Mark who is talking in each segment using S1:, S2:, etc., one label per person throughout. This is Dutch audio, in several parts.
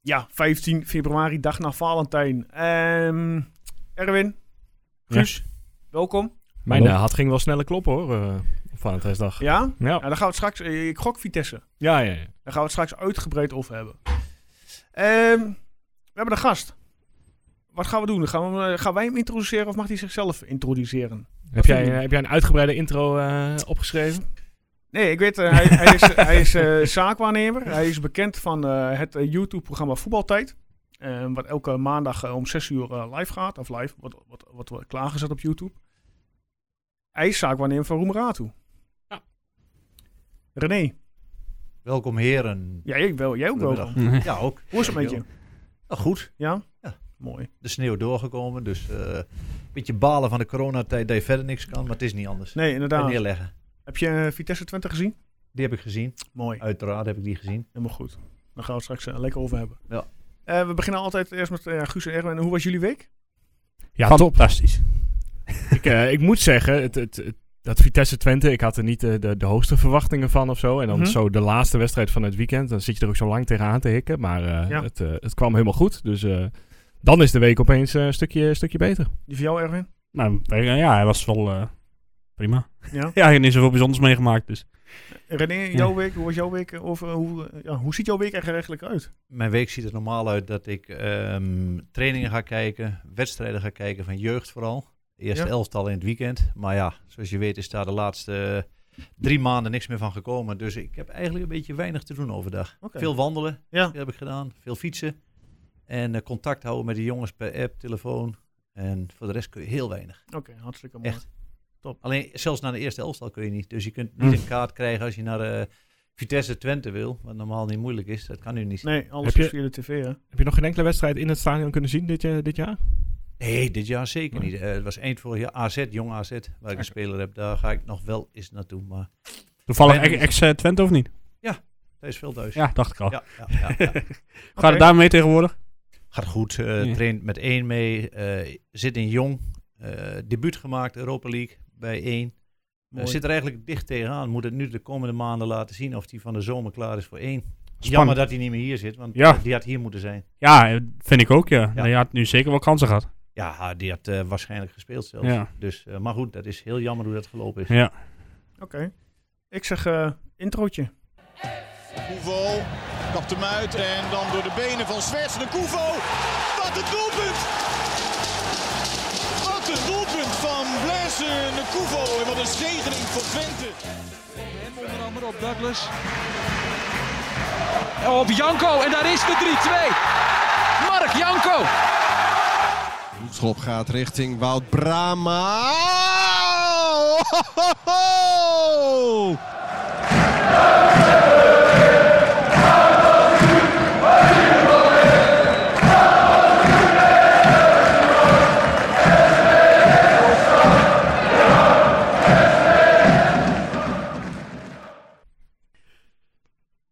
S1: Ja, 15 februari, dag na Valentijn. Ehm, Erwin,
S2: Ja.
S1: Guus, welkom.
S2: Mijn
S3: Hallo.
S2: eh, hart ging wel sneller kloppen hoor, eh, op Valentijnsdag. Ja,
S1: Ja?
S2: ja,
S1: ja, dan gaan we het straks... eh, Ik gok Vitesse.
S2: ja. ja.
S1: Daar gaan we het straks uitgebreid over hebben. Ehm, we hebben een gast. Wat gaan we doen? Gaan, we, hem, eh, gaan wij hem introduceren of mag hij zichzelf introduceren?
S2: Heb, jij, eh, heb jij een uitgebreide intro eh, opgeschreven?
S1: Nee, ik weet, eh, hij, hij is, hij is eh, zaakwaarnemer. Hij is bekend van eh, het eh, YouTube-programma Voetbaltijd. Ehm, wat elke maandag eh, om 6 uur eh, live gaat. Of live, wat, wat, wat wordt klaargezet op YouTube. Hij is zaakwaarnemer van Roemeratu.
S2: Ja.
S1: René,
S4: Welkom heren.
S1: jij, wel, jij ook wel.
S4: Goedemiddag. Ja, ook.
S1: Hoe is het met je?
S4: Nou, goed,
S1: Ja?
S4: Ja.
S1: Mooi.
S4: de sneeuw doorgekomen, dus eh, een beetje balen van de coronatijd dat je verder niks kan, maar het is niet anders.
S1: Nee,
S4: En
S1: inderdaad.
S4: neerleggen.
S1: Heb je eh, Vitesse 20 gezien?
S4: Die heb ik gezien,
S1: Mooi,
S4: uiteraard heb ik die gezien.
S1: helemaal goed. Dan gaan we het straks eh, lekker over hebben.
S4: Ja.
S1: Eh, we beginnen altijd eerst met eh, Guus en Erwin. Hoe was jullie week?
S2: Ja, top.
S3: Fantastisch.
S2: Ik, eh, ik moet zeggen, het, het, het- dat Vitesse Twente, ik had er niet eh, de, de hoogste verwachtingen van of zo. En dan
S1: Mhm.
S2: zo de laatste wedstrijd van het weekend, dan zit je er ook zo lang tegenaan te hikken. Maar eh,
S1: Ja.
S2: het, eh, het kwam helemaal goed, dus eh, dan is de week opeens eh, een stukje, een stukje beter.
S1: Die van jou, Erwin?
S3: Nou, eh, ja, hij was wel eh, prima.
S1: Ja.
S3: Ja, er is zoveel bijzonders meegemaakt, dus.
S1: René, jouw week? Hoe was jouw week? eh, Of eh, hoe, eh, ja, hoe ziet jouw week er eigenlijk uit?
S4: Mijn week ziet er normaal uit dat ik ehm, trainingen ga kijken, wedstrijden ga kijken van jeugd vooral. Eerste
S1: Ja.
S4: elftal in het weekend. Maar ja, zoals je weet is daar de laatste drie maanden niks meer van gekomen. Dus ik heb eigenlijk een beetje weinig te doen overdag.
S1: Oké.
S4: Veel wandelen
S1: Ja.
S4: heb ik gedaan, veel fietsen. En eh, contact houden met de jongens per app, telefoon. En voor de rest kun je heel weinig.
S1: Oké, hartstikke mooi.
S4: Echt.
S1: Top.
S4: Alleen zelfs naar de eerste elftal kun je niet. Dus je kunt niet
S3: Hm.
S4: een kaart krijgen als je naar eh, Vitesse Twente wil. Wat normaal niet moeilijk is, dat kan nu niet.
S1: Nee, alles
S2: Heb je-
S1: is via de tv, hè?
S2: Heb je nog geen enkele wedstrijd in het stadion kunnen zien dit, eh, dit jaar?
S4: Nee, dit jaar zeker
S2: Nee.
S4: niet. Eh, het was eind vorig jaar AZ, jong AZ, waar ik
S2: Oké.
S4: een speler heb. Daar ga ik nog wel eens naartoe, maar
S3: Toevallig
S4: Ben-
S3: ex-Twente of niet?
S4: daar is veel thuis.
S3: Ja, dacht ik al.
S4: ja, ja, ja, ja.
S3: Gaat
S1: Oké.
S3: het daarmee tegenwoordig?
S4: Gaat goed, eh,
S3: Ja.
S4: traint met één mee, eh, zit in jong. eh, debuut gemaakt, Europa League bij één. Eh,
S1: Mooi.
S4: zit er eigenlijk dicht tegenaan. Moet het nu de komende maanden laten zien of hij van de zomer klaar is voor één. Jammer
S3: Spannend.
S4: dat hij niet meer hier zit, want
S3: Ja.
S4: die had hier moeten zijn.
S3: Ja, eh, vind ik ook, ja. Nou, je
S4: Ja.
S3: had nu zeker wel kansen gehad.
S4: Ja, die had eh, waarschijnlijk gespeeld zelfs.
S3: Ja.
S4: Dus, eh, maar goed, dat is heel jammer hoe dat gelopen is.
S3: ja.
S1: Oké. Ik zeg eh, introotje.
S5: Koevo kapt hem uit en dan door de benen van Zwerts de Koevo. Wat een doelpunt! Wat een doelpunt van Blaise de Koevo en wat een zegening voor Twente.
S6: En onder andere op Douglas. Op Janko en daar is de 3-2. Mark Janko.
S5: Schop gaat richting Wout Brama.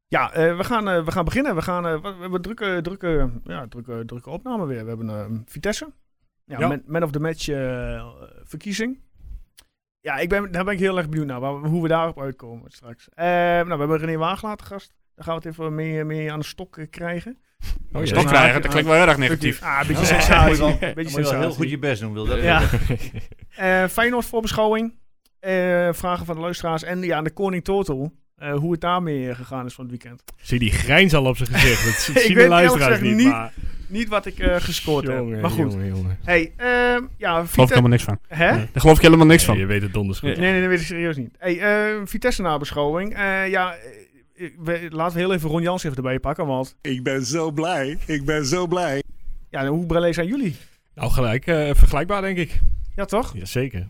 S1: Ja, eh, we, gaan, eh, we gaan beginnen. We, gaan, eh, we, we hebben een drukke, drukke, ja, drukke, drukke opname weer. We hebben eh, Vitesse. Ja,
S2: Ja.
S1: Man, man of the match eh, verkiezing. Ja, ik ben, daar ben ik heel erg benieuwd naar. waar we- hoe we daarop uitkomen straks. Eh, nou, we hebben René Waaglaat te gast. Daar gaan we het even mee, mee aan de stok eh, krijgen.
S2: Oh,
S1: ja.
S3: Dat krijgen,
S1: Ja.
S3: dat klinkt wel heel erg negatief.
S1: Ah, een beetje
S4: Ja,
S1: sensatie.
S4: dan moet je
S1: Een beetje
S4: Dan moet je wel heel goed
S1: sensatie.
S4: je best doen, wil dat
S1: Ja.
S4: ja.
S1: Eh, Feyenoord voorbeschouwing. Eh, vragen van de luisteraars. En ja, de Koning Total. eh, hoe het daarmee eh, gegaan is van het weekend.
S2: Zie die grijns al op zijn gezicht. Dat zien
S1: Ik
S2: de
S1: weet eerlijk
S2: luisteraars
S1: gezegd
S2: niet,
S1: niet
S2: maar...
S1: Niet wat ik eh, gescoord heb.
S2: Jongen,
S1: Maar goed.
S2: jongen, jongen.
S1: Hey, ehm, ja,
S3: Daar geloof ik
S1: Vitesse.
S3: helemaal niks van.
S1: Hè?
S3: Daar geloof ik helemaal niks van.
S2: Nee, je weet het donders goed.
S3: Ja.
S1: Nee, nee, dat weet ik serieus niet. Hey, eh, Vitesse nabeschouwing. Eh, ja, eh, ik- we- laten we heel even Ron Jans even erbij pakken. Want
S7: Ik ben zo blij. Ik ben zo blij.
S1: ja, hoe brelé zijn jullie?
S2: Nou, gelijk eh, vergelijkbaar, denk ik.
S1: Ja, toch?
S2: Jazeker.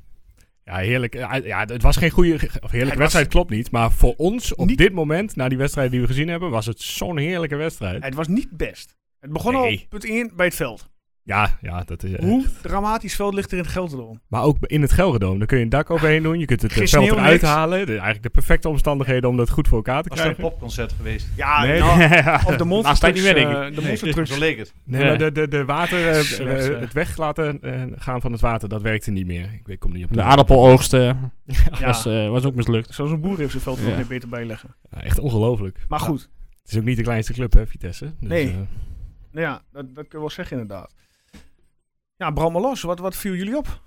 S2: Ja, heerlijk. Ja, ja, het was geen goede... Of heerlijke
S1: was-
S2: wedstrijd, klopt niet. Maar voor ons, op
S1: Niet-
S2: dit moment, na die wedstrijd die we gezien hebben, was het zo'n heerlijke wedstrijd.
S1: Het was niet best. Het begon
S2: Nee.
S1: al punt 1 bij het veld.
S2: Ja, ja, dat is... eh,
S1: Hoe dramatisch veld ligt er in het Gelderdoom?
S2: Maar ook in het Gelredome. Daar kun je een dak overheen doen. Je kunt het eh,
S1: Geen
S2: veld
S1: sneeuw,
S2: eruit
S1: niks.
S2: halen. De- eigenlijk de perfecte omstandigheden om dat goed voor elkaar te
S4: Was dat een
S2: krijgen.
S4: popconcert geweest?
S1: Ja,
S2: Nee.
S1: nou,
S3: Ja.
S1: of de
S3: Laatst tijd
S1: monstertrucks.
S3: niet meer, denk ik.
S1: eh, de
S4: Nee,
S1: monstertrucks.
S4: Zo leek het.
S2: Nee,
S3: Ja.
S2: maar de, de, de water, eh,
S3: Slecht,
S2: eh,
S3: eh.
S2: het weglaten eh, gaan van het water, dat werkte niet meer. Ik weet, kom niet op.
S3: De aardappeloogsten
S1: Ja.
S3: was, eh, was ook mislukt.
S1: Zoals een boer heeft zijn veld
S3: Ja.
S1: nog meer beter bijleggen.
S2: Ja, Nou, echt ongelooflijk.
S1: Maar goed,
S2: Het is ook niet de kleinste club, hè, Vitesse. Dus,
S1: Nee.
S2: eh,
S1: Nou ja, dat, dat kun je wel zeggen inderdaad. Ja, brand maar los. Wat, wat viel jullie op?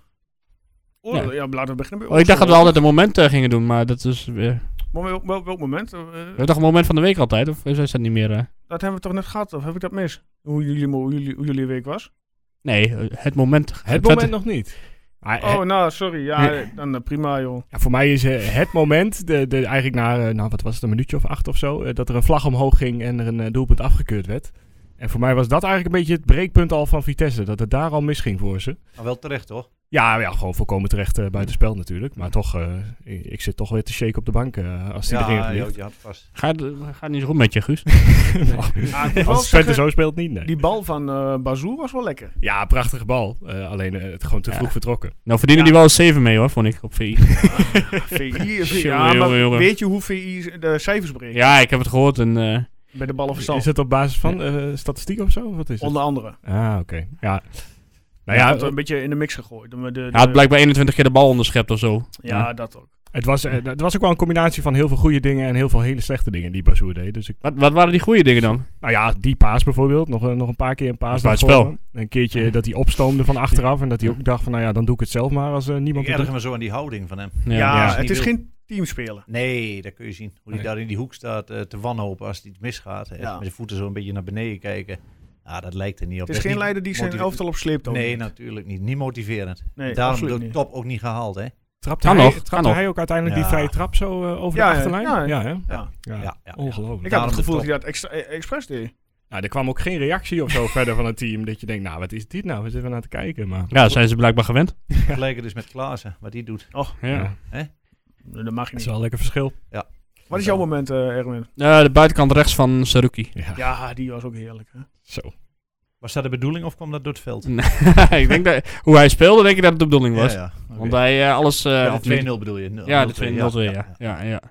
S1: Oh,
S3: Ja.
S1: ja. laten we beginnen bij
S3: Oh, ik dacht dat we
S1: Oorschot.
S3: altijd een moment eh, gingen doen, maar dat is weer...
S1: Maar wel- wel- welk moment? Eh, eh,
S3: We toch een moment van de week altijd, of is dat niet meer... eh?
S1: dat hebben we toch net gehad? Of heb ik dat mis? Hoe jullie, hoe jullie, hoe jullie week was?
S3: Nee, eh, het moment.
S2: Het moment nog niet. Maar, eh,
S1: Oh, nou, sorry. Ja,
S2: Nee.
S1: dan eh, prima, joh.
S2: ja, voor mij is eh, het moment, de, de, eigenlijk na, eh, nou wat was het, een minuutje of acht of zo, eh, dat er een vlag omhoog ging en er een eh, doelpunt afgekeurd werd. En voor mij was dat eigenlijk een beetje het breekpunt al van Vitesse, dat het daar al misging voor ze.
S4: Maar wel terecht, toch?
S2: Ja, ja gewoon volkomen terecht eh, buitenspel natuurlijk. Maar toch, eh, ik, ik zit toch weer te shaken op de bank eh, als die erin
S4: ja,
S2: ligt.
S4: ja, vast.
S3: Gaat, gaat niet zo goed met je, Guus.
S1: Ja, ik moet wel
S2: Als Twente
S1: zeggen,
S2: zo speelt niet, nee.
S1: die bal van eh Bazoer was wel lekker.
S2: Ja, prachtige bal. Eh, alleen eh, het gewoon te
S3: Ja.
S2: vroeg vertrokken.
S3: Nou verdienen
S1: Ja.
S3: die wel een 7 mee hoor, vond ik op VI.
S1: VI,
S3: Jongen,
S1: ja, maar
S3: jongen, jongen.
S1: weet je hoe VI de cijfers brengt
S3: Ja, ik heb het gehoord en eh,
S1: bij de ballenverstand?
S2: Is het op basis van eh, statistiek of zo? Of Wat is het?
S1: Onder andere.
S2: Ah, oké. Ja. Nou
S1: ja, eh,
S2: ja,
S1: het een beetje in de mix gegooid. De, de, de-
S3: hij had blijkbaar 21 keer de bal onderschept of zo.
S1: ja, dat ook.
S2: het was, eh, het was ook wel een combinatie van heel veel goede dingen en heel veel hele slechte dingen die Bazoer deed. Dus ik,
S3: Wat, wat waren die goede dingen dan?
S2: nou ja, die paas bijvoorbeeld. Nog, eh, nog een paar keer een paas.
S3: Dat is
S2: naar
S3: buitenspel.
S2: voren. Een keertje dat hij opstoomde van achteraf en dat hij ook dacht van, nou ja, dan doe ik het zelf maar als eh, niemand
S4: Ik
S2: het doet.
S4: erger me zo aan die houding van hem.
S1: Ja,
S4: als je
S1: het
S4: niet
S1: is
S4: wil.
S1: geen teamspelen.
S4: Nee, dat kun je zien. Hoe hij daar in die hoek staat eh, te wanhopen als het iets misgaat. Hè.
S1: Ja.
S4: Met zijn voeten zo een beetje naar beneden kijken. Ja, dat lijkt er niet op.
S1: Het is
S4: Dat
S1: geen
S4: niet
S1: leider die zijn
S4: motiverend.
S1: elftal op sleept. ook
S4: Nee,
S1: niet.
S4: natuurlijk niet. Niet motiverend.
S1: nee
S4: Daarom
S1: absoluut
S4: de
S1: niet.
S4: top ook niet gehaald, hè?
S2: Trapte,
S3: Kan
S2: hij,
S3: nog,
S2: trapte
S3: kan nog.
S2: hij ook uiteindelijk die
S4: Ja.
S2: vrije trap zo eh, over
S1: Ja,
S2: de
S1: ja,
S2: achterlijn?
S1: ja.
S2: hè?
S1: Ja.
S2: Ja,
S4: Ja, ja,
S2: ongelooflijk.
S1: Ik had
S4: Daarom
S1: het
S4: de
S1: gevoel dat
S4: top.
S1: hij dat extra, eh, expres deed.
S2: Nou, er kwam ook geen reactie of zo verder van het team. Dat je denkt, nou, wat is dit nou? We zitten naar te kijken. Maar
S3: Ja, zijn ze blijkbaar gewend.
S4: Vergelijk het dus met Klaassen, wat die doet.
S3: Ja.
S2: Ja.
S1: Dat mag je
S2: dat is
S1: niet.
S2: wel een lekker verschil.
S1: Wat is jouw moment, eh, Erwin?
S3: Eh, de buitenkant rechts van Saruki.
S2: Ja,
S1: Ja, die was ook heerlijk. Hè?
S2: zo.
S4: Was dat de bedoeling of kwam dat door het veld?
S3: ik denk dat, hoe hij speelde, denk ik dat het de bedoeling was.
S4: Ja, ja. oké.
S3: Want hij eh, alles... eh,
S4: Ja,
S3: of
S4: de
S3: niet-
S4: 2-0 bedoel je? Nul-
S3: Ja, de
S4: 0-2,
S3: 2 0 ja. Ja, ja.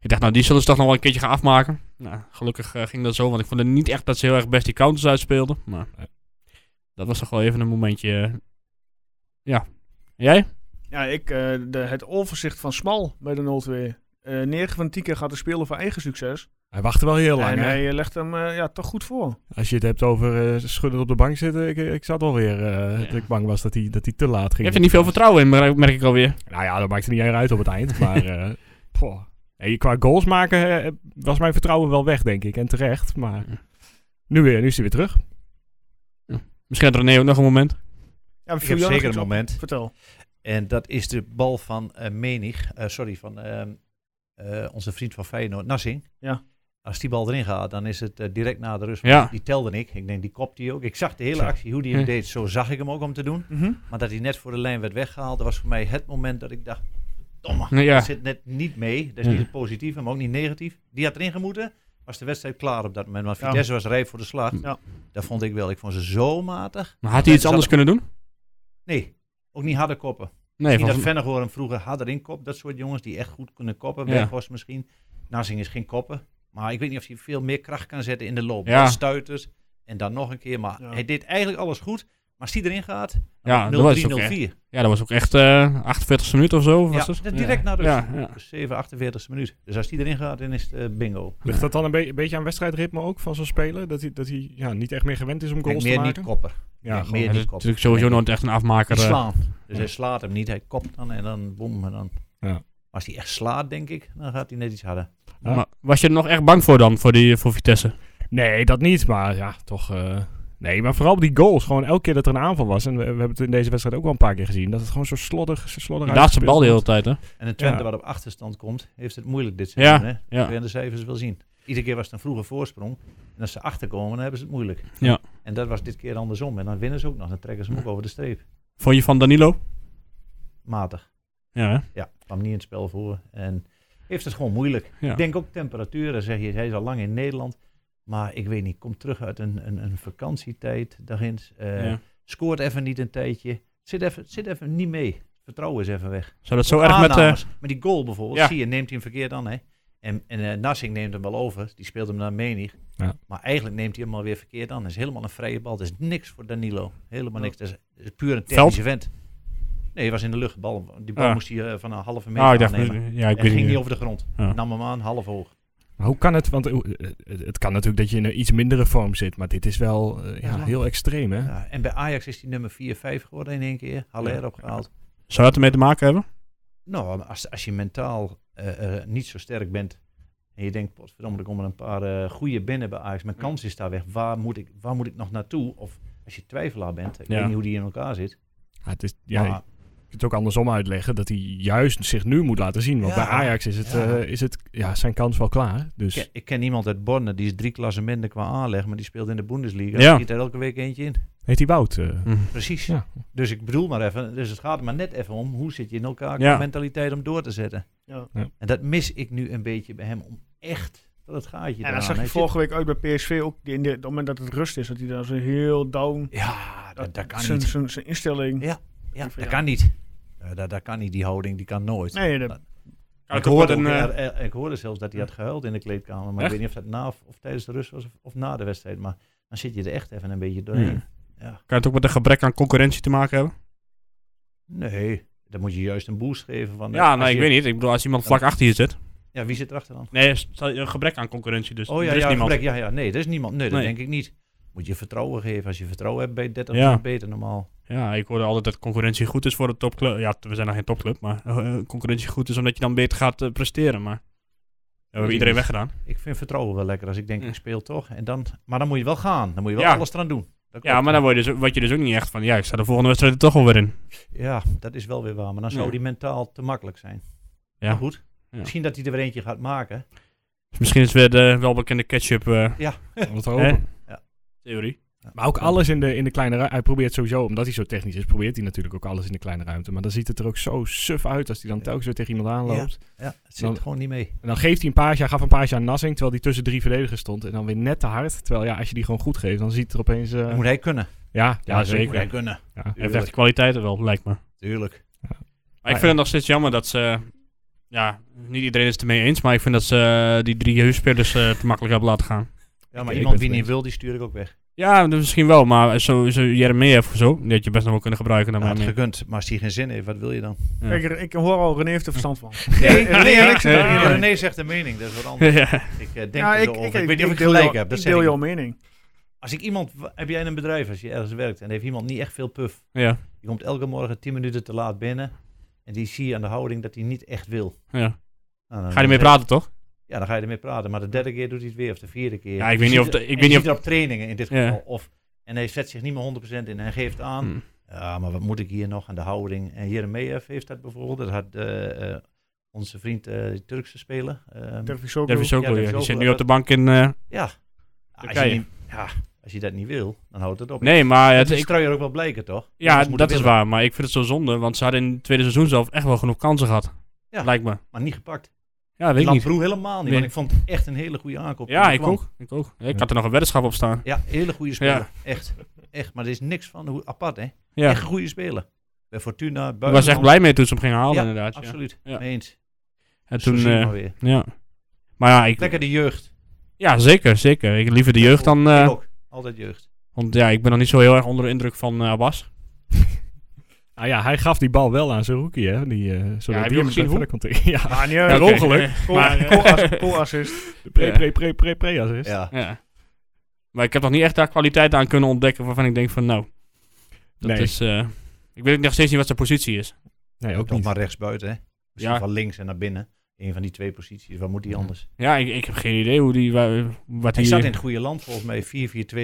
S3: Ik dacht, nou, die zullen ze toch nog wel een keertje gaan afmaken. Nou, gelukkig eh, ging dat zo, want ik vond het niet echt dat ze heel erg best die counters uitspeelden. Maar
S2: Nee.
S3: dat was toch wel even een momentje. eh. Ja. Jij?
S1: Ja, ik, eh, de, het overzicht van Smal bij de 0-2. Eh 9 van 10 keer gaat de speler voor eigen succes.
S2: Hij wachtte wel heel lang,
S1: en
S2: hè?
S1: hij eh, legt hem eh, ja, toch goed voor.
S2: Als je het hebt over eh schudden op de bank zitten, ik, ik zat alweer eh
S3: Ja.
S2: dat ik bang was dat hij, dat hij te laat
S3: Je
S2: ging.
S3: hebt er niet veel vertrouwen in, merk merk ik alweer.
S2: Nou ja, dat maakte niet erg uit op het eind, maar... eh, poh. Hey, qua goals maken eh, was mijn vertrouwen wel weg, denk ik. En terecht, maar... Nu weer, nu is hij weer terug.
S3: Misschien had René ook nog een moment.
S1: Ja,
S4: Ik
S1: viel jou nog
S4: heb zeker een
S1: iets op?
S4: moment.
S1: Vertel.
S4: En dat is de bal van eh, Menig. eh, sorry, van ehm, eh, onze vriend van Feyenoord, Nassing.
S1: Ja.
S4: Als die bal erin gaat, dan is het eh, direct na de rust.
S3: Ja.
S4: Die telde ik. Ik denk, die kopte hij ook. Ik zag de hele
S2: Zo.
S4: actie, hoe die hem
S1: Hm.
S3: Ja.
S4: deed. Zo zag ik hem ook om te doen. Maar dat hij net voor de lijn werd weggehaald, dat was voor mij het moment dat ik dacht... Domme,
S3: Ja.
S4: dat zit net niet mee. Dat is
S1: Hm.
S3: Ja.
S4: niet positief, maar ook niet negatief. Die had erin gemoeten, was de wedstrijd klaar op dat moment. Want
S1: Ja. Hm.
S4: Vitesse was rijp voor de slag.
S1: Ja.
S4: Dat vond ik wel. Ik vond ze zo matig.
S3: Maar had hij iets anders kunnen doen?
S4: Nee, ook niet harde koppen.
S3: Nee,
S4: Niet dat
S3: volgens
S4: Vennegoor hem vroeger harder in kop. Dat soort jongens die echt goed kunnen koppen.
S3: Ja.
S4: Weghorst misschien. Nassing is geen koppen. Maar ik weet niet of hij veel meer kracht kan zetten in de loop.
S3: Ja.
S4: Wat Stuiters. En dan nog een keer. Maar
S1: Ja.
S4: hij deed eigenlijk alles goed. Maar als hij erin gaat,
S3: Ja,
S4: dan
S3: dat
S4: wordt
S3: was
S4: het
S3: ook
S4: 0-3, 0-4.
S3: Ja, dat was ook echt eh 48 minuten of zo. of
S4: Ja,
S3: was het?
S4: dat direct na rust.
S3: Ja, ja.
S4: Dus 7, 48 minuut. Dus als hij erin gaat, dan is het eh, bingo.
S2: Ligt dat dan een be- beetje aan wedstrijdritme ook van zo'n speler? Dat hij, dat hij ja, niet echt meer gewend is om
S4: Ik denk
S2: goals
S4: meer
S2: te
S4: niet
S2: maken?
S4: kopper.
S2: ja,
S4: denk
S2: gewoon-
S4: meer niet
S3: Ja, dat is
S4: koppen.
S3: natuurlijk sowieso nooit echt een afmaker.
S4: Die
S3: eh.
S4: slaan.
S2: ja.
S4: Dus hij slaat hem niet. Hij kopt dan en dan boem. En dan.
S2: Ja.
S4: Maar Als hij echt slaat, denk ik, dan gaat hij net iets harder.
S2: Ja.
S3: Maar was je er nog echt bang voor dan, voor, die, voor Vitesse?
S2: Nee, dat niet. Maar ja, toch. eh, nee, maar vooral die goals. Gewoon elke keer dat er een aanval was. En we, we hebben het in deze wedstrijd ook wel een paar keer gezien. Dat het gewoon zo sloddig, zo sloddig
S3: Die laatste
S2: uitgespeeld
S3: bal de hele
S2: wordt.
S3: tijd, hè?
S4: En een Twente
S2: Ja.
S4: wat op achterstand komt, heeft het moeilijk dit
S3: Ja,
S4: seizoen. hè?
S3: ja.
S4: We gaan de cijfers wel zien. Iedere keer was het een vroege voorsprong. En als ze achterkomen, dan hebben ze het moeilijk.
S3: Ja.
S4: En dat was dit keer andersom. En dan winnen ze ook nog. Dan trekken ze hem ook over de streep.
S3: Vond je van Danilo?
S4: Matig.
S3: Ja, hè?
S4: Ja, kwam niet in het spel voor. En heeft het gewoon moeilijk.
S3: Ja.
S4: Ik denk ook temperatuur. Dan zeg je, hij is al lang in Nederland. Maar ik weet niet, komt terug uit een, een, een vakantietijd. Daarin eh,
S3: Ja.
S4: scoort even niet een tijdje. Zit even, zit even niet mee. Vertrouwen is even weg.
S3: Zou
S4: ah,
S3: dat zo erg met... eh
S4: aannames. Maar die goal bijvoorbeeld,
S3: Ja.
S4: zie je, neemt hij hem verkeerd aan. Hè? En, en eh, Nassing neemt hem wel over. Die speelt hem naar menig.
S2: Ja.
S4: Maar eigenlijk neemt hij hem alweer verkeerd aan. Dat is helemaal een vrije bal. Dat is niks voor Danilo. Helemaal niks. Dat is, dat is puur een technische vent. Nee, hij was in de lucht. de Bal, die bal
S3: Ja.
S4: moest hij eh, van een halve meter
S3: oh, ik dacht...
S4: aannemen.
S3: Ja, ik
S4: en
S3: weet
S4: ging
S3: niet.
S4: niet over de grond.
S3: Ja.
S4: Nam hem aan, half hoog.
S2: Maar hoe kan het? Want eh, eh, het kan natuurlijk dat je in een iets mindere vorm zit. Maar dit is wel eh, ja,
S4: Ja.
S2: heel extreem, hè?
S4: Ja, en bij Ajax is hij nummer 4-5 geworden in één keer. Haller opgehaald.
S3: Zou dat ermee te maken hebben?
S4: Nou, als, als je mentaal eh, eh, niet zo sterk bent. En je denkt, potverdomme, er komen een paar eh goede binnen bij Ajax. Mijn kans is daar weg. Waar moet ik, waar moet ik nog naartoe? Of als je twijfelaar bent. Ik
S3: Ja.
S4: weet niet hoe die in elkaar zit.
S2: Ja, het is, ja,
S4: maar-
S2: je kunt het ook andersom uitleggen. Dat hij juist zich nu moet laten zien. Want
S4: Ja.
S2: bij Ajax is, het,
S4: Ja.
S2: eh, is het, ja, zijn kans wel klaar. Dus
S4: Ik ken, ik ken iemand uit Borne, die is drie klassen minder qua aanleg, maar die speelt in de Bundesliga.
S3: Ja.
S4: Die schiet er elke week eentje in.
S2: heet hij Wout. eh,
S4: Precies.
S2: Ja.
S4: Dus ik bedoel maar even, dus het gaat er maar net even om, hoe zit je in elkaar
S3: Ja.
S4: qua mentaliteit om door te zetten.
S1: Ja.
S2: Ja.
S4: En dat mis ik nu een beetje bij hem, om echt dat het gaatje
S1: En
S4: eraan.
S1: dat zag
S4: Hij
S1: je
S4: zit-
S1: vorige week uit bij PSV ook. die In de, op het moment dat het rust is, dat hij daar zo heel down...
S4: Ja, dat, dat kan
S1: zijn,
S4: niet.
S1: zijn, zijn instelling...
S4: Ja. Ja,
S1: Ja.
S4: dat kan niet. Eh, dat, dat kan niet, die houding, die kan nooit.
S1: Nee, dat-
S3: Nou,
S4: ik, hoorde ook, eh, eh, ik hoorde zelfs dat hij had gehuild in de kleedkamer, maar
S3: Echt?
S4: ik weet niet of dat na of, of tijdens de rust was of, of na de wedstrijd. Maar dan zit je er echt even een beetje doorheen.
S3: Hmm. Kan het ook met een gebrek aan concurrentie te maken hebben?
S4: Nee, dan moet je juist een boost geven. Van, eh,
S3: Ja,
S4: als
S3: nee,
S4: je-
S3: ik weet niet. Ik bedoel, als iemand vlak achter je zit.
S4: Ja, wie zit erachter dan?
S3: Nee, s- een gebrek aan concurrentie dus.
S4: Oh ja,
S3: er is
S4: ja,
S3: niemand.
S4: gebrek, ja, ja, nee, er is niemand. Nee, dat
S3: Nee.
S4: denk ik niet. Moet je vertrouwen geven. Als je vertrouwen hebt bij 30
S3: Ja.
S4: is het beter normaal.
S3: Ja, ik hoorde altijd dat concurrentie goed is voor de topclub. Ja, t- we zijn nog geen topclub, maar eh, concurrentie goed is omdat je dan beter gaat eh, presteren. Maar dat hebben we iedereen weggedaan.
S4: Ik vind vertrouwen wel lekker. Als ik denk,
S3: Ja.
S4: ik speel toch. En dan, maar dan moet je wel gaan. Dan moet je wel
S3: Ja.
S4: alles eraan doen. Dat
S3: Ja,
S4: klopt.
S3: maar dan word je dus, word je dus ook niet echt van, ja, ik sta de volgende wedstrijd er toch wel weer in.
S4: Ja, dat is wel weer waar. Maar dan zou
S3: Ja.
S4: die mentaal te makkelijk zijn.
S3: Ja.
S4: Maar goed.
S3: Ja.
S4: Misschien dat hij er weer eentje gaat maken.
S3: Dus misschien is het weer de welbekende ketchup eh,
S2: om het te
S3: hè?
S2: hopen.
S3: theorie.
S2: Maar ook alles in de, in de kleine ruimte. Hij probeert sowieso, omdat hij zo technisch is, probeert hij natuurlijk ook alles in de kleine ruimte. Maar dan ziet het er ook zo suf uit als hij dan telkens weer tegen iemand aanloopt.
S4: Ja, het zit
S2: Dan-
S4: gewoon niet mee.
S2: En dan geeft hij een paasje, hij gaf een paasje aan Nassing, terwijl hij tussen drie verdedigers stond. En dan weer net te hard. Terwijl ja, als je die gewoon goed geeft, dan ziet het er opeens... eh,
S4: Dat moet hij kunnen.
S2: ja, ja,
S4: Dat Moet
S2: zeker.
S4: hij kunnen.
S2: Ja.
S3: Hij heeft echt de kwaliteiten wel, lijkt me.
S4: Tuurlijk.
S3: Maar
S4: Ah,
S3: ik vind het nog steeds jammer dat ze. Ja, niet iedereen is het ermee eens, maar ik vind dat ze eh, die drie jeugdspelers eh, te makkelijk hebben laten gaan.
S4: Ja, maar
S2: ik ben
S4: iemand
S2: het
S4: die
S2: mee
S4: niet
S2: eens.
S4: wil, die stuur ik ook weg.
S3: Ja, dat misschien wel, maar zo, zo Jeremia of zo, die had je best nog wel kunnen gebruiken. Dan
S4: Dat
S3: maar
S4: had gekund. Maar als hij geen zin heeft, wat wil je dan?
S3: Ja.
S1: Kijk, ik hoor al, René heeft er verstand van.
S4: Nee, René,
S1: en ik
S3: zitten
S4: René,
S3: erin.
S4: zegt een mening. Dat is wat anders.
S3: ja.
S4: Ik eh, denk
S1: Ja,
S4: er
S1: ik,
S4: zo
S1: ik,
S4: over.
S1: ik,
S4: Ik weet niet of ik
S1: deel
S4: gelijk
S1: jou-
S4: heb. Dat
S1: ik
S4: zeg
S1: deel
S4: ik
S1: jouw
S4: niet.
S1: mening.
S4: Als ik iemand... Heb jij in een bedrijf als je ergens werkt en heeft iemand niet echt veel puff.
S3: ja,
S4: Die komt elke morgen 10 minuten te laat binnen. En die zie je aan de houding dat hij niet echt wil.
S3: ja.
S4: Nou, dan-
S3: Ga je ermee praten, toch?
S4: Ja, dan ga je ermee praten. Maar de derde keer doet hij het weer of de vierde keer. Dus
S3: Ja, ik
S4: Je
S3: weet niet
S4: ziet
S3: of
S4: het-
S3: de- ik
S4: en
S3: weet
S4: je
S3: niet
S4: ziet het op trainingen in dit
S3: Ja.
S4: geval. Of, en hij zet zich niet meer 100% in. Hij geeft aan.
S3: Hm.
S4: Ja, maar wat moet ik hier nog aan de houding? En Jeremejeff heeft dat bijvoorbeeld. Dat had eh, eh, onze vriend, eh die Turkse speler. eh,
S1: Durf je ook
S3: Davies ook
S4: ja,
S3: wel,
S4: Davies
S3: ja. Die
S4: ook
S3: zit
S4: wel.
S3: nu op de bank in... eh,
S4: ja. Als je,
S3: Turkije.
S4: niet, ja, als je dat niet wil, dan houdt het op.
S3: Nee, maar het,
S4: Dat is
S3: ik,
S4: trouwens ook wel blijken, toch?
S3: ja,
S4: Jongens dus moeten
S3: dat is
S4: willen,
S3: waar. Maar ik vind het zo zonde, want ze hadden in het tweede seizoen zelf echt wel genoeg kansen gehad.
S4: Ja.
S3: Lijkt me.
S4: Maar niet gepakt.
S3: Ja, weet ik niet.
S4: Lamproe helemaal niet.
S3: Nee.
S4: Want ik vond het echt een hele goede aankoop.
S3: Ja,
S4: Die
S3: ik
S4: kwam.
S3: ook. Ik ook. Ik
S2: Ja.
S3: had er nog een weddenschap op staan.
S4: Ja, hele goede speler.
S3: Ja.
S4: Echt. Echt. Maar er is niks van hoe apart, hè?
S3: Ja.
S4: Echt een goede speler. Bij Fortuna,
S3: Ik was echt
S4: buitenland.
S3: blij mee toen ze hem gingen halen,
S4: Ja,
S3: inderdaad. ja.
S4: Absoluut.
S3: Ja.
S4: Mee eens.
S3: En
S4: Zo
S3: toen...
S4: zie je
S3: eh,
S4: maar weer.
S3: ja. Maar ja, ik,
S4: Lekker de jeugd.
S3: ja, zeker, zeker. Ik liever de jeugd dan... eh,
S4: Ik ook. Altijd jeugd.
S3: want ja, ik ben nog niet zo heel erg onder de indruk van eh Abbas.
S2: Ah ja, hij gaf die bal wel aan zijn rookie, hè? Die, eh zodat
S3: heb je
S2: die
S3: ook gezien hoe?
S2: verder kon tikken. Ja,
S1: Maar Ah, niet
S3: Ja,
S1: uit.
S3: oké.
S1: Goal-
S3: Maar-
S1: goal- Goal-assist.
S2: de pre, pre, pre, pre, pre assist.
S4: Ja.
S3: Ja. Maar ik heb nog niet echt daar kwaliteit aan kunnen ontdekken waarvan ik denk van nou, dat
S2: Nee.
S3: is... eh, ik weet ook nog steeds niet wat zijn positie is.
S2: Nee, ook
S4: Toch
S2: niet.
S4: maar rechtsbuiten, hè? Misschien
S3: Ja.
S4: van links en naar binnen. Een van die twee posities. Waar moet hij
S3: Ja. eh,
S4: anders?
S3: Ja, ik, ik heb geen idee hoe die... wa- wat
S4: Hij
S3: die
S4: staat in het goede land, volgens mij.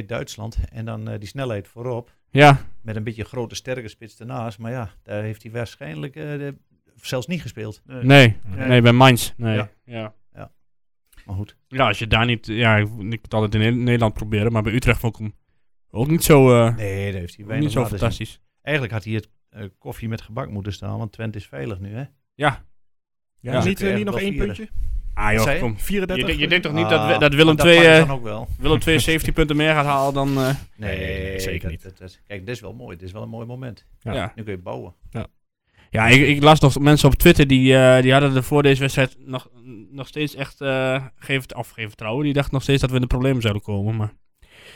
S4: 4-4-2 Duitsland. En dan eh, die snelheid voorop.
S3: Ja,
S4: Met een beetje grote, sterke spits daarnaast. Maar ja, daar heeft hij waarschijnlijk eh, de- zelfs niet gespeeld.
S3: nee.
S1: Nee.
S3: Nee, bij Mainz. Nee. Ja.
S4: Ja.
S3: Ja.
S4: Maar goed.
S3: als je daar niet... Ja, ik, ik moet het altijd in Ne- Nederland proberen, maar bij Utrecht vond ik hem ook niet zo, eh,
S4: Nee, daar heeft hij weinig
S3: niet zo
S4: laten zien.
S3: fantastisch.
S4: Eigenlijk had hij het eh, koffie met gebak moeten staan, want Twente is veilig nu, hè?
S3: Ja.
S2: Ja,
S3: Ja.
S2: Niet, eh,
S4: Echt
S2: niet nog
S4: wel
S2: één
S4: vierde.
S2: puntje?
S3: Ah
S4: Wat zei
S3: joh,
S4: je?
S3: kom. Je,
S2: 34?
S3: denkt- je denkt toch niet
S4: Ah,
S3: dat, we- dat
S4: maar
S3: Willem
S4: dat pakt
S3: 2
S4: dan ook wel.
S3: Willem 2 70 punten meer gaat halen dan... eh,
S4: Nee,
S2: nee, zeker
S4: dat-
S2: niet.
S4: dat- dat- kijk, dit is wel mooi. Dit is wel een mooi moment.
S2: Ja.
S3: ja.
S4: Nu kun je bouwen.
S3: Ja, ik, ik las nog mensen op Twitter die, eh, die hadden er voor deze wedstrijd nog, nog steeds echt eh geen, vert- of geen vertrouwen. Die dachten nog steeds dat we in de problemen zouden komen. Maar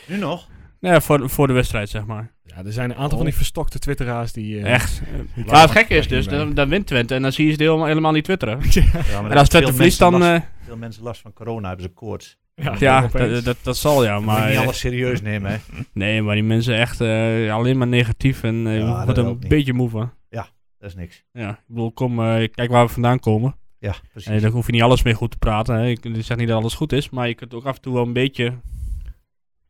S4: Nu nog?
S3: Nee, voor, voor de wedstrijd, zeg maar.
S2: Ja, er zijn een aantal van die verstokte twitteraars die... eh,
S3: Echt.
S2: die
S3: Maar
S2: kijken-
S3: het gekke is dus,
S2: kijken
S3: dan,
S2: hierbij.
S3: dan wint Twente en dan zie je ze helemaal, helemaal niet twitteren.
S4: Ja, eh, maar
S3: En als Twente
S4: veel
S3: verliest,
S4: mensen
S3: dan...
S4: last-
S3: eh,
S4: Veel mensen last van corona hebben ze koorts.
S3: ja,
S2: opeens.
S3: dat, dat, dat zal ja,
S4: Maar
S3: maar... eh,
S4: niet alles serieus nemen, hè.
S3: Nee, maar die mensen echt eh, alleen maar negatief en eh,
S4: Ja,
S3: wordt
S4: dat
S3: een
S4: ook niet.
S3: beetje moe van.
S4: Dat is niks.
S3: Ja, ik bedoel, kom, eh, kijk waar we vandaan komen.
S4: Ja,
S3: En
S4: precies.
S3: dan hoef je niet alles mee goed te praten. Hè. Ik ik zeg niet dat alles goed is, maar je kunt ook af en toe wel een beetje...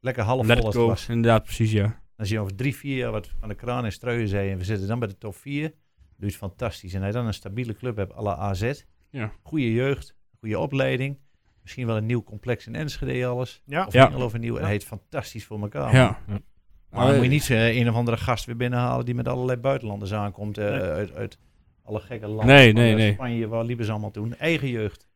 S4: Lekker half vol
S3: let it
S4: als
S3: go.
S4: het was.
S3: Inderdaad, precies, ja.
S4: Als je over drie, vier jaar wat aan de kraan en streuien zei en we zitten dan bij de top vier, doe je het fantastisch. En hij dan een stabiele club hebt à la AZ,
S3: Ja.
S4: goede jeugd, goede opleiding, misschien wel een nieuw complex in Enschede alles.
S1: Ja.
S4: Of
S3: Ja.
S4: ja. of een nieuw, en hij heeft fantastisch voor elkaar.
S3: Ja.
S4: Maar dan moet je niet eh, een of andere gast weer binnenhalen die met allerlei buitenlanders aankomt eh,
S1: Nee.
S4: uit, uit alle gekke landen.
S3: Nee,
S4: van,
S3: nee,
S4: eh,
S3: nee.
S4: Spanje, waar liepen ze allemaal toen. Eigen jeugd.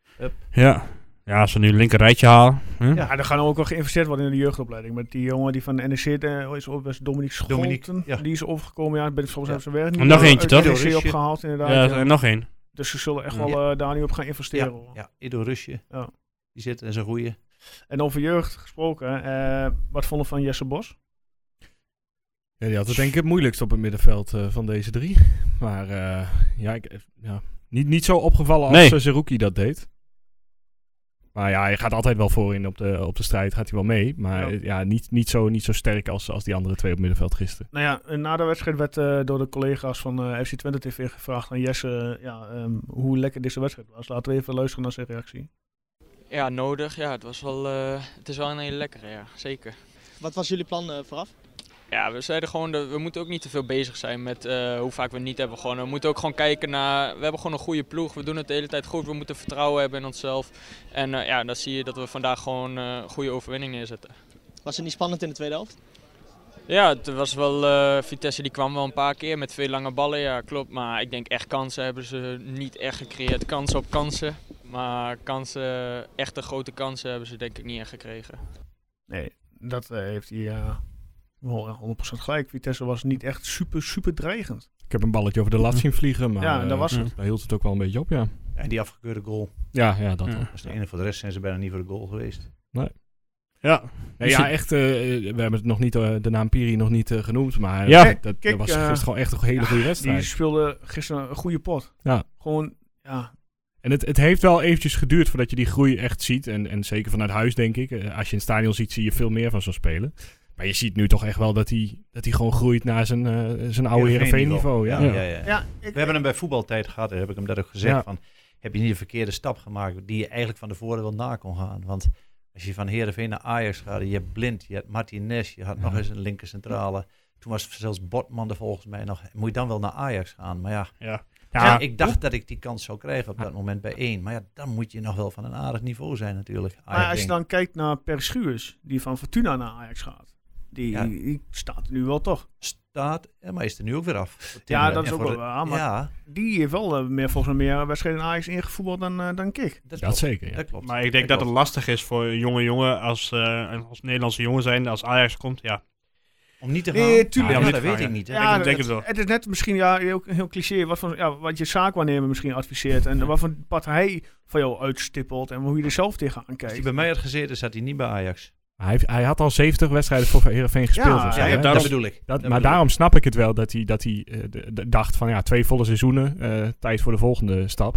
S3: Ja. Ja, als we nu een linker rijtje halen. Hè?
S4: Ja.
S1: Ja, er gaan ook wel geïnvesteerd worden in de jeugdopleiding. Met die jongen die van de NEC, eh, hoe is het ook best Dominique Scholten.
S4: Dominique, ja.
S1: Die is overgekomen. Ja, ben ik soms
S4: Ja.
S1: even zijn werk. eh,
S3: En nog eentje,
S1: uit de
S4: toch?
S1: NEC opgehaald, inderdaad.
S3: Ja,
S1: ja.
S3: en nog één.
S1: Dus ze zullen echt
S3: Ja.
S1: wel eh, daar nu op gaan investeren. hoor.
S4: Ja, Ido Rusje.
S1: Ja.
S4: Die zit en zijn goeie.
S1: En over jeugd gesproken, eh, wat vonden we van Jesse Bos?
S2: Ja, die had het denk ik het moeilijkst op het middenveld eh, van deze drie. Maar eh, ja, ik, eh, ja. Niet, niet zo opgevallen als
S3: Nee.
S2: eh, Zerouki dat deed. Maar ja, hij gaat altijd wel voorin op de, op de strijd, gaat hij wel mee. Maar
S1: Ja.
S2: eh, ja, niet, niet, zo, niet zo sterk als, als die andere twee op middenveld gisteren.
S1: Nou ja, eh, na de wedstrijd werd eh, door de collega's van eh, FC Twente TV gevraagd aan Jesse eh, ja, ehm, hoe lekker deze wedstrijd was. Laten we even luisteren naar zijn reactie.
S8: Ja, nodig. Ja, het, was wel, eh, het is wel een hele lekkere, ja, zeker.
S9: Wat was jullie plan eh, vooraf?
S8: Ja, we zeiden gewoon, dat we moeten ook niet te veel bezig zijn met eh, hoe vaak we niet hebben gewonnen. We moeten ook gewoon kijken naar, we hebben gewoon een goede ploeg. We doen het de hele tijd goed. We moeten vertrouwen hebben in onszelf. En eh, ja, dan zie je dat we vandaag gewoon eh, een goede overwinning neerzetten.
S9: Was het niet spannend in de tweede helft?
S8: Ja, het was wel, eh, Vitesse die kwam wel een paar keer met veel lange ballen, ja klopt. Maar ik denk echt kansen hebben ze niet echt gecreëerd. Kansen op kansen. Maar kansen, eh, echte grote kansen hebben ze denk ik niet echt gekregen.
S1: Nee, dat eh, heeft hij eh, wel eh, 100% gelijk. Vitesse was niet echt super, super dreigend.
S2: Ik heb een balletje over de lat zien vliegen, maar
S1: Ja,
S2: eh,
S1: dat was
S4: hm.
S1: het.
S2: daar hield het ook wel een beetje op, ja.
S4: En die afgekeurde goal.
S2: Ja, ja dat
S3: Ja.
S2: wel.
S4: Dat is de ene. Voor de rest zijn ze bijna niet voor de goal geweest.
S3: Ja.
S2: Nee,
S3: Dus
S2: ja,
S3: je-
S2: echt, eh, we hebben het nog niet, eh, de naam Piri nog niet eh, genoemd, maar
S3: Ja.
S2: dat, dat
S1: Kijk,
S2: was
S1: eh,
S2: gisteren gewoon echt een hele goede wedstrijd.
S1: Die speelde gisteren een goede pot.
S2: Ja.
S1: Gewoon, ja,
S2: En het, het heeft wel eventjes geduurd voordat je die groei echt ziet. En, en zeker vanuit huis, denk ik. Eh, Als je in het stadion ziet, zie je veel meer van zo'n spelen. Maar je ziet nu toch echt wel dat hij, dat hij gewoon groeit naar zijn, eh, zijn oude Heerenveen-niveau. Ja.
S4: Ja,
S2: Ja.
S4: ja, ja.
S1: ja ik,
S4: We hebben hem bij voetbaltijd gehad, daar heb ik hem dat ook gezegd.
S2: Ja.
S4: Van, heb je niet een verkeerde stap gemaakt die je eigenlijk van tevoren wel na kon gaan? Want als je van Heerenveen naar Ajax gaat, je hebt Blind, je hebt Martinez, je had nog
S2: Ja.
S4: eens een linker centrale. Toen was zelfs Botman er volgens mij nog. Moet je dan wel naar Ajax gaan? Maar ja, ja, ik dacht dat ik die kans zou krijgen op dat moment bij één. Maar ja, dan moet je nog wel van een aardig niveau zijn natuurlijk.
S1: Maar als je
S4: Ajax-Henk.
S1: dan kijkt naar Per Schuurs, die van Fortuna naar Ajax gaat. Die,
S4: Ja.
S1: die staat er nu wel toch.
S4: staat, eh, maar is er nu ook weer af.
S1: Ja,
S4: En
S1: dat is ook
S4: voor
S1: wel
S4: de-
S1: waar, maar-
S4: Ja,
S1: Die heeft wel eh, meer, volgens mij meer wedstrijden in Ajax ingevoetbald dan, eh, dan Kik.
S4: dat,
S2: Dat
S4: klopt.
S2: zeker, ja.
S4: Dat klopt.
S3: Maar ik denk dat het lastig is voor een jonge jongen als, eh, en als Nederlandse jongen zijn, als Ajax komt. Ja,
S4: Om niet te gaan.
S1: Nee, tuurlijk.
S4: Ja,
S3: Ja,
S4: dat
S3: niet
S4: weet
S3: gaan,
S4: ik niet. hè.
S1: Ja,
S3: ik denk
S1: het,
S3: het wel.
S1: het is net misschien ja, heel, heel cliché wat, van, ja, wat je zaakwaarnemer misschien adviseert. En wat, van, wat hij van jou uitstippelt en hoe je er zelf tegenaan
S4: Als hij
S1: kijkt.
S4: bij mij had gezeten, zat hij niet bij Ajax.
S2: Hij, heeft- hij had al 70 wedstrijden voor Heerenveen gespeeld.
S1: Ja,
S2: of zo,
S1: ja,
S2: hè?
S1: ja,
S4: dat
S2: Dus
S4: bedoel ik.
S2: dat- maar
S4: Dat bedoel ik.
S2: daarom snap ik het wel dat hij, dat hij eh, d- d- dacht van ja, twee volle seizoenen, eh, tijd voor de volgende stap.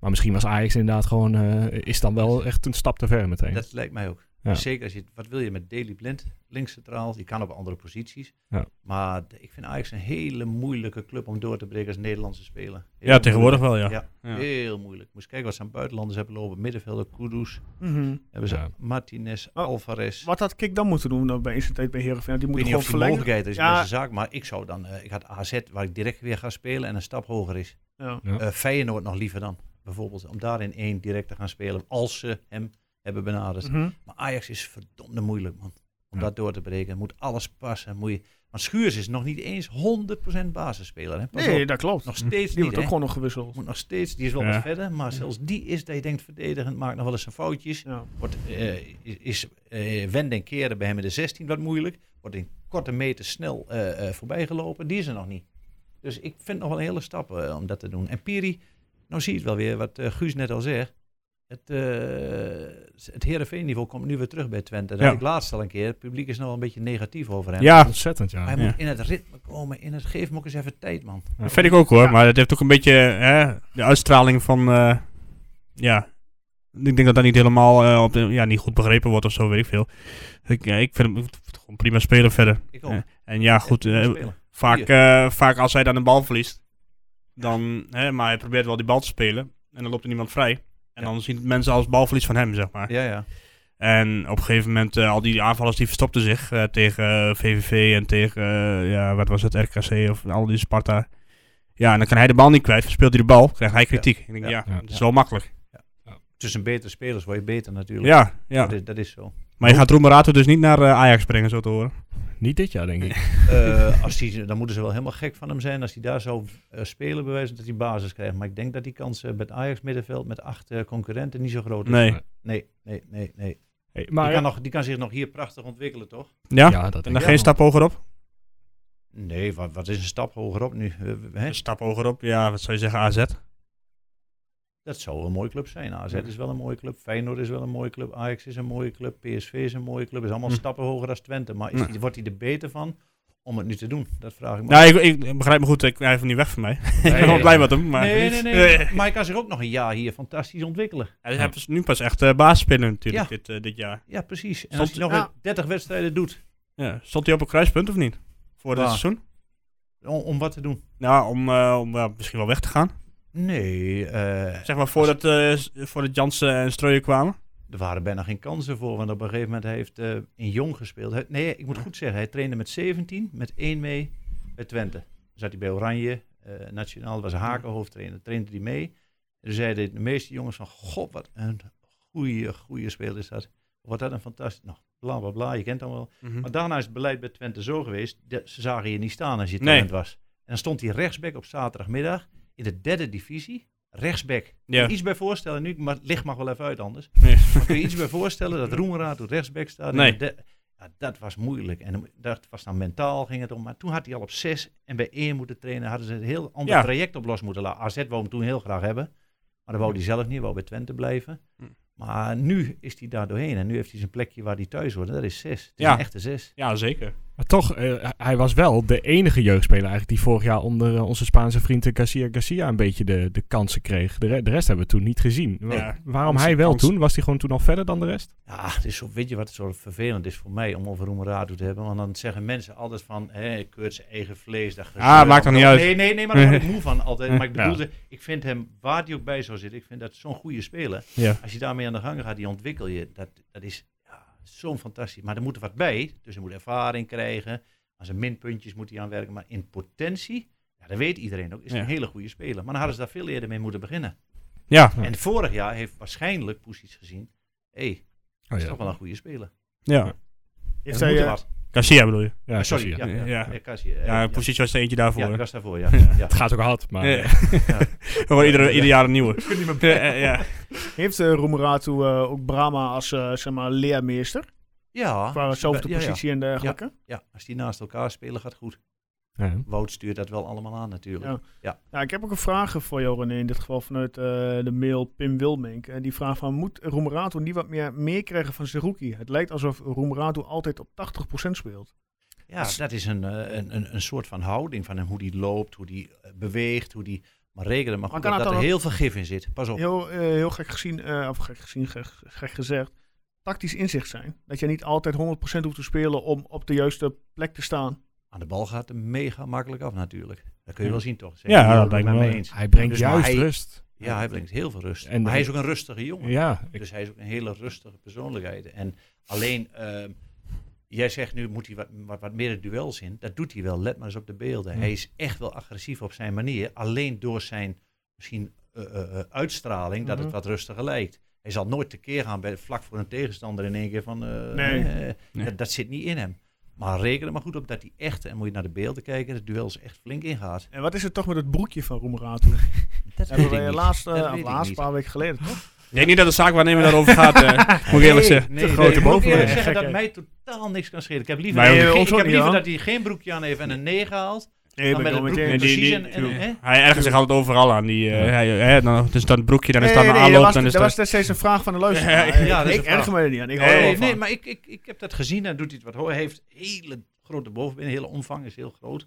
S2: Maar misschien was Ajax inderdaad gewoon, eh, is dan wel echt een stap te ver meteen.
S4: Dat lijkt mij ook. Dus
S2: Ja.
S4: Zeker als je, wat wil je met Daily Blind? Links centraal, je kan op andere posities.
S2: Ja.
S4: Maar de- ik vind Ajax een hele moeilijke club om door te breken als Nederlandse speler. Heel
S3: ja tegenwoordig
S4: moeilijk.
S3: wel, ja.
S4: Ja,
S3: Ja.
S4: heel moeilijk. Moest kijken wat ze aan buitenlanders hebben lopen. Middenvelder, Kudus,
S1: Mhm.
S4: hebben ze
S2: Ja.
S4: Martinez,
S1: Maar-
S4: Alvarez.
S1: Wat had Kik dan moeten doen dan bij zijn tijd bij Heerenveen? Want Die
S4: Ik
S1: moet
S4: weet niet
S1: gewoon
S4: of die
S1: verlengen.
S4: mogelijkheid is
S1: Ja.
S4: met zijn zaak, maar ik zou dan, eh, ik had AZ waar ik direct weer ga spelen en een stap hoger is.
S1: Ja.
S2: Ja.
S4: Eh Feyenoord nog liever dan, bijvoorbeeld, om daar in één direct te gaan spelen als ze hem hebben benaderd.
S1: Mhm.
S4: Maar Ajax is verdomde moeilijk, man. Om dat door te breken. Moet alles passen. Moet je... Want Schuurs is nog niet eens 100% basisspeler. Hè? Pas
S1: Nee,
S4: op.
S1: dat klopt.
S4: Nog steeds
S1: Die
S4: niet.
S1: wordt ook
S4: hè.
S1: gewoon nog gewisseld.
S4: Moet nog steeds, die is wel
S3: Ja.
S4: wat verder, maar zelfs die is dat je denkt verdedigend, maakt nog wel eens zijn foutjes.
S1: Ja.
S4: Wordt, eh, is eh wenden en keren bij hem in de 16 wat moeilijk. Wordt in korte meter snel eh, eh, voorbijgelopen. Die is er nog niet. Dus ik vind nog wel een hele stap eh, om dat te doen. En Piri, nou zie je het wel weer, wat eh, Guus net al zegt. het, eh het Heerenveen-niveau komt nu weer terug bij Twente. Dat
S2: Ja.
S4: had ik laatst al een keer. Het publiek is nog wel een beetje negatief over hem.
S2: Ja, ontzettend, ja.
S4: Hij
S3: Ja.
S4: moet in het ritme komen, in het geef me ook eens even tijd, man.
S3: Dat vind ik ook hoor, maar het heeft ook een beetje hè, de uitstraling van. eh, ja. Ik denk dat dat niet helemaal eh, op de- ja, niet goed begrepen wordt of zo, weet ik veel. Ik, ja, ik vind hem ik vind het gewoon prima spelen verder.
S4: Ik ook.
S3: Ja, En ja, goed. eh,
S4: Spelen.
S3: vaak, eh, vaak als hij dan de bal verliest, dan. Hè, maar hij probeert wel die bal te spelen. En dan loopt er niemand vrij. En
S4: Ja.
S3: dan zien het mensen als balverlies van hem, zeg maar.
S4: Ja, ja.
S3: En op een gegeven moment, eh, al die aanvallers die verstopten zich eh, tegen eh, VVV en tegen, eh, ja, wat was het, RKC of al die Sparta. Ja, en dan kan hij de bal niet kwijt, verspeelt hij de bal, krijgt hij kritiek. Ik denk, ja,
S4: Ja.
S2: Ja.
S3: het is wel makkelijk.
S4: Tussen betere spelers word je beter natuurlijk.
S3: Ja, ja.
S4: Dat, is, dat is zo.
S3: Maar je gaat Romerato dus niet naar eh, Ajax brengen, zo te horen.
S2: Niet dit jaar, denk ik.
S4: Eh, als die, dan moeten ze wel helemaal gek van hem zijn. Als hij daar zou eh, spelen, bewijzen dat hij basis krijgt. Maar ik denk dat die kans eh, met Ajax middenveld met acht eh, concurrenten niet zo groot is.
S3: Nee.
S4: nee, nee, nee. nee.
S2: Hey,
S4: die,
S2: maar eh,
S4: kan nog, die kan zich nog hier prachtig ontwikkelen, toch?
S3: Ja?
S2: ja, dat
S3: En
S2: denk
S3: dan
S2: ik.
S3: geen stap hoger op?
S4: Nee, wat, wat is een stap hogerop nu? Eh, hè?
S3: Een stap hoger op, ja, wat zou je zeggen, AZ?
S4: Dat zou een mooie club zijn. AZ is wel een mooie club. Feyenoord is wel een mooie club. Ajax is een mooie club. PSV is een mooie club. Is allemaal
S3: Hm.
S4: stappen hoger dan Twente. Maar is
S3: Nee.
S4: die, wordt hij er beter van om het nu te doen? Dat vraag ik me.
S3: Nou, ik, ik begrijp me goed, ik, hij heeft hem niet weg van mij. ik ben wel
S4: nee.
S3: blij met hem, maar...
S4: nee, nee, nee.
S3: Eh,
S4: Maar hij kan zich ook nog een jaar hier fantastisch ontwikkelen.
S3: Hij hij is nu pas echt eh baas spelen natuurlijk, dit, eh, dit jaar.
S4: Ja, precies. En
S3: Stond-
S4: als hij nog
S1: ja.
S4: weer 30 wedstrijden doet
S3: Ja. Stond hij op een kruispunt of niet? Voor dit
S4: Waar?
S3: seizoen?
S4: om, om wat te doen.
S3: Nou, om, eh, om ja, misschien wel weg te gaan.
S4: Nee, eh,
S3: Zeg maar voordat, eh, s- voordat Jansen en Streuer kwamen.
S4: er waren bijna geen kansen voor. Want op een gegeven moment heeft eh in Jong gespeeld. Hij- nee, ik moet goed zeggen. Hij trainde met 17, met 1 mee bij Twente. Dan zat hij bij Oranje, eh, Nationaal. was Haken hoofdtrainer. Trainde hij mee. En toen zeiden de meeste jongens van... God, wat een goede, goede speler is dat. Wat dat een fantastisch... Nou, bla, bla, bla. Je kent hem wel.
S3: Mhm.
S4: Maar daarna is het beleid bij Twente zo geweest. dat ze zagen je niet staan als je
S3: Nee.
S4: talent was. En dan stond hij rechtsback op zaterdagmiddag in de derde divisie. Rechtsback. Kun je
S3: Ja.
S4: Iets bij voorstellen. Nu, maar het licht mag wel even uit anders.
S3: Nee.
S4: Maar kun je iets bij voorstellen dat Roemeraad op rechtsback staat? in
S3: Nee.
S4: de de- ja, dat was moeilijk. En dat was dan mentaal ging het om. Maar toen had hij al op zes en bij één moeten trainen. Hadden ze een heel ander
S3: Ja.
S4: traject op los moeten laten. AZ wou hem toen heel graag hebben. Maar dat wou hij zelf niet. wou bij Twente blijven.
S3: Hm.
S4: Maar nu is hij daar doorheen. En nu heeft hij zijn plekje waar hij thuis hoort. En dat is zes. Het is
S3: Ja.
S4: een echte zes.
S3: Ja, zeker.
S2: Maar toch, eh, hij was wel de enige jeugdspeler eigenlijk die vorig jaar onder eh, onze Spaanse vriend eh, Garcia Garcia een beetje de, de kansen kreeg. De, re- de rest hebben we toen niet gezien. Wa-
S3: Ja,
S2: Waarom
S3: kansen,
S2: hij wel
S3: kansen.
S2: toen? Was hij gewoon toen al verder dan de rest?
S4: Ja, het is zo, weet je wat zo vervelend is voor mij om over Roemerato te hebben? Want dan zeggen mensen altijd van, hè, keurt zijn eigen vlees. Dat gezeur.
S3: Ah, maakt dan niet uit.
S4: Nee, nee, nee, maar daar word ik moe van altijd. Maar ik
S2: Ja.
S4: bedoelde, ik vind hem, waar die ook bij zou zitten, ik vind dat zo'n goede speler.
S3: Ja.
S4: Als je daarmee aan de gang gaat, die ontwikkel je. Dat, dat is ja, zo'n fantastisch. Maar er moet er wat bij, dus hij moet ervaring krijgen. Aan zijn minpuntjes moet hij aan werken. Maar in potentie, ja, dat weet iedereen ook, is hij
S3: Ja.
S4: een hele goede speler. Maar dan hadden ze daar veel eerder mee moeten beginnen.
S3: Ja.
S2: Ja.
S4: En vorig jaar heeft waarschijnlijk Poesies gezien, hé, hey,
S2: Oh,
S4: dat is toch wel een goede speler.
S3: ja.
S1: Heeft
S4: Dat
S1: hij,
S4: moet
S1: eh,
S4: er wat.
S3: Garcia bedoel je?
S2: Ja,
S4: sorry,
S2: Garcia.
S4: ja, ja,
S3: Ja.
S4: ja. ja, Cassie, eh,
S3: Ja,
S4: ja.
S3: positie was er eentje daarvoor.
S4: Ja,
S3: hè?
S4: dat was daarvoor, ja. ja.
S2: Het gaat ook hard, maar...
S3: Ja.
S2: eh,
S3: Gewoon ieder, ieder jaar een nieuwe. Ja, ja, ja.
S1: heeft eh, Roemeratu eh, ook Brahma als eh, zeg maar, leermeester?
S4: Ja,
S1: Qua zelfde
S4: Ah, ja, ja.
S1: positie en dergelijke.
S4: Ja, als die naast elkaar spelen, gaat goed.
S2: ja.
S4: Wout stuurt dat wel allemaal aan natuurlijk.
S1: Ja. Ja, Nou, ik heb ook een vraag voor jou, René. In dit geval vanuit eh, de mail Pim Wilmink. En die vraagt van, moet Roemerato niet wat meer, meer krijgen van zijn rookie? Het lijkt alsof Roemerato altijd op 80% speelt.
S4: Ja, dat is een, eh, een, een, een soort van houding van hem. Hoe die loopt, hoe die eh, beweegt, hoe die... Maar regelen maar
S1: Maar
S4: goed
S1: kan
S4: op
S1: dat
S4: dat er
S1: dan
S4: heel veel gif in zit. Pas op.
S1: Heel, eh, heel gek gezien, eh, of gek gezien, gek, gek gezegd, tactisch inzicht zijn. Dat je niet altijd 100% hoeft te spelen om op de juiste plek te staan.
S4: Aan de bal gaat hem mega makkelijk af natuurlijk. Dat kun je
S3: Ja.
S4: wel zien toch?
S3: Ja, dat
S4: daar ben
S3: lijkt
S4: ik
S3: me
S4: mee
S3: wel.
S4: eens.
S2: Hij brengt
S4: Dus, maar
S2: juist
S4: hij-
S2: rust.
S4: Ja, hij brengt heel veel rust.
S2: En
S4: maar
S2: de-
S4: hij is ook een rustige jongen.
S2: Ja, ik-
S4: Dus hij is ook een hele rustige persoonlijkheid. En alleen, ehm, jij zegt nu moet hij wat, wat, wat meer de duels in. Dat doet hij wel. Let maar eens op de beelden.
S1: Hmm.
S4: Hij is echt wel agressief op zijn manier. Alleen door zijn misschien eh, eh, eh, uitstraling dat het
S1: Mhm.
S4: wat rustiger lijkt. Hij zal nooit tekeer gaan bij, vlak voor een tegenstander in één keer van... eh,
S1: Nee.
S4: eh,
S3: Nee.
S4: Dat, dat zit niet in hem. Maar reken er maar goed op dat hij echt, en moet je naar de beelden kijken, het duel is echt flink ingaat.
S1: En wat is het toch met het broekje van Roemerato? Dat
S4: Dat
S1: hebben
S4: weet ik
S1: we
S4: niet.
S1: laatst, eh,
S4: Dat
S1: of
S4: weet ik
S1: laatst een
S4: niet.
S1: paar weken geleden, toch?
S3: Ik denk niet dat de zaak waarnemer daarover gaat, eh, moet ik eerlijk zeggen.
S4: Nee, nee,
S1: grote
S4: ik moet
S1: bovenbenen.
S4: eerlijk zeggen
S1: Gek,
S4: dat
S1: hè?
S4: mij totaal niks kan schelen. Ik heb liever,
S3: Wij
S4: dat,
S1: ook
S4: hij-
S1: niet.
S4: ik heb
S1: Ons ook
S4: liever
S1: niet,
S4: dat hij geen broekje aan heeft en een 9 haalt.
S1: Nee,
S4: Dan
S1: ben ik
S4: met
S1: wel met
S4: een
S1: je
S4: broek
S1: eens.
S4: precies
S3: die-
S4: en- en- hè?
S3: Hij ergert zich altijd overal aan. Die, eh, hij, hè, dan, dus dan het broekje, dan is dat
S1: Nee,
S3: een
S1: nee,
S3: aanloop.
S1: dat
S3: dan
S1: was,
S3: is
S1: dat
S3: dat
S1: was steeds een vraag van de luisteraar.
S4: Ja, ja, dat is
S1: ik
S4: een vraag.
S1: erger me er niet aan. Ik hou er wel
S4: Nee,
S1: van.
S4: nee, maar ik, ik, ik heb dat gezien en doet hij het wat hoor. Hij heeft hele grote bovenbenen, hele omvang is heel groot.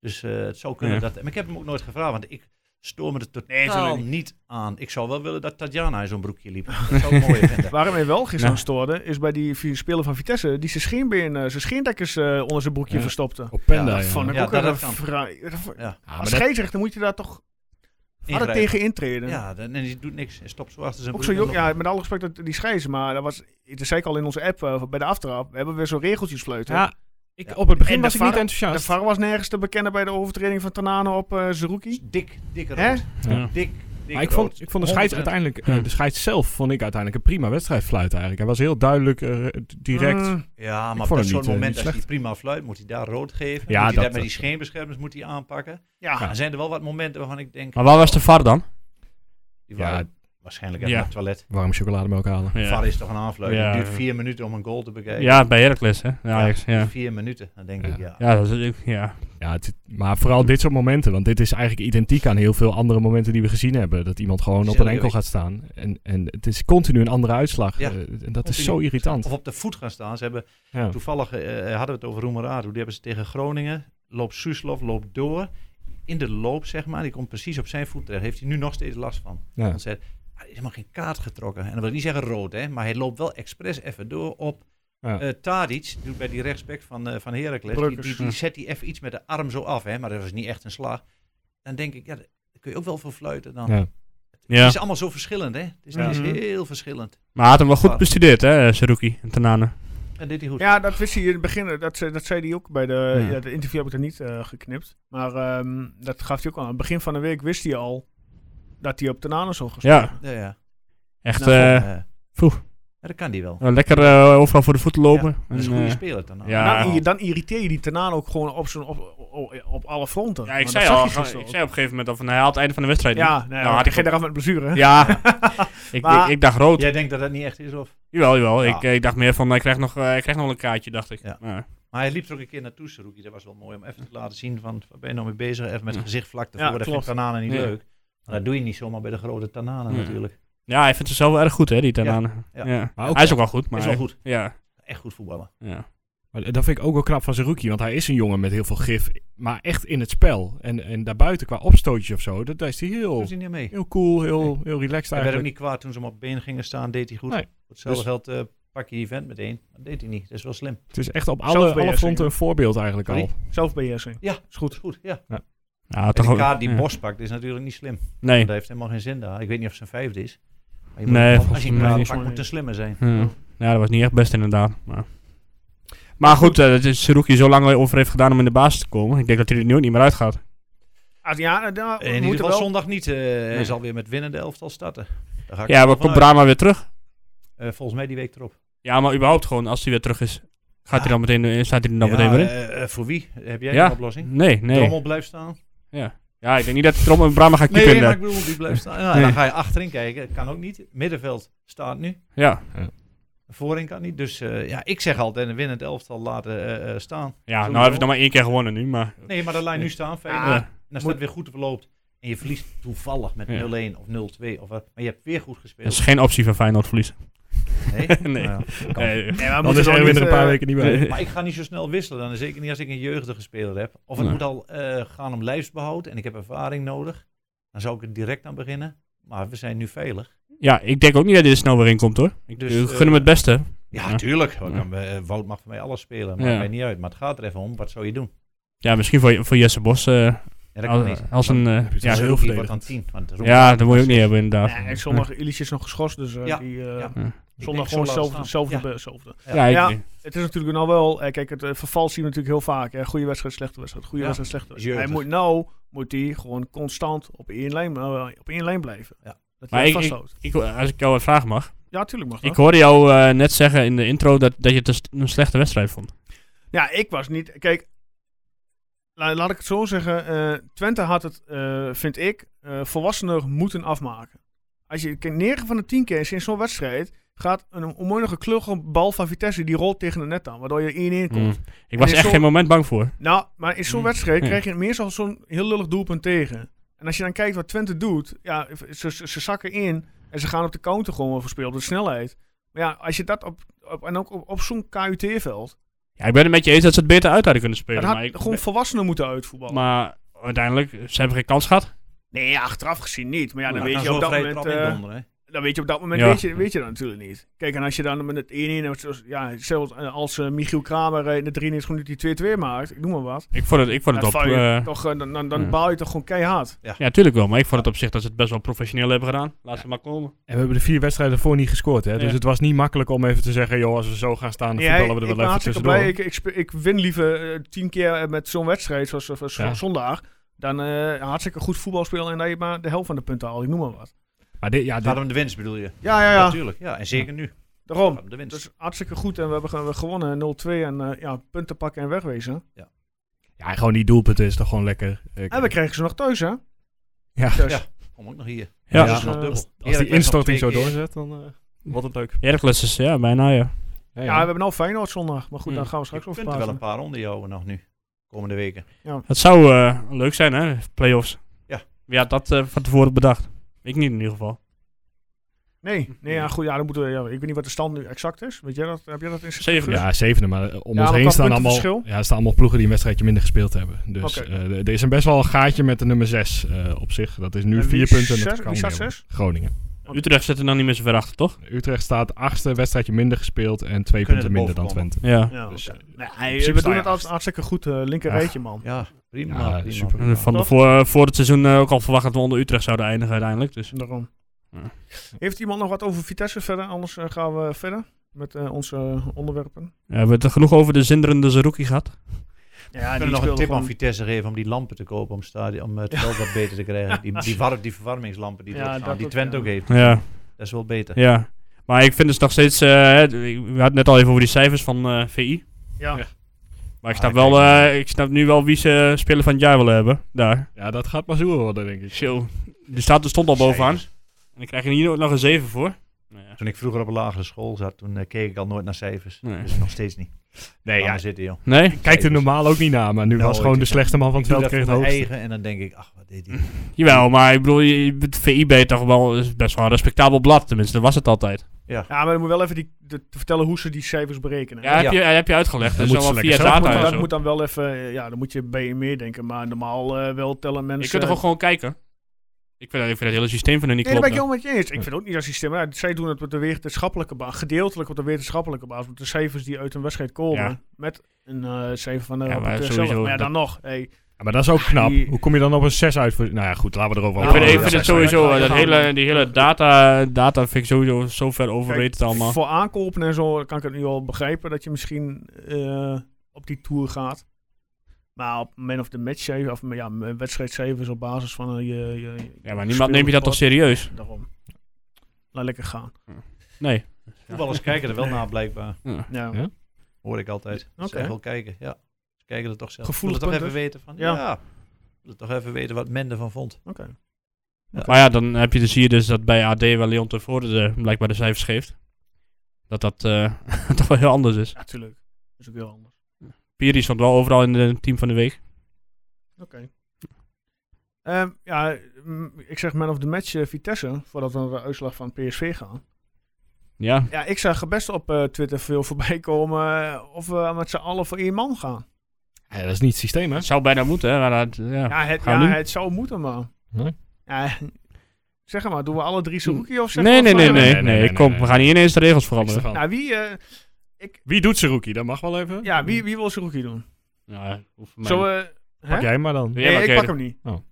S4: Dus eh, het zou kunnen
S3: Ja.
S4: dat. Maar ik heb hem ook nooit gevraagd, want ik stoor me er
S3: Nee,
S4: totaal
S3: tuurlijk
S4: niet aan. Ik zou wel willen dat Tatjana in zo'n broekje liep. Dat zou ik mooi vinden.
S1: Waarom hij wel gisteren
S3: Nou.
S1: aan stoorde, is bij die vier speler van Vitesse, die zijn scheenbeen, eh, zijn scheendekkers eh, onder zijn broekje
S2: Ja.
S1: verstopte.
S2: Op Penda,
S4: Ja,
S2: ja.
S1: Vond ik
S4: Ja,
S1: ook
S4: dat-
S1: een
S4: dat kan.
S1: vrij- dat vond-
S4: Ja,
S2: Ja, maar
S1: Als
S2: dat-
S1: scheidsrechter moet je daar toch harder
S4: ingrijpen.
S1: tegen intreden.
S4: Ja, dan, en die doet niks. Hij stopt zo achter zijn
S1: Ook zo
S4: broek
S1: jong,
S4: en loopt.
S1: ja, met alle respect dat die scheids, maar dat was, dat zei ik al in onze app eh, bij de aftrap, we hebben weer zo'n regeltjes fluiten.
S2: ja, ik,
S4: Ja.
S2: op het begin
S1: En de
S2: was ik niet
S1: VAR
S2: enthousiast.
S1: De VAR was nergens te bekennen bij de overtreding van Tanano op eh Zerouki.
S4: Dik, dik
S1: Hè?
S4: rood.
S3: Ja.
S4: Dik, dik
S2: Maar ik
S4: rood.
S2: vond, ik vond de scheids
S4: 100%.
S2: uiteindelijk, eh,
S3: Ja.
S2: de scheids zelf vond ik uiteindelijk een prima wedstrijd fluiten eigenlijk. Hij was heel duidelijk, eh, d- direct.
S4: Ah.
S1: Mm,
S4: Ja,
S2: Ik
S4: maar
S2: vond
S4: op
S2: hem
S4: zo'n
S2: niet, eh,
S4: moment
S2: niet
S4: als hij
S2: slecht.
S4: prima fluit, moet hij daar rood geven.
S2: Ja,
S4: moet hij
S2: dat- eh,
S4: dat met die
S2: dat-
S4: scheenbeschermers moet hij aanpakken.
S1: ja.
S4: Dan zijn er wel wat momenten waarvan ik denk,
S3: Maar waar was de VAR dan?
S4: die
S2: Ja.
S4: waren waarschijnlijk even
S3: Ja.
S4: naar het toilet.
S2: Warm chocolademelk halen.
S3: Ja,
S4: VAR is toch een aanfluiting.
S3: Ja.
S4: Het duurt vier minuten om een goal te bekijken.
S3: ja bij Heracles, hè? Ja, Ajax, ja.
S4: Vier minuten, dan denk
S2: Ja.
S4: ik ja.
S3: Ja, dat is, ja.
S2: Ja, het, maar vooral dit soort momenten. Want dit is eigenlijk identiek aan heel veel andere momenten die we gezien hebben. Dat iemand gewoon op een
S4: Serieus.
S2: enkel gaat staan. En, en het is continu een andere uitslag.
S4: Ja.
S2: Eh, en dat is
S4: Continu.
S2: zo irritant.
S4: Of op de voet gaan staan. Ze hebben
S2: Ja.
S4: toevallig, eh, hadden we het over Roemerado. Die hebben ze tegen Groningen. Loopt Suslov, loopt door. In de loop, zeg maar. Die komt precies op zijn voet terecht. Heeft hij nu nog steeds last van.
S2: Ja.
S4: Want ze, hij is helemaal geen kaart getrokken. En dat wil ik niet zeggen rood, hè. Maar hij loopt wel expres even door op
S2: Ja.
S4: eh Tadic. Doet bij die rechtsback van, eh van Heracles. Die,
S1: Brukkers,
S4: die, die zet die even iets met de arm zo af, hè. Maar dat was niet echt een slag. Dan denk ik, ja, daar kun je ook wel voor fluiten dan.
S2: Ja.
S3: ja.
S4: Het is allemaal zo verschillend, hè? Het is, het is
S1: Mhm.
S4: heel verschillend.
S3: Maar hij had hem wel goed
S4: VAR.
S3: bestudeerd, hè, eh, Saruki en Tanane.
S4: En dit hij goed.
S1: Ja, dat wist hij in het begin. eh, Dat, ze- dat zei hij ook bij de,
S3: Ja.
S1: ja. de interview. Heb ik er niet eh, geknipt. Maar ehm, dat gaf hij ook al. Aan het begin van de week wist hij al dat hij op Tanane zou gaan spelen.
S4: Ja,
S3: Ja,
S4: ja.
S3: echt
S4: Nou,
S3: eh,
S4: eh,
S3: vroeg.
S4: Ja, dat kan die wel.
S3: eh, lekker eh, overal voor de voeten lopen.
S4: Ja, dat is
S3: En,
S4: een goede
S3: eh,
S4: speler dan. ook.
S3: ja.
S1: En Dan, dan irriteer je Nou, die Tanane ook gewoon op, zijn, op, op, op alle fronten.
S3: Ja, ik
S1: Maar
S3: zei
S1: dat
S3: al, ik
S1: zag je
S3: zei
S1: gisteren
S3: op een gegeven moment al van hij haalt het einde van de wedstrijd.
S1: ook. Ja,
S3: niet.
S1: nee,
S3: Nou, had
S1: hij
S3: ik
S1: ging
S3: ook-
S1: eraf met blessure. hè?
S3: Ja, ik, ik,
S1: Maar-
S3: ik dacht rood.
S4: Jij denkt dat dat niet echt is, of?
S3: Jawel, jawel.
S4: Ja.
S3: Ik, ik dacht meer van, hij krijgt nog, eh, hij krijgt nog wel een kaartje, dacht ik.
S4: Ja.
S3: Maar-
S4: Maar hij liep er ook een keer naartoe, Saruki. Dat was wel mooi om even te laten zien van, waar ben je nou mee bezig? Even met
S3: Ja.
S4: het gezicht vlak
S1: Ja,
S4: ervoor. dat
S1: klopt.
S4: vindt Tanane niet
S3: Ja.
S4: leuk. Maar dat doe je niet zomaar bij de grote Tanane
S3: Ja.
S4: natuurlijk.
S3: Ja, hij vindt zichzelf wel erg goed, hè, die Tanane. Ja.
S4: Ja.
S2: Maar ook-
S3: hij is ook wel goed, maar...
S4: is wel goed.
S3: Ja,
S4: Echt goed voetballen.
S3: ja.
S2: Maar dat vind ik ook wel knap van Zerouki. Want hij is een jongen met heel veel gif. Maar echt in het spel. En, en daarbuiten qua opstootje of zo. Dat, daar is hij heel,
S3: Oh.
S4: Doet hij niet mee.
S2: heel cool, heel, heel relaxed
S4: Dus Hij werd ook
S2: eigenlijk.
S4: niet kwaad toen ze hem op been gingen staan. Deed hij goed.
S2: Nee.
S4: Voor hetzelfde
S2: Dus-
S4: geld eh, pak je event meteen. Dat deed hij niet. Dat is wel slim.
S2: Het is echt op alle,
S1: Zelfbeheersing.
S2: alle fronten een voorbeeld eigenlijk al.
S4: Sorry?
S1: Zelfbeheersing.
S4: Ja,
S1: Is
S4: goed.
S1: goed.
S4: goed ja.
S3: ja
S4: En
S3: toch
S4: de
S3: ook-
S4: kaart die
S3: ja.
S4: Bos pakt is natuurlijk niet slim.
S3: Nee.
S4: Dat heeft helemaal geen zin daar. Ik weet niet of zijn vijfde is. Maar je moet-
S3: Nee,
S4: als
S3: volgens
S4: je
S3: mij
S4: een kaart
S1: niet.
S4: pakt, moet het slimmer zijn.
S3: Ja. Hm. ja, dat was niet echt best inderdaad. Maar, maar goed, eh, dat is Saruki zo lang over heeft gedaan om in de basis te komen. Ik denk dat hij er nu ook niet meer uitgaat.
S1: Ah, ja, daar
S4: In ieder
S1: moet er
S4: geval
S1: wel.
S4: zondag niet. eh, Hij zal weer met winnende elftal starten. Daar ga ik
S3: Ja,
S4: wel
S3: maar
S4: van
S3: komt
S4: uit.
S3: Brahma weer terug?
S4: Eh, volgens mij die week erop.
S3: Ja, maar überhaupt gewoon, als hij weer terug is, gaat hij dan meteen, eh, staat hij er dan
S4: Ah. Ja,
S3: meteen weer in?
S4: eh, eh, voor wie? Heb jij
S3: Ja.
S4: een oplossing?
S3: Nee, nee.
S4: Trommel blijft staan?
S3: Ja, ik denk niet dat Trommel Brahma gaat keeper
S4: Nee, maar
S3: inderdaad.
S4: ik bedoel, die blijft staan. Ja,
S3: Nee.
S4: Dan ga je achterin kijken. Kan ook niet. Middenveld staat nu.
S3: Ja,
S4: Voorin kan niet. Dus eh, ja, ik zeg altijd een winnend elftal laten eh, eh, staan.
S3: ja nou
S4: Sowieso.
S3: hebben ze dan maar één keer gewonnen nu, maar...
S4: Nee, maar dat lijn nu staan.
S3: Ja.
S4: Feyenoord. En als dat weer goed verloopt en je verliest toevallig met
S3: Ja.
S4: 0-1 of 0-2 of wat, maar je hebt weer goed
S3: dat is
S4: gespeeld.
S3: geen optie van Feyenoord verliezen.
S4: Nee.
S3: Nee.
S4: Nou ja.
S3: Eh,
S1: Nee, maar we
S2: Dan
S1: moeten
S2: is
S1: wel
S2: Erwin
S1: niet,
S2: er een paar
S1: eh,
S2: weken niet bij.
S4: Maar ik ga niet zo snel wisselen. Dan zeker niet als ik een jeugdige speler heb. Of het
S3: Nee.
S4: moet al eh, gaan om lijfsbehoud en ik heb ervaring nodig. Dan zou ik er direct aan beginnen. Maar we zijn nu veilig.
S3: ja, ik denk ook niet dat hij er snel weer in komt hoor. Ik
S4: Dus,
S3: eh, gun
S4: eh,
S3: hem het beste.
S4: Ja,
S3: Ja.
S4: tuurlijk.
S3: Ja.
S4: Dan, eh, Wout mag voor mij alles spelen. Maakt
S3: Ja.
S4: mij niet uit. Maar het gaat er even om. Wat zou je doen?
S3: Ja, misschien voor, voor Jesse Bos eh,
S4: Ja, dat kan
S3: als,
S4: niet.
S3: als een... eh,
S2: het
S3: ja,
S2: wel heel
S4: Roekie wordt
S2: verdedigend.
S4: dan tien. Want Roekie-
S3: ja, dat moet je ook niet hebben inderdaad.
S1: Nee, en sommige Illich is nog geschorst, dus eh,
S4: Ja.
S1: die eh,
S4: Ja. Ik denk
S1: zondag
S4: zo
S1: gewoon
S4: laten
S1: hetzelfde.
S4: staan.
S1: hetzelfde,
S4: Ja.
S1: be- hetzelfde.
S3: Ja,
S1: Ja.
S3: ik-
S1: Het is natuurlijk nou wel, eh, kijk, het eh, verval zien we natuurlijk heel vaak. Hè. Goede wedstrijd, slechte wedstrijd, goede
S4: Ja,
S1: wedstrijd, slechte
S4: is
S1: wedstrijd. Hij moet
S4: jeugdig.
S1: nou, moet hij gewoon constant op één lijn, eh, op één lijn blijven.
S4: Ja.
S1: Dat
S3: Maar
S1: hij
S3: ik-
S1: vasthoudt.
S3: ik, als ik jou een vraag mag.
S1: Ja, tuurlijk mag dat.
S3: Ik hoorde jou eh, net zeggen in de intro dat, dat je het een st- een slechte wedstrijd vond.
S1: ja, ik was niet, kijk, la- laat ik het zo zeggen. eh, Twente had het, eh, vind ik, eh volwassener moeten afmaken. Als je kijkt, 9 van de 10 keer in zo'n wedstrijd gaat een onmogelijke klugge bal van Vitesse die rolt tegen het net aan, waardoor je 1-1 komt.
S3: Mm. Ik was
S1: is
S3: echt
S1: zo-
S3: geen moment bang voor.
S1: Nou, maar in zo'n
S3: Hmm.
S1: wedstrijd
S3: Ja.
S1: krijg je meestal zo'n heel lullig doelpunt tegen. En als je dan kijkt wat Twente doet, ja, ze, ze, ze zakken in en ze gaan op de counter gewoon verspelen, op de snelheid. Maar ja, als je dat op, op en ook op, op zo'n KUT-veld,
S3: Ja, ik ben het met je eens dat ze het beter uit hadden kunnen spelen.
S1: dan had
S3: maar, ik-
S1: gewoon volwassenen moeten uitvoetballen.
S3: maar uiteindelijk, ze hebben geen kans gehad.
S1: nee, ja, achteraf gezien niet. Maar ja, dan,
S4: Nou,
S1: weet,
S4: kan
S1: je op
S4: zo'n
S1: dat
S4: vrije
S1: moment,
S4: trap
S1: eh,
S4: indonderen, hè.
S1: dan weet je op dat moment,
S3: Ja.
S1: weet, je, weet je dat natuurlijk niet. Kijk, en als je dan met het 1-1, hebt, zoals- ja, zelfs eh, als eh, Michiel Kramer eh, in de 93 minuten die 2-2 maakt, ik noem maar wat.
S3: Ik vond het, ik vond
S1: Dan,
S3: het op...
S1: val je
S3: eh,
S1: toch, eh, dan, dan, dan
S3: ja.
S1: baal je toch gewoon keihard.
S3: ja, tuurlijk wel. Maar ik vond het op zich dat ze het best wel professioneel hebben gedaan. Laat ze maar komen.
S2: En we hebben de vier wedstrijden voor niet gescoord, hè? Dus
S3: Ja.
S2: het was niet makkelijk om even te zeggen, joh, als we zo gaan staan, dan voetballen we
S1: ik
S2: er
S1: ben
S2: wel even
S1: hartstikke
S2: tussendoor.
S1: blij. Ik, ik, spe- ik win liever eh, tien keer eh, met zo'n wedstrijd, zoals eh, zoals
S2: Ja.
S1: zondag, dan eh, hartstikke goed voetbal spelen en dat je maar de helft van de punten haalt. Ik noem maar wat.
S2: Maar dit, ja, dit-
S4: Gaat om de winst bedoel je?
S1: Ja, ja, ja.
S4: Natuurlijk, ja. En zeker nu.
S1: Daarom.
S4: Gaat om de winst.
S1: Dus hartstikke goed en we hebben ge- we gewonnen 0-2 en eh, ja, punten pakken en wegwezen.
S2: ja, gewoon die doelpunten is toch gewoon lekker. Ik-
S1: En we krijgen ze nog thuis, hè?
S2: Ja.
S1: Thuis.
S4: Ja. Kom ook nog hier.
S3: Ja.
S4: Dat
S1: Ja.
S4: is nog dubbel.
S2: Als, als die
S4: Heerlijk, dat is nog
S2: instorting zo
S4: twee keer.
S2: doorzet, dan eh, wordt het leuk.
S3: Heracles is, ja, bijna ja.
S2: Ja,
S1: Ja, we hebben al Feyenoord zondag, maar goed,
S3: Hmm.
S1: daar gaan we
S4: Je
S1: straks
S4: kunt
S1: over
S4: er wel een
S1: praten.
S4: paar onder jou nog nu. Komende weken.
S3: Het zou eh, leuk zijn, hè? Playoffs.
S4: Ja.
S3: Ja, dat eh, van tevoren bedacht. Ik niet in ieder geval.
S1: Nee, nee, ja, goed, ja, dan moeten we, ja, ik weet niet wat de stand nu exact is. Weet jij dat? Heb jij dat in
S3: Zeven.
S1: Ja.
S2: Ja, zevende, maar eh,
S1: Ja,
S2: om ons
S1: maar
S2: heen
S1: qua
S2: staan allemaal, ja,
S1: puntenverschil?
S2: er staan allemaal ploegen die een wedstrijdje minder gespeeld hebben. Dus
S1: Oké.
S2: eh, d- er is een best wel een gaatje met de nummer 6 op zich. Dat is nu
S1: En wie
S2: vier
S1: is
S2: punten. en dat
S1: zes? Wie
S2: kan niet
S1: staat
S2: helemaal.
S1: zes?
S2: Groningen.
S3: Utrecht zit er dan niet meer zo ver achter, toch?
S2: Utrecht staat achtste, wedstrijdje minder gespeeld en twee
S4: Kunnen
S2: punten
S4: er
S2: minder dan
S4: bovenkomen.
S2: Twente.
S3: Ja.
S1: Ja,
S2: Dus,
S1: Oh, oké.
S2: eh,
S1: Nee,
S2: sta
S1: we
S2: je
S1: doen het
S2: achter.
S1: altijd hartstijdje goed, eh, linker
S2: Ach.
S1: rijtje, man.
S4: Ja, prima.
S2: Ja,
S4: prima,
S2: super.
S4: prima.
S3: Van de
S1: Toch?
S3: voor, voor het seizoen eh, ook al verwacht dat we onder Utrecht zouden eindigen uiteindelijk. Dus.
S1: Daarom.
S3: Ja.
S1: Heeft iemand nog wat over Vitesse verder? Anders eh, gaan we verder met eh, onze eh, onderwerpen.
S3: Ja, we hebben het genoeg over de zinderende Zerouki gehad.
S1: Ja,
S4: We kunnen nog een tip aan Vitesse geven om die lampen te kopen om, het stadion, om het veld wat beter te krijgen. Die, die, warm, die verwarmingslampen die,
S1: Ja,
S4: doorgaan,
S1: dat
S4: die
S1: ook,
S4: Twente
S1: ja.
S4: ook heeft.
S3: Ja,
S4: Dat is wel beter.
S3: ja. Maar ik vind het nog steeds... eh, hè, we hadden het net al even over die cijfers van eh, VI.
S1: Ja.
S3: Maar ik
S2: Ah,
S3: snap,
S2: kijk,
S3: wel,
S2: ja.
S3: eh, ik snap nu wel wie ze speler van het jaar willen hebben. Daar.
S2: Ja, dat gaat maar zoer worden, denk ik.
S3: Chill. Die staat, er stond al bovenaan. En dan krijg je hier ook nog een 7 voor. Nou ja.
S4: Toen ik vroeger op een lagere school zat, toen eh, keek ik al nooit naar cijfers.
S3: Nee.
S4: Dus nog steeds niet.
S2: Nee,
S4: Laat
S2: ja,
S4: maar zitten, joh.
S3: Nee?
S2: kijkt er normaal ook niet naar, maar nu
S4: Nou,
S2: was gewoon
S4: ik-
S2: de slechtste man van het
S4: Ik doe
S2: veld
S4: dat
S2: kreeg het
S4: voor mijn
S2: hoogste.
S4: eigen en dan denk ik, ach, wat deed hij?
S3: Jawel, maar ik bedoel, je- je- het VI ben je toch wel is best wel een respectabel blad. Tenminste, dat was het altijd.
S1: Ja, maar dan moet je wel even die, de, te vertellen hoe ze die cijfers berekenen.
S3: Ja, Heb, je, heb je uitgelegd.
S2: Dan
S3: Dat is
S2: moeten
S3: wel
S2: ze
S3: via
S2: lekker zelf
S1: Maar
S3: data en
S1: dat
S3: zo.
S1: moet dan wel even, eh, ja, dan moet je bij je meedenken. Maar normaal eh, wel tellen mensen.
S3: Je kunt toch ook gewoon kijken? Ik vind, ik vind het hele systeem van hun niet
S1: Nee, daar ben ik
S3: kloppen.
S1: helemaal met je eens. Ik vind ook niet dat systeem. Ja, zij doen het op de wetenschappelijke basis, gedeeltelijk op de wetenschappelijke basis, met de cijfers die uit een wedstrijd komen.
S3: Ja.
S1: Met een eh, cijfer van de
S3: Ja, maar
S1: rapporteur
S3: sowieso,
S1: zelf. Maar ja,
S3: dat-
S1: dan nog. Hey,
S2: Ja, maar dat is ook knap.
S1: Die-
S2: Hoe kom je dan op een 6 uit? Voor... Nou ja, goed, laten we erover
S1: Ja,
S3: Ik vind, ik
S1: Oh,
S3: vind
S1: dat
S3: het
S1: zijn
S3: sowieso,
S1: wij.
S3: eh, dat hele, die hele data, data vind ik sowieso zo ver over
S1: Kijk,
S3: weten het allemaal.
S1: Voor aankopen en zo kan ik het nu al begrijpen dat je misschien eh, op die tour gaat. Maar op man of the match zeven, of ja, wedstrijdcijfers op basis van eh, je, je- je-
S3: Ja, maar niemand neemt je dat toch
S1: speelde
S3: serieus?
S1: sport. Daarom. Laat lekker gaan.
S3: Nee.
S4: Voetballers kijken er wel naar, blijkbaar.
S1: Ja.
S2: Ja.
S4: Hoor ik altijd. Ze
S1: Oké.
S4: zeggen wel kijken, ja. Ze kijken er toch zelf.
S1: Gevoelig
S4: Willen toch
S1: punt,
S4: even weten van,
S1: Ja.
S4: ja. Willen toch even weten wat men ervan vond.
S1: Oké.
S3: Maar ja, dan heb je dus hier dus dat bij AD, waar Leon tevoren de, blijkbaar de cijfers geeft, dat dat eh, toch wel heel anders is.
S1: Natuurlijk. dat is ook heel anders.
S3: Piri stond wel overal in het team van de week.
S1: Ehm, ja, mm, ik zeg man of the match eh, Vitesse, voordat we naar de uitslag van PSV gaan.
S3: Ja,
S1: Ja, ik zag best op eh, Twitter veel voorbij komen eh, of we met z'n allen voor één man gaan.
S2: Ja, dat is niet het systeem, hè?
S3: Het zou bijna moeten, hè? Maar dat, eh, ja.
S1: Ja, het,
S3: gaan
S1: ja,
S3: we nu?
S1: het zou moeten, maar...
S2: Ah, Nee. Hm.
S1: Ja, zeg maar, doen we alle drie Suzuki of zeg
S3: nee,
S1: maar
S3: nee, nee,
S1: van-
S3: nee,
S2: Nee, nee, nee,
S3: nee, Kom,
S2: nee.
S3: we gaan niet ineens de regels veranderen.
S2: Ervan.
S1: Nou, wie, eh,
S2: Wie doet zijn rookie? Dat mag wel even.
S1: ja, wie, wie wil Suzuki doen?
S3: Ja, hoeft voor Nou, mij
S1: Zo,
S3: niet.
S2: Pak jij hem maar dan.
S3: Wil jij
S1: nee,
S3: maar
S1: ik
S3: kijken?
S1: pak hem niet.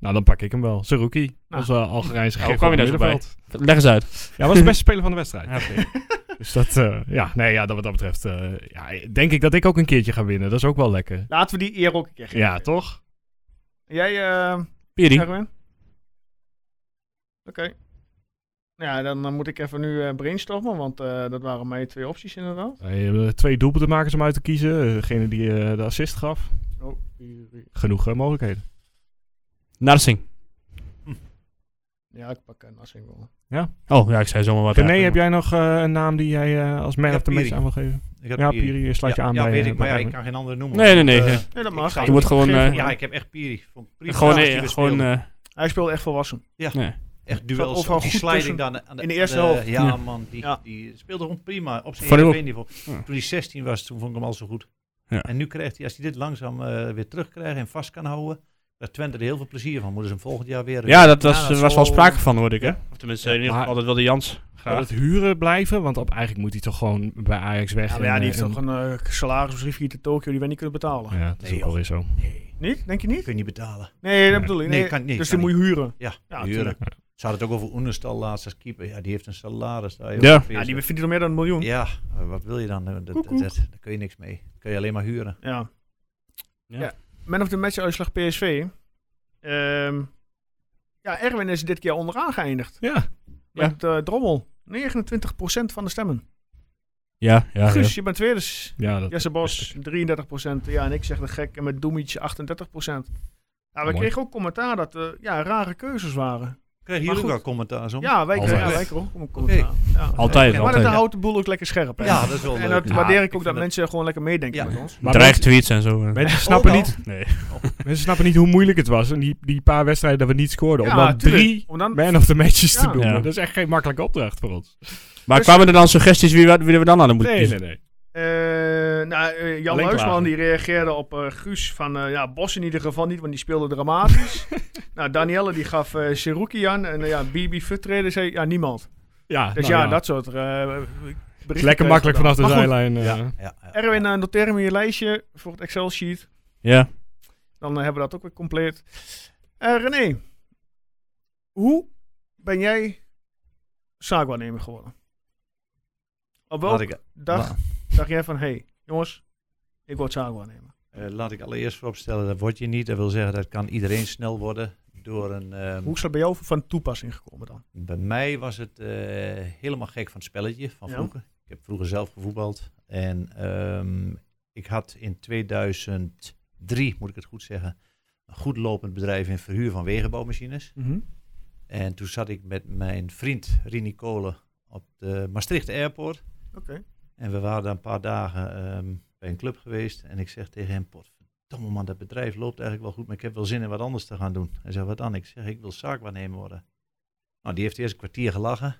S2: Nou, dan pak ik hem wel. Zijn rookie.
S1: Nou.
S2: Onze Algerijnse
S3: Ja,
S2: gek
S3: hoe kwam je
S2: op
S3: daar
S2: het
S3: zo bij?
S2: middenveld.
S3: Leg eens uit.
S2: Ja, was de beste speler van de wedstrijd.
S3: Ja, oké.
S2: Dus dat, eh, ja, nee, ja, dat wat dat betreft, eh, ja, denk ik dat ik ook een keertje ga winnen. Dat is ook wel lekker.
S1: Laten we die eer ook een keer geven.
S2: Ja, toch?
S1: Jij, eh
S3: Piri.
S1: Erwin? Oké. Ja, dan, eh, moet ik even nu eh, brainstormen, want eh, dat waren mijn twee opties inderdaad.
S2: Eh, je hebt twee doelpuntenmakers om uit te kiezen. Eh, Degene die eh, de assist gaf.
S1: Oh, Piri.
S2: Genoeg eh, mogelijkheden.
S3: Narsing.
S1: Ja, ik pak uh, Nassing wel.
S3: Oh, ja, ik zei zomaar wat.
S2: René,
S3: eigenlijk.
S2: heb jij nog eh, een naam die jij eh, als man
S4: Ja,
S2: of the match
S4: Piri.
S2: aan wil geven?
S4: Ik heb
S2: Ja,
S4: Piri.
S2: Piri, sluit je
S4: ja,
S2: aan
S4: ja,
S2: bij...
S4: weet
S2: eh,
S4: ik,
S2: bij
S4: maar ja, ik
S2: Emmen.
S4: kan geen andere noemen.
S3: Nee, nee, nee.
S4: Eh,
S3: nee.
S1: Nee, dat
S4: mag.
S1: mag.
S4: ga-
S3: Je wordt gewoon... eh,
S4: ja, ik heb echt Piri. Vond ik prima
S3: Gewoon...
S4: als
S3: eh,
S4: die weer
S3: gewoon
S4: speelde.
S3: eh,
S1: Hij speelde echt volwassen.
S4: Ja.
S3: nee.
S4: echt duels.
S1: overal
S4: ook Die
S1: goed
S4: sliding
S1: tussen
S4: dan eh, aan de,
S1: in de eerste
S4: aan
S1: helft.
S4: Ja,
S3: Ja.
S4: man, die,
S1: Ja.
S4: die speelde gewoon prima op zijn
S3: Vond ik ook.
S4: niveau.
S3: Ja.
S4: Toen hij 16 was, toen vond ik hem al zo goed.
S3: Ja.
S4: En nu krijgt hij, als hij dit langzaam eh, weer terugkrijgt en vast kan houden, daar Twente er heel veel plezier van. Moeten ze hem volgend jaar weer.
S3: Ja, dat
S4: dat
S3: was, was
S4: zal-
S3: wel eh, sprake van, hoorde ik, hè? Of tenminste,
S2: Ja,
S3: eh, in ieder
S2: maar-
S3: geval, dat wilde Jans
S2: Zou
S3: graag.
S2: het huren blijven? Want op, eigenlijk moet hij toch gewoon bij Ajax weg.
S1: Ja, maar
S2: en,
S1: ja, die
S2: eh,
S1: heeft
S2: en-
S1: toch een eh, salaris of hier te Tokio die wij niet kunnen betalen.
S2: Ja, dat is
S4: Nee,
S2: ook wel weer zo.
S1: Niet? Denk je niet?
S4: kun je niet betalen.
S1: Nee, dat bedoel ik.
S4: Nee,
S1: Nee,
S4: kan- nee,
S1: dus
S4: kan
S1: die moet je huren.
S4: Ja,
S1: Ja,
S4: huren.
S1: tuurlijk.
S4: Ze hadden het ook over Oenestal laatst als keeper. Ja, die heeft een salaris. Daar, joh.
S3: Ja.
S4: Dat
S1: Ja, die
S4: is-
S1: verdient al meer dan een miljoen. Ja.
S4: ja, wat wil je dan? Eh, Dat, dat,
S1: Koekoek.
S4: dat- daar kun je niks mee. Dat kun je alleen maar huren.
S1: ja.
S3: Ja.
S1: Man of the match uitslag PSV. Ehm, ja, Erwin is dit keer onderaan geëindigd.
S2: Ja. Ja.
S1: Met eh, Drommel. 29% van de stemmen.
S3: Ja, ja, ja.
S1: Guus, je bent tweede.
S2: Ja, dat,
S1: Jesse Bos, 33%. Ja, en ik zeg de gek. En met Doemic, 38%. Ja, we
S2: Mooi.
S1: kregen ook commentaar dat er ja, rare keuzes waren.
S4: Krijgen
S1: Maar
S4: jullie ook
S1: goed.
S4: wel commentaar om?
S1: Ja, wij
S3: Altijd.
S1: kregen, ja, wij kregen ook een commentaar. Ja.
S3: Altijd,
S1: Maar
S3: altijd.
S1: dat houdt de boel ook lekker scherp. Hè?
S4: Ja, dat is wel
S1: En
S4: leuk.
S1: dat waardeer ik
S4: vind
S1: ook dat mensen gewoon lekker meedenken
S4: Ja.
S1: met ons.
S2: Maar
S3: Dreigtweets en zo. eh.
S2: Mensen snappen,
S4: Ook al.
S2: niet,
S3: Nee.
S2: mensen snappen niet hoe moeilijk het was. En die, die paar wedstrijden dat we niet scoorden. om
S1: Ja,
S2: dan
S1: tuurlijk.
S2: drie
S1: Om dan-
S2: man of the matches
S1: Ja.
S2: te doen.
S3: Ja.
S2: Dat is echt geen makkelijke opdracht voor ons.
S3: Maar
S1: Dus-
S3: kwamen er dan suggesties wie, we- wie we dan hadden moeten
S2: Nee,
S3: kiezen?
S2: nee, nee.
S1: Eh, nou, eh, Jan
S2: Alleen
S1: Huisman
S2: klagen.
S1: die reageerde op eh, Guus van eh, ja, Bos in ieder geval niet, want die speelde dramatisch. nou, Danielle die gaf eh Seruki aan en eh, ja, Bibi Futreden zei ja, niemand.
S2: Ja,
S1: Dus
S2: nou
S1: ja,
S2: ja.
S1: dat soort eh
S2: Het is lekker makkelijk vanaf de zijlijn. eh.
S4: Ja, ja, ja.
S1: Erwin, eh, noteer hem in je lijstje voor het Excel-sheet.
S3: Ja.
S1: Dan eh, hebben we dat ook weer compleet. Eh, René, hoe ben jij zaakwaarnemer geworden? Op
S4: Laat
S1: welke
S4: ik-
S1: dag
S4: la-
S1: dacht jij van, hé, hey, jongens, ik word zaakwaarnemer.
S4: Eh, laat ik allereerst vooropstellen, dat word je niet. Dat wil zeggen, dat kan iedereen snel worden door een... ehm,
S1: Hoe is dat bij jou van toepassing gekomen dan?
S4: bij mij was het eh, helemaal gek van het spelletje van
S1: Ja.
S4: vroeger. Ik heb vroeger zelf gevoetbald. En ehm, ik had in 2003, moet ik het goed zeggen, een goed lopend bedrijf in verhuur van wegenbouwmachines. En toen zat ik met mijn vriend Rini Kolen op de Maastricht Airport.
S1: Oké.
S4: En we waren daar een paar dagen ehm, bij een club geweest. En ik zeg tegen hem, potverdomme man, dat bedrijf loopt eigenlijk wel goed, maar ik heb wel zin in wat anders te gaan doen. Hij zegt, wat dan? Ik zeg, ik wil zaakwaarnemer worden. Nou, die heeft eerst een kwartier gelachen.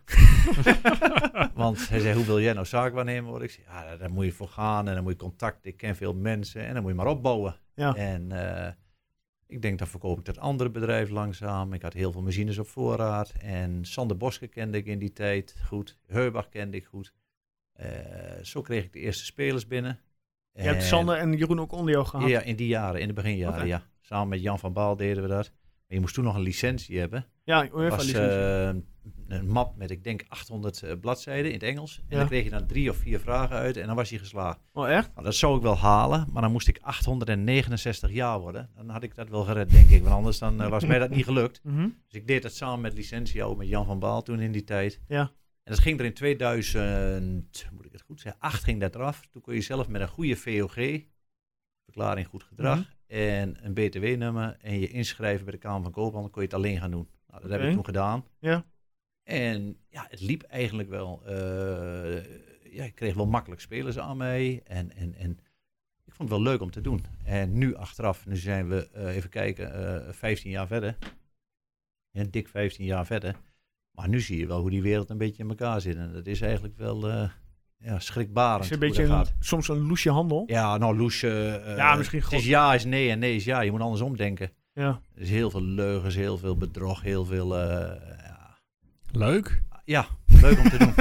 S4: Want hij zei, hoe wil jij nou zaakwaarnemer worden? Ik zeg, ja, daar moet je voor gaan en dan moet je contact, ik ken veel mensen en dan moet je maar opbouwen.
S1: Ja.
S4: En eh, ik denk, dan verkoop ik dat andere bedrijf langzaam. Ik had heel veel machines op voorraad. En Sander Boske kende ik in die tijd goed. Heubach kende ik goed. Eh, zo kreeg ik de eerste spelers binnen.
S1: Je hebt
S4: En-
S1: Sander en Jeroen ook onder jou gehad.
S4: eh, Ja, in die jaren, in de beginjaren,
S1: Oké.
S4: ja. Samen met Jan van Baal deden we dat. Maar je moest toen nog een licentie hebben.
S1: Ja, ik
S4: Dat
S1: hoor van
S4: was
S1: die licentie.
S4: eh, een map met, ik denk, 800 eh, bladzijden in het Engels. En
S1: Ja.
S4: dan kreeg je dan drie of vier vragen uit en dan was je geslaagd.
S1: Oh, echt?
S4: Nou, dat zou ik wel halen, maar dan moest ik 869 jaar worden. Dan had ik dat wel gered, denk ik. Want anders dan, eh, was mij dat niet gelukt.
S1: Mhm.
S4: Dus ik deed dat samen met Licentio, met Jan van Baal toen in die tijd.
S1: Ja.
S4: En dat ging er in 2000, moet ik het goed zeggen, 8 ging dat eraf. Toen kon je zelf met een goede VOG, verklaring goed gedrag,
S1: Mhm.
S4: en een BTW-nummer en je inschrijven bij de Kamer van Koophandel, kon je het alleen gaan doen. Nou, dat heb
S1: Oké.
S4: ik toen gedaan.
S1: Ja.
S4: En ja, het liep eigenlijk wel. eh, ja, ik kreeg wel makkelijk spelers aan mij en, en, en ik vond het wel leuk om te doen. En nu achteraf, nu zijn we, eh, even kijken, eh 15 jaar verder. Ja, dik 15 jaar verder. Maar nu zie je wel hoe die wereld een beetje in elkaar zit. En dat is eigenlijk wel eh, ja, schrikbarend
S1: Is een
S4: hoe
S1: beetje
S4: dat
S1: een-
S4: gaat.
S1: soms een loesje handel.
S4: Ja, nou Loes, eh, eh,
S1: Ja, misschien
S4: het
S1: goed.
S4: is ja is nee en nee is ja. Je moet andersom denken.
S1: Ja.
S4: Er is heel veel leugens, heel veel bedrog, heel veel... eh, ja.
S2: Leuk.
S4: ja, leuk om te doen.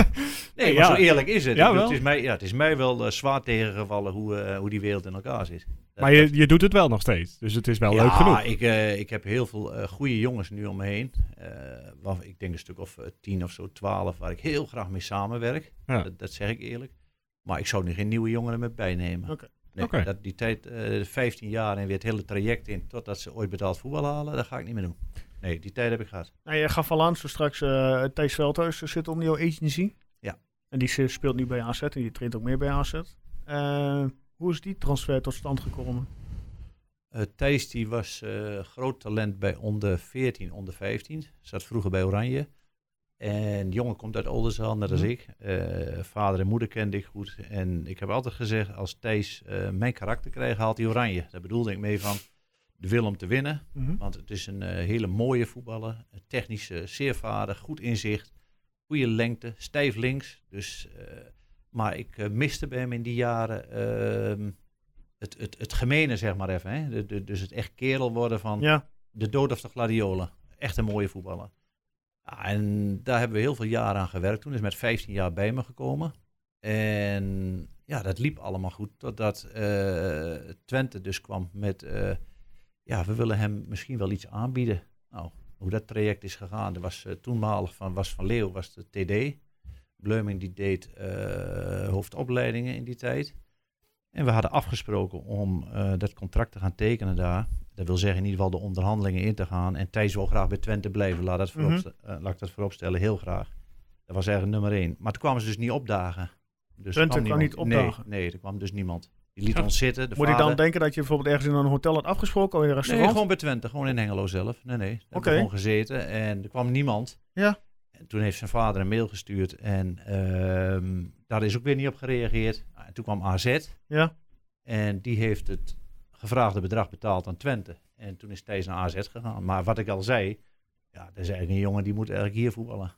S4: Nee, maar
S2: Ja.
S4: zo eerlijk is het. Ik
S2: Ja,
S4: bedoel,
S2: wel.
S4: het, is mij, ja, het is mij wel eh, zwaar tegengevallen hoe, eh, hoe die wereld in elkaar zit. Dat-
S2: Maar je, je doet het wel nog steeds. Dus het is wel leuk genoeg.
S4: Ik, eh, ik heb heel veel eh, goede jongens nu om me heen. Eh, waarvan- ik denk een stuk of eh, tien of zo, twaalf, waar ik heel graag mee samenwerk.
S2: Ja.
S4: Dat, dat zeg ik eerlijk. Maar ik zou nu geen nieuwe jongeren meer bijnemen.
S1: Oké.
S4: Nee,
S2: Oké.
S4: dat die tijd, eh 15 jaar en weer het hele traject in, totdat ze ooit betaald voetbal halen, dat ga ik niet meer doen. Nee, die tijd heb ik gehad.
S1: Nou, je gaf al aan, zo straks eh Thijs Veldhuis zit onder jouw agency.
S4: Ja.
S1: En die se- speelt nu bij AZ en die traint ook meer bij AZ. Eh, hoe is die transfer tot stand gekomen?
S4: Eh, Eh, Thijs die was eh, groot talent bij onder 14, onder 15. Zat vroeger bij Oranje. En de jongen komt uit Oldenzaal, net als ik. Eh, vader en moeder kende ik goed. En ik heb altijd gezegd, als Thijs eh, mijn karakter krijgt, haalt hij Oranje. Daar bedoelde ik mee van de wil om te winnen.
S1: Mhm.
S4: Want het is een eh, hele mooie voetballer. Een Technische, zeer vaardig, goed inzicht. Goede lengte, stijf links. Dus, eh, maar ik eh, miste bij hem in die jaren ehm, het, het, het gemene, zeg maar even. Hè? De, de- dus het echt kerel worden van
S1: Ja,
S4: de dood of de gladiolen. Echt een mooie voetballer. Ja, en daar hebben we heel veel jaren aan gewerkt. Toen is met 15 jaar bij me gekomen. En ja, dat liep allemaal goed. Totdat eh, Twente dus kwam met... eh, ja, we willen hem misschien wel iets aanbieden. Nou, hoe dat traject is gegaan. Er was eh, toenmalig van, was van Leeuw, was de TD. Bleuming die deed eh, hoofdopleidingen in die tijd. En we hadden afgesproken om eh, dat contract te gaan tekenen daar. Dat wil zeggen in ieder geval de onderhandelingen in te gaan. En Thijs wil graag bij Twente blijven. Laat, dat voorop,
S1: Mhm.
S4: eh, laat ik dat vooropstellen, heel graag. Dat was eigenlijk nummer één. Maar toen kwamen ze dus niet opdagen. Dus
S1: Twente kwam
S4: niemand.
S1: niet
S4: Nee,
S1: opdagen.
S4: Nee, er kwam dus niemand. Die liet
S3: Ja.
S4: ons zitten. De
S1: moet ik
S4: vader-
S1: dan denken dat je bijvoorbeeld ergens in een hotel had afgesproken of in een
S4: Nee,
S1: restaurant?
S4: gewoon bij Twente, gewoon in Hengelo zelf. Nee, nee. Daar hebben
S1: Oké.
S4: we gewoon gezeten en er kwam niemand.
S1: Ja.
S4: En toen heeft zijn vader een mail gestuurd en ehm, daar is ook weer niet op gereageerd. Ah, En toen kwam AZ
S1: Ja.
S4: en die heeft het gevraagde bedrag betaald aan Twente. En toen is Thijs naar AZ gegaan. Maar wat ik al zei, ja, dat is eigenlijk een jongen die moet eigenlijk hier voetballen.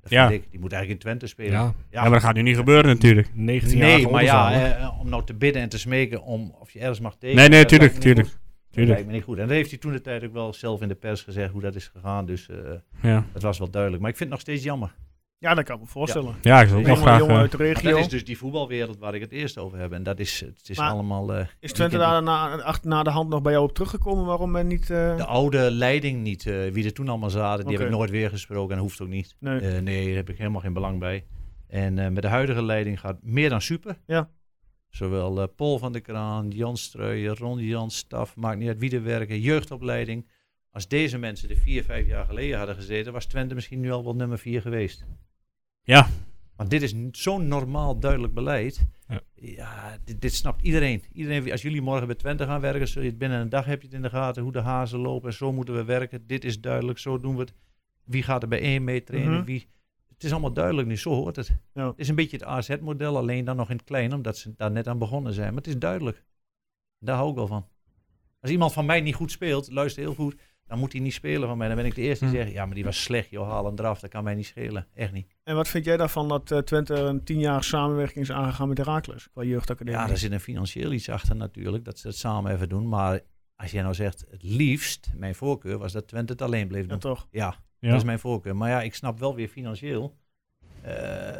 S4: Dat
S3: Ja.
S4: vind ik. Die moet eigenlijk in Twente spelen.
S2: Ja,
S3: Ja, maar dat gaat nu niet gebeuren natuurlijk.
S2: 19 jaar
S4: Nee, maar ja, eh, om nou te bidden en te smeken om of je ergens mag tekenen.
S3: Nee, nee,
S4: dat
S3: tuurlijk,
S4: lijkt me niet
S3: tuurlijk,
S4: goed. Dat
S3: tuurlijk.
S4: lijkt me niet goed. En dat heeft hij toen de tijd ook wel zelf in de pers gezegd hoe dat is gegaan. Dus eh
S3: Ja,
S4: het was wel duidelijk. Maar ik vind het nog steeds jammer.
S1: Ja, dat kan ik me voorstellen.
S3: ja ik zou ook
S1: Een
S3: nog
S1: Jongen,
S3: graag...
S1: jongen
S3: eh,
S1: uit de
S4: Maar
S1: regio.
S4: dat is dus die voetbalwereld waar ik het eerst over heb. En dat is, het is
S1: Maar
S4: allemaal... eh,
S1: Is Twente daar na, ach- na de hand nog bij jou op teruggekomen? Waarom men niet... eh,
S4: de oude leiding niet, eh, wie er toen allemaal zaten, die heb
S1: Oké.
S4: ik nooit weer gesproken en hoeft ook niet.
S1: Nee.
S4: Eh, nee, daar heb ik helemaal geen belang bij. En eh, met de huidige leiding gaat meer dan super.
S1: Ja.
S4: Zowel eh, Paul van der Kraan, Jan Streuer, Ron Jans, staf, maakt niet uit wie er werken, jeugdopleiding. Als deze mensen er vier, vijf jaar geleden hadden gezeten, was Twente misschien nu al wel nummer vier geweest.
S3: Ja.
S4: Want dit is n- zo'n normaal duidelijk beleid.
S2: Ja.
S4: Ja, dit, dit snapt iedereen. iedereen. Als jullie morgen bij Twente gaan werken, zul je het binnen een dag heb je het in de gaten hoe de hazen lopen. En zo moeten we werken. Dit is duidelijk, zo doen we het. Wie gaat er bij één mee trainen?
S1: Mhm.
S4: Wie... Het is allemaal duidelijk nu, zo hoort het.
S1: Ja.
S4: Het is een beetje het AZ-model, alleen dan nog in het klein, omdat ze daar net aan begonnen zijn. Maar het is duidelijk. Daar hou ik wel van. Als iemand van mij niet goed speelt, luister heel goed, dan moet hij niet spelen van mij. Dan ben ik de eerste die
S1: Mhm.
S3: Hm.
S4: zegt, ja, maar die was slecht, joh, haal hem eraf. Dat kan mij niet schelen. Echt niet.
S1: En wat vind jij daarvan dat eh, Twente een tienjarige samenwerking is aangegaan met Heracles? Qua jeugdacademie.
S4: Ja, daar zit een financieel iets achter natuurlijk, dat ze het samen even doen. Maar als jij nou zegt, het liefst, mijn voorkeur was dat Twente het alleen bleef
S1: Ja,
S4: doen.
S1: toch?
S4: Ja,
S3: ja.
S4: dat is mijn voorkeur. Maar ja, ik snap wel weer financieel. eh,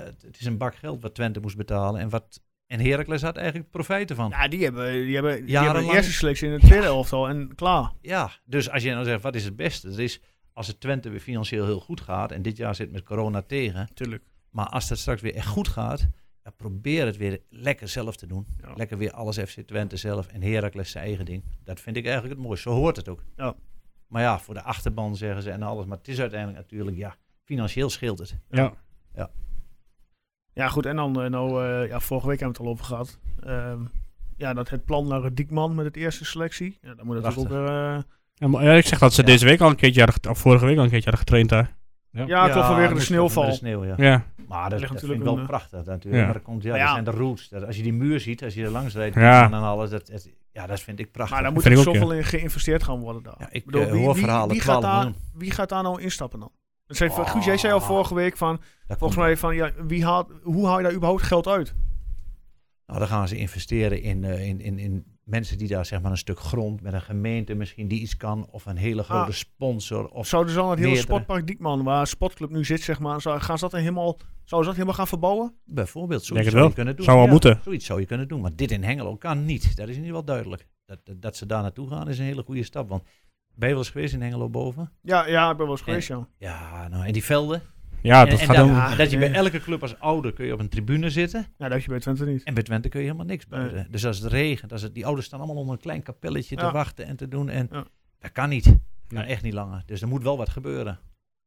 S4: het- het is een bak geld wat Twente moest betalen. En, wat, en Heracles had eigenlijk profijten van.
S1: Ja, die hebben, die hebben, die hebben de
S4: Jarenlang-
S1: eerste selectie in de tweede elftal en klaar.
S4: Ja, dus als je nou zegt, wat is het beste? Dat is als het Twente weer financieel heel goed gaat. En dit jaar zit met corona tegen.
S1: Tuurlijk.
S4: Maar als dat straks weer echt goed gaat, ja, probeer het weer lekker zelf te doen.
S1: Ja.
S4: Lekker weer alles FC Twente zelf en Heracles zijn eigen ding. Dat vind ik eigenlijk het mooiste. Zo hoort het ook.
S1: Ja.
S4: Maar ja, voor de achterban zeggen ze en alles. Maar het is uiteindelijk natuurlijk, ja, financieel scheelt het.
S1: Ja, goed. En dan, eh, nou, eh, ja, vorige week hebben we het al over gehad. Ehm, ja, dat het plan naar het Diekman met het eerste selectie. Ja, dan moet het ook
S4: Prachtig.
S1: weer... eh,
S3: Ja, maar, ja, ik zeg dat ze
S4: Ja.
S3: deze week al een keertje hadden, get- of vorige week al een keertje hadden getraind daar.
S1: ja, klopt, vanwege de
S4: misschien
S1: sneeuwval.
S4: vanwege de sneeuw, ja.
S3: Ja,
S4: Maar dat,
S1: ligt
S4: dat vind
S1: natuurlijk
S4: ik wel
S1: een, eh,
S4: prachtig natuurlijk.
S3: Ja.
S4: Maar dat komt, ja,
S1: Maar
S4: dat
S1: ja.
S4: zijn de roots. Dat, als je die muur ziet, als je er langs rijdt
S3: Ja.
S4: en alles. Dat, dat- ja, dat vind ik prachtig.
S1: Maar daar moet
S3: Vind
S1: er
S3: ik ook,
S1: zoveel in geïnvesteerd gaan worden daar.
S4: Ja, ik
S1: bedoel,
S4: eh,
S1: wie-
S4: hoor
S1: wie-
S4: verhalen
S1: wie gaat
S4: 12
S1: daar-
S4: miljoen.
S1: Wie gaat daar nou instappen dan? Dat zei,
S4: Oh.
S1: Guus, jij zei al vorige week van,
S4: Daar
S1: volgens
S4: komt-
S1: mij van, ja, wie haalt, hoe haal je daar überhaupt geld uit?
S4: Nou, dan gaan ze investeren in, eh, in, in, in mensen die daar zeg maar een stuk grond met een gemeente misschien die iets kan. Of een hele grote
S1: Ah.
S4: sponsor. Of,
S1: Zouden ze dan het hele
S4: meerdere.
S1: sportpark Diekman, waar Sportclub nu zit, zeg maar, zou- gaan ze dat dan helemaal, zouden ze dat helemaal gaan verbouwen?
S4: bijvoorbeeld,
S3: Denk
S4: zoiets
S3: het
S4: zou
S3: wel.
S4: je kunnen doen.
S3: Zou wel
S4: Ja,
S3: moeten.
S4: Zoiets zou je kunnen doen. Maar dit in Hengelo kan niet. Dat is in ieder geval duidelijk. Dat, dat, dat ze daar naartoe gaan is een hele goede stap. Want ben je wel eens geweest in Hengelo boven?
S1: Ja, ja, ik ben wel eens geweest, ja.
S4: Ja, nou, en die velden.
S3: ja
S4: en,
S3: dat
S4: en
S3: gaat
S4: dat,
S3: dan...
S1: Ah,
S4: dat je bij
S1: nee.
S4: elke club als ouder kun je op een tribune zitten.
S1: Ja, dat heb je bij Twente niet.
S4: En bij Twente kun je helemaal niks
S1: Nee.
S4: buiten. Dus als het regent, als het, die ouders staan allemaal onder een klein kapelletje
S1: Ja.
S4: te wachten en te doen. En
S1: Ja.
S4: dat kan niet. Dat kan
S3: Nee.
S4: echt niet langer. Dus er moet wel wat gebeuren.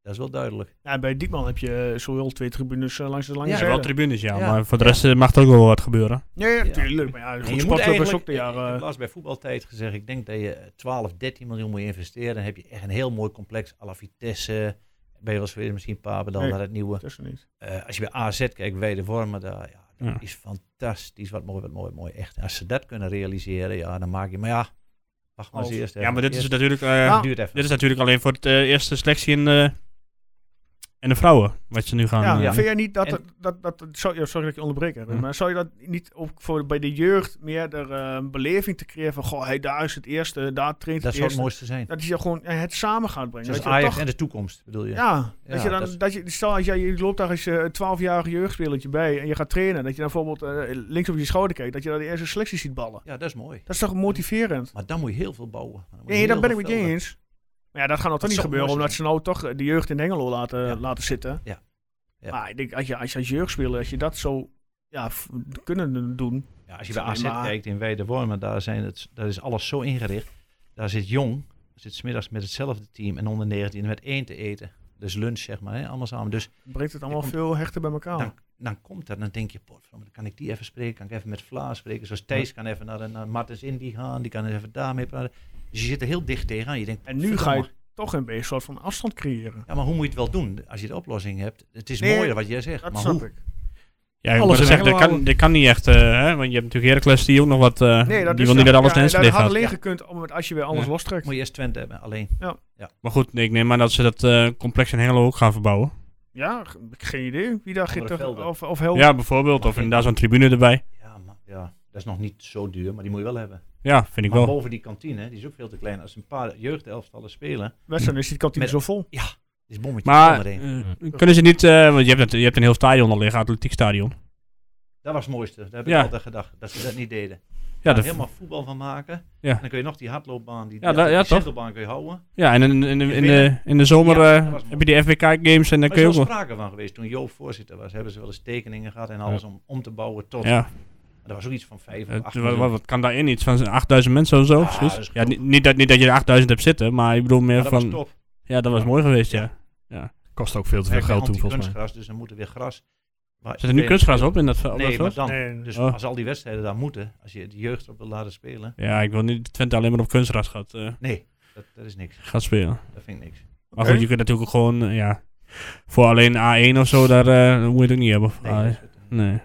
S4: Dat Dat is wel duidelijk.
S1: Ja, bij Diekman heb je eh, zowel twee tribunes eh, langs de lange
S4: Ja,
S1: zijde.
S3: wel tribunes, ja,
S4: Ja.
S3: maar voor de rest eh, mag er ook wel wat gebeuren.
S1: Ja, ja,
S4: Ja.
S1: tuurlijk. Maar ja, een
S4: En
S1: goed
S4: je moet
S1: sportclub is
S4: eigenlijk,
S1: ook de jaren...
S4: ik heb
S1: eh,
S4: laatst bij voetbaltijd gezegd, ik denk dat je 12, 13 miljoen moet investeren. Dan heb je echt een heel mooi complex à la Vitesse. Bij Rosweer misschien Papendal
S1: Nee.
S4: naar het nieuwe.
S1: tussen niet.
S4: Eh, als je bij AZ kijkt, Wedewormen, daar, ja, dat
S3: Ja.
S4: is fantastisch. Wat mooi, wat mooi, mooi. Echt, als ze dat kunnen realiseren, ja, dan maak je... Maar ja, wacht maar eens
S1: Als-
S4: eerst
S3: Ja, maar dit is
S4: Eerst-
S3: natuurlijk, eh,
S1: Ja.
S4: duurt even.
S3: dit is natuurlijk alleen voor het eh, eerste selectie in, eh, in de vrouwen, wat ze nu gaan...
S1: Ja,
S3: eh,
S1: vind jij niet dat...
S4: En-
S1: dat, dat, dat zou, ja, sorry dat ik je onderbreek, Erwin,
S3: Hm.
S1: maar zou je dat niet ook voor, bij de jeugd meer er, eh, een beleving te creëren van... Goh, hij daar is het eerste, daar traint het
S4: dat zou het
S1: eerste.
S4: mooiste zijn.
S1: Dat je gewoon eh, het samen gaat brengen.
S4: Zoals
S1: dat je
S4: Ajax
S1: toch-
S4: en de toekomst, bedoel je?
S1: Ja,
S4: Ja,
S1: dat je dan,
S4: dat is-
S1: dat je, stel als jij je loopt daar als je een 12-jarige jeugdspelertje bij en je gaat trainen, dat je dan bijvoorbeeld eh, links op je schouder kijkt, dat je daar de eerste selectie ziet ballen.
S4: Ja, dat is mooi.
S1: Dat is toch motiverend?
S4: Maar dan moet je heel veel bouwen. Dan moet je
S1: Nee, dat
S4: heel
S1: ben ik
S4: veel
S1: met je
S4: velden.
S1: eens. Maar ja, dat gaat nou toch
S4: Dat
S1: niet
S4: zou
S1: gebeuren,
S4: mooi
S1: omdat ze nou toch eh, de jeugd in Hengelo laten,
S4: Ja.
S1: laten zitten.
S4: Ja. Ja.
S1: Maar ik denk, als je als, je als jeugdspeler, als je dat zo ja, f- kunnen doen.
S4: Ja, als je bij
S1: Nee,
S4: AZ
S1: maar-
S4: kijkt in Weidewormen, daar, zijn het, daar is alles zo ingericht. Daar zit jong, zit smiddags met hetzelfde team en onder 19 met één te eten. Dus lunch, zeg maar, hè, allemaal samen. Dus
S1: Brengt het allemaal
S4: Je komt-
S1: veel hechter bij elkaar.
S4: dan, dan komt dat en dan denk je, potverdomme, dan kan ik die even spreken, kan ik even met Vlaas spreken. Zoals Thijs kan even naar, de- naar Martens Indy gaan, die kan even daarmee praten. Dus je zit er heel dicht tegenaan. Je denkt,
S1: en nu ga je
S4: verdomme.
S1: toch een beetje een soort van afstand creëren.
S4: Ja, maar hoe moet je het wel doen als je de oplossing hebt? Het is
S1: Nee,
S4: mooier wat jij zegt,
S1: Dat
S4: maar
S1: snap
S4: hoe?
S1: ik.
S3: Ja, ik
S1: Alles
S3: moet
S1: in
S3: zeggen,
S1: Hengelo
S3: dat kan,
S1: houden.
S3: dat kan niet echt, eh, hè, want je hebt natuurlijk Heracles die ook nog wat, eh,
S1: Nee, dat
S3: die
S1: is
S3: wil niet
S1: zo.
S3: dat alles
S1: Ja,
S3: naar zijn
S1: Dat
S3: ligt
S1: had
S3: gaat.
S1: alleen gekund om het, als je weer alles
S3: Ja.
S1: lostrekt.
S4: Moet je eerst Twente hebben, alleen.
S3: Maar goed, nee, ik neem aan dat ze dat eh, complex in Hengelo ook gaan verbouwen.
S1: Ja, ge- geen idee. Wie daar
S4: Andere
S1: gitter
S4: velden.
S1: of, of helpt.
S3: Ja, bijvoorbeeld,
S4: Mag
S3: of
S4: ik-
S3: inderdaad zo'n tribune erbij.
S4: Ja, maar ja, dat is nog niet zo duur, maar die moet je wel hebben.
S3: Ja, vind ik
S4: maar
S3: wel.
S4: boven die kantine, die is ook veel te klein. Als een paar jeugdelftallen spelen,
S1: Wedstrijd is die kantine
S4: Met-
S1: zo vol.
S4: is bommetje
S3: Maar
S4: onderheen.
S3: eh, kunnen ze niet, eh, want je hebt, het- je hebt een heel stadion al liggen, atletiekstadion.
S4: Dat was het mooiste. Dat heb
S3: Ja.
S4: ik altijd gedacht, dat ze dat niet deden.
S3: Ja, dat,
S4: Helemaal voetbal van maken.
S3: Ja.
S4: En dan kun je nog die hardloopbaan, die,
S3: Ja,
S4: ja,
S3: dat- ja,
S4: die
S3: toch?
S4: cirkelbaan kun je houden. Maar
S3: ja en in, in, in, in de,
S4: binnen.
S3: in de zomer
S4: Ja,
S3: eh,
S4: dat was mooi.
S3: heb je die FWK-games en dan
S4: er
S3: kun
S4: is
S3: je ook
S4: wel
S3: wel...
S4: sprake van geweest. Toen Joop voorzitter was, hebben ze wel eens tekeningen gehad en alles om om te bouwen tot...
S3: Ja,
S4: Maar Er was ook iets van vijf
S3: eh,
S4: of acht
S3: wat,
S4: miljoen.
S3: wat, wat kan daarin? Iets van 8000 mensen of zo?
S4: Ah,
S3: zoiets?
S4: dat is
S3: ja,
S4: goed.
S3: niet, niet dat, niet dat je er 8000 hebt zitten, maar ik bedoel meer
S4: Maar dat was
S3: van...
S4: top.
S3: Ja, dat was mooi geweest, ja.
S4: Ja.
S2: Kost ook veel te veel
S4: Hij
S2: geld
S4: had
S2: toen, volgens mij.
S4: anti-kunstgras, Dus dan moet er weer gras. Waar-
S3: Zit er nu kunstgras op in dat, op Oh, dat
S4: Nee, maar
S3: veld?
S4: dan.
S1: Nee.
S4: Dus
S3: Oh.
S4: als al die wedstrijden daar moeten, als je de jeugd op wil laten spelen...
S3: Ja, ik wil niet dat Twente alleen maar op kunstgras gaat, eh,
S4: Nee, dat, dat is niks.
S3: gaat spelen.
S4: Dat vind ik niks.
S3: Maar
S1: Oké.
S3: goed, je kunt natuurlijk ook gewoon, eh, ja, voor alleen A1 of zo, daar eh, moet je het ook niet hebben.
S4: Nee,
S3: Ah,
S4: dat is het. eh,
S3: nee.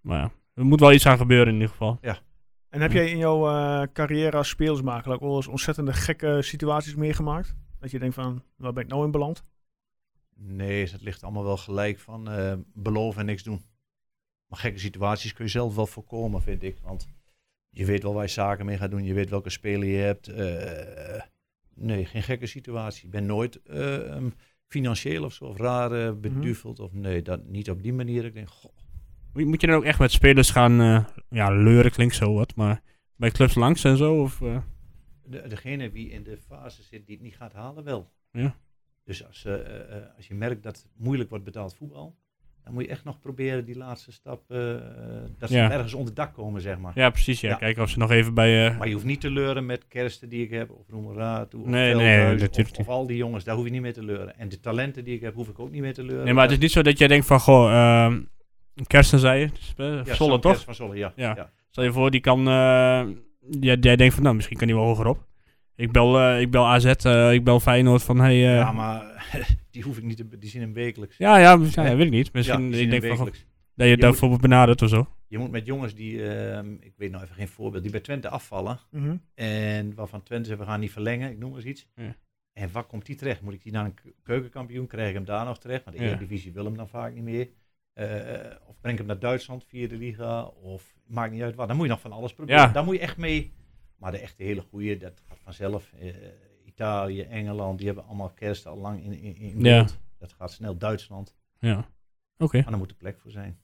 S3: Maar ja, er moet wel iets aan gebeuren in ieder geval.
S1: En heb jij in jouw eh, carrière als speelsmaker ook wel eens ontzettende gekke situaties meegemaakt? Dat je denkt van, waar ben ik nou in beland?
S4: Nee, dus het ligt allemaal wel gelijk van eh, beloven en niks doen. Maar gekke situaties kun je zelf wel voorkomen, vind ik. Want je weet wel waar je zaken mee gaat doen, je weet welke spelen je hebt. Eh, nee, geen gekke situatie. Ik ben nooit eh, ehm, financieel of zo, of raar eh,
S3: Mhm.
S4: beduveld. Of nee, dat niet op die manier. Ik denk, goh,
S3: Moet moet je dan ook echt met spelers gaan, eh, ja, leuren klinkt zo wat, maar bij clubs langs en zo? Of, eh,
S4: de, degene die in de fase zit die het niet gaat halen, wel.
S3: Ja.
S4: Dus als, eh, eh, eh, als je merkt dat het moeilijk wordt betaald voetbal, dan moet je echt nog proberen die laatste stap, eh, dat ze
S3: Ja.
S4: ergens onder dak komen, zeg maar.
S3: ja, precies. Ja.
S4: Ja.
S3: Kijken of ze nog even bij... eh
S4: Maar je hoeft niet te leuren met kersten die ik heb, of Roemeraad, of
S3: Nee,
S4: Veldhuis,
S3: nee,
S4: of-
S3: natuurlijk
S4: of, al die jongens, daar hoef je niet mee te leuren. En de talenten die ik heb, hoef ik ook niet mee te leuren.
S3: nee, maar het is niet zo dat jij denkt van, goh, ehm, Kersten zei je, dus, eh,
S4: Ja,
S3: Zwolle
S4: Sam
S3: toch?
S4: Kerst Van Zolle, ja.
S3: Ja.
S4: ja.
S3: Stel je voor, die kan. eh, ja, jij denkt van, nou, misschien kan die wel hoger op. Ik bel, eh, ik bel AZ, eh, ik bel Feyenoord van, hey. eh,
S4: Ja, maar die hoef ik niet te, be- die zien hem wekelijks.
S3: ja, ja, misschien- ja, weet ik niet.
S4: Ja, die
S3: Misschien
S4: zien hem
S3: ik denk van, goh,
S4: wekelijks.
S3: dat je het
S4: Je moet-
S3: bijvoorbeeld benadert of zo.
S4: Je moet met jongens die, ehm, ik weet nou even geen voorbeeld, die bij Twente afvallen,
S1: Mhm.
S4: en waarvan Twente zegt, we gaan niet verlengen, ik noem maar eens iets.
S3: Ja.
S4: En waar komt die terecht? Moet ik die naar een k- keukenkampioen? Krijg ik hem daar nog terecht? Want de
S3: Ja.
S4: Eredivisie wil hem dan vaak niet meer. Eh, of breng ik hem naar Duitsland, vierde liga, of maakt niet uit wat. Dan moet je nog van alles proberen.
S3: Ja.
S4: Daar moet je echt mee. Maar de echte hele goeie, dat gaat vanzelf. Eh, Italië, Engeland, die hebben allemaal kerst al lang in, in, in
S3: Ja.
S4: beeld. Dat gaat snel. Duitsland,
S3: Ja. Oké.
S4: maar daar moet de plek voor zijn.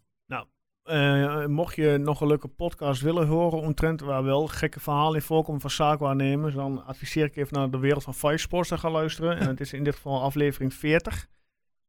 S1: Eh, mocht je nog een leuke podcast willen horen omtrent waar wel gekke verhalen in voorkomen van zaakwaarnemers, dan adviseer ik even naar de wereld van Five Sports te gaan luisteren. En het is in dit geval aflevering 40.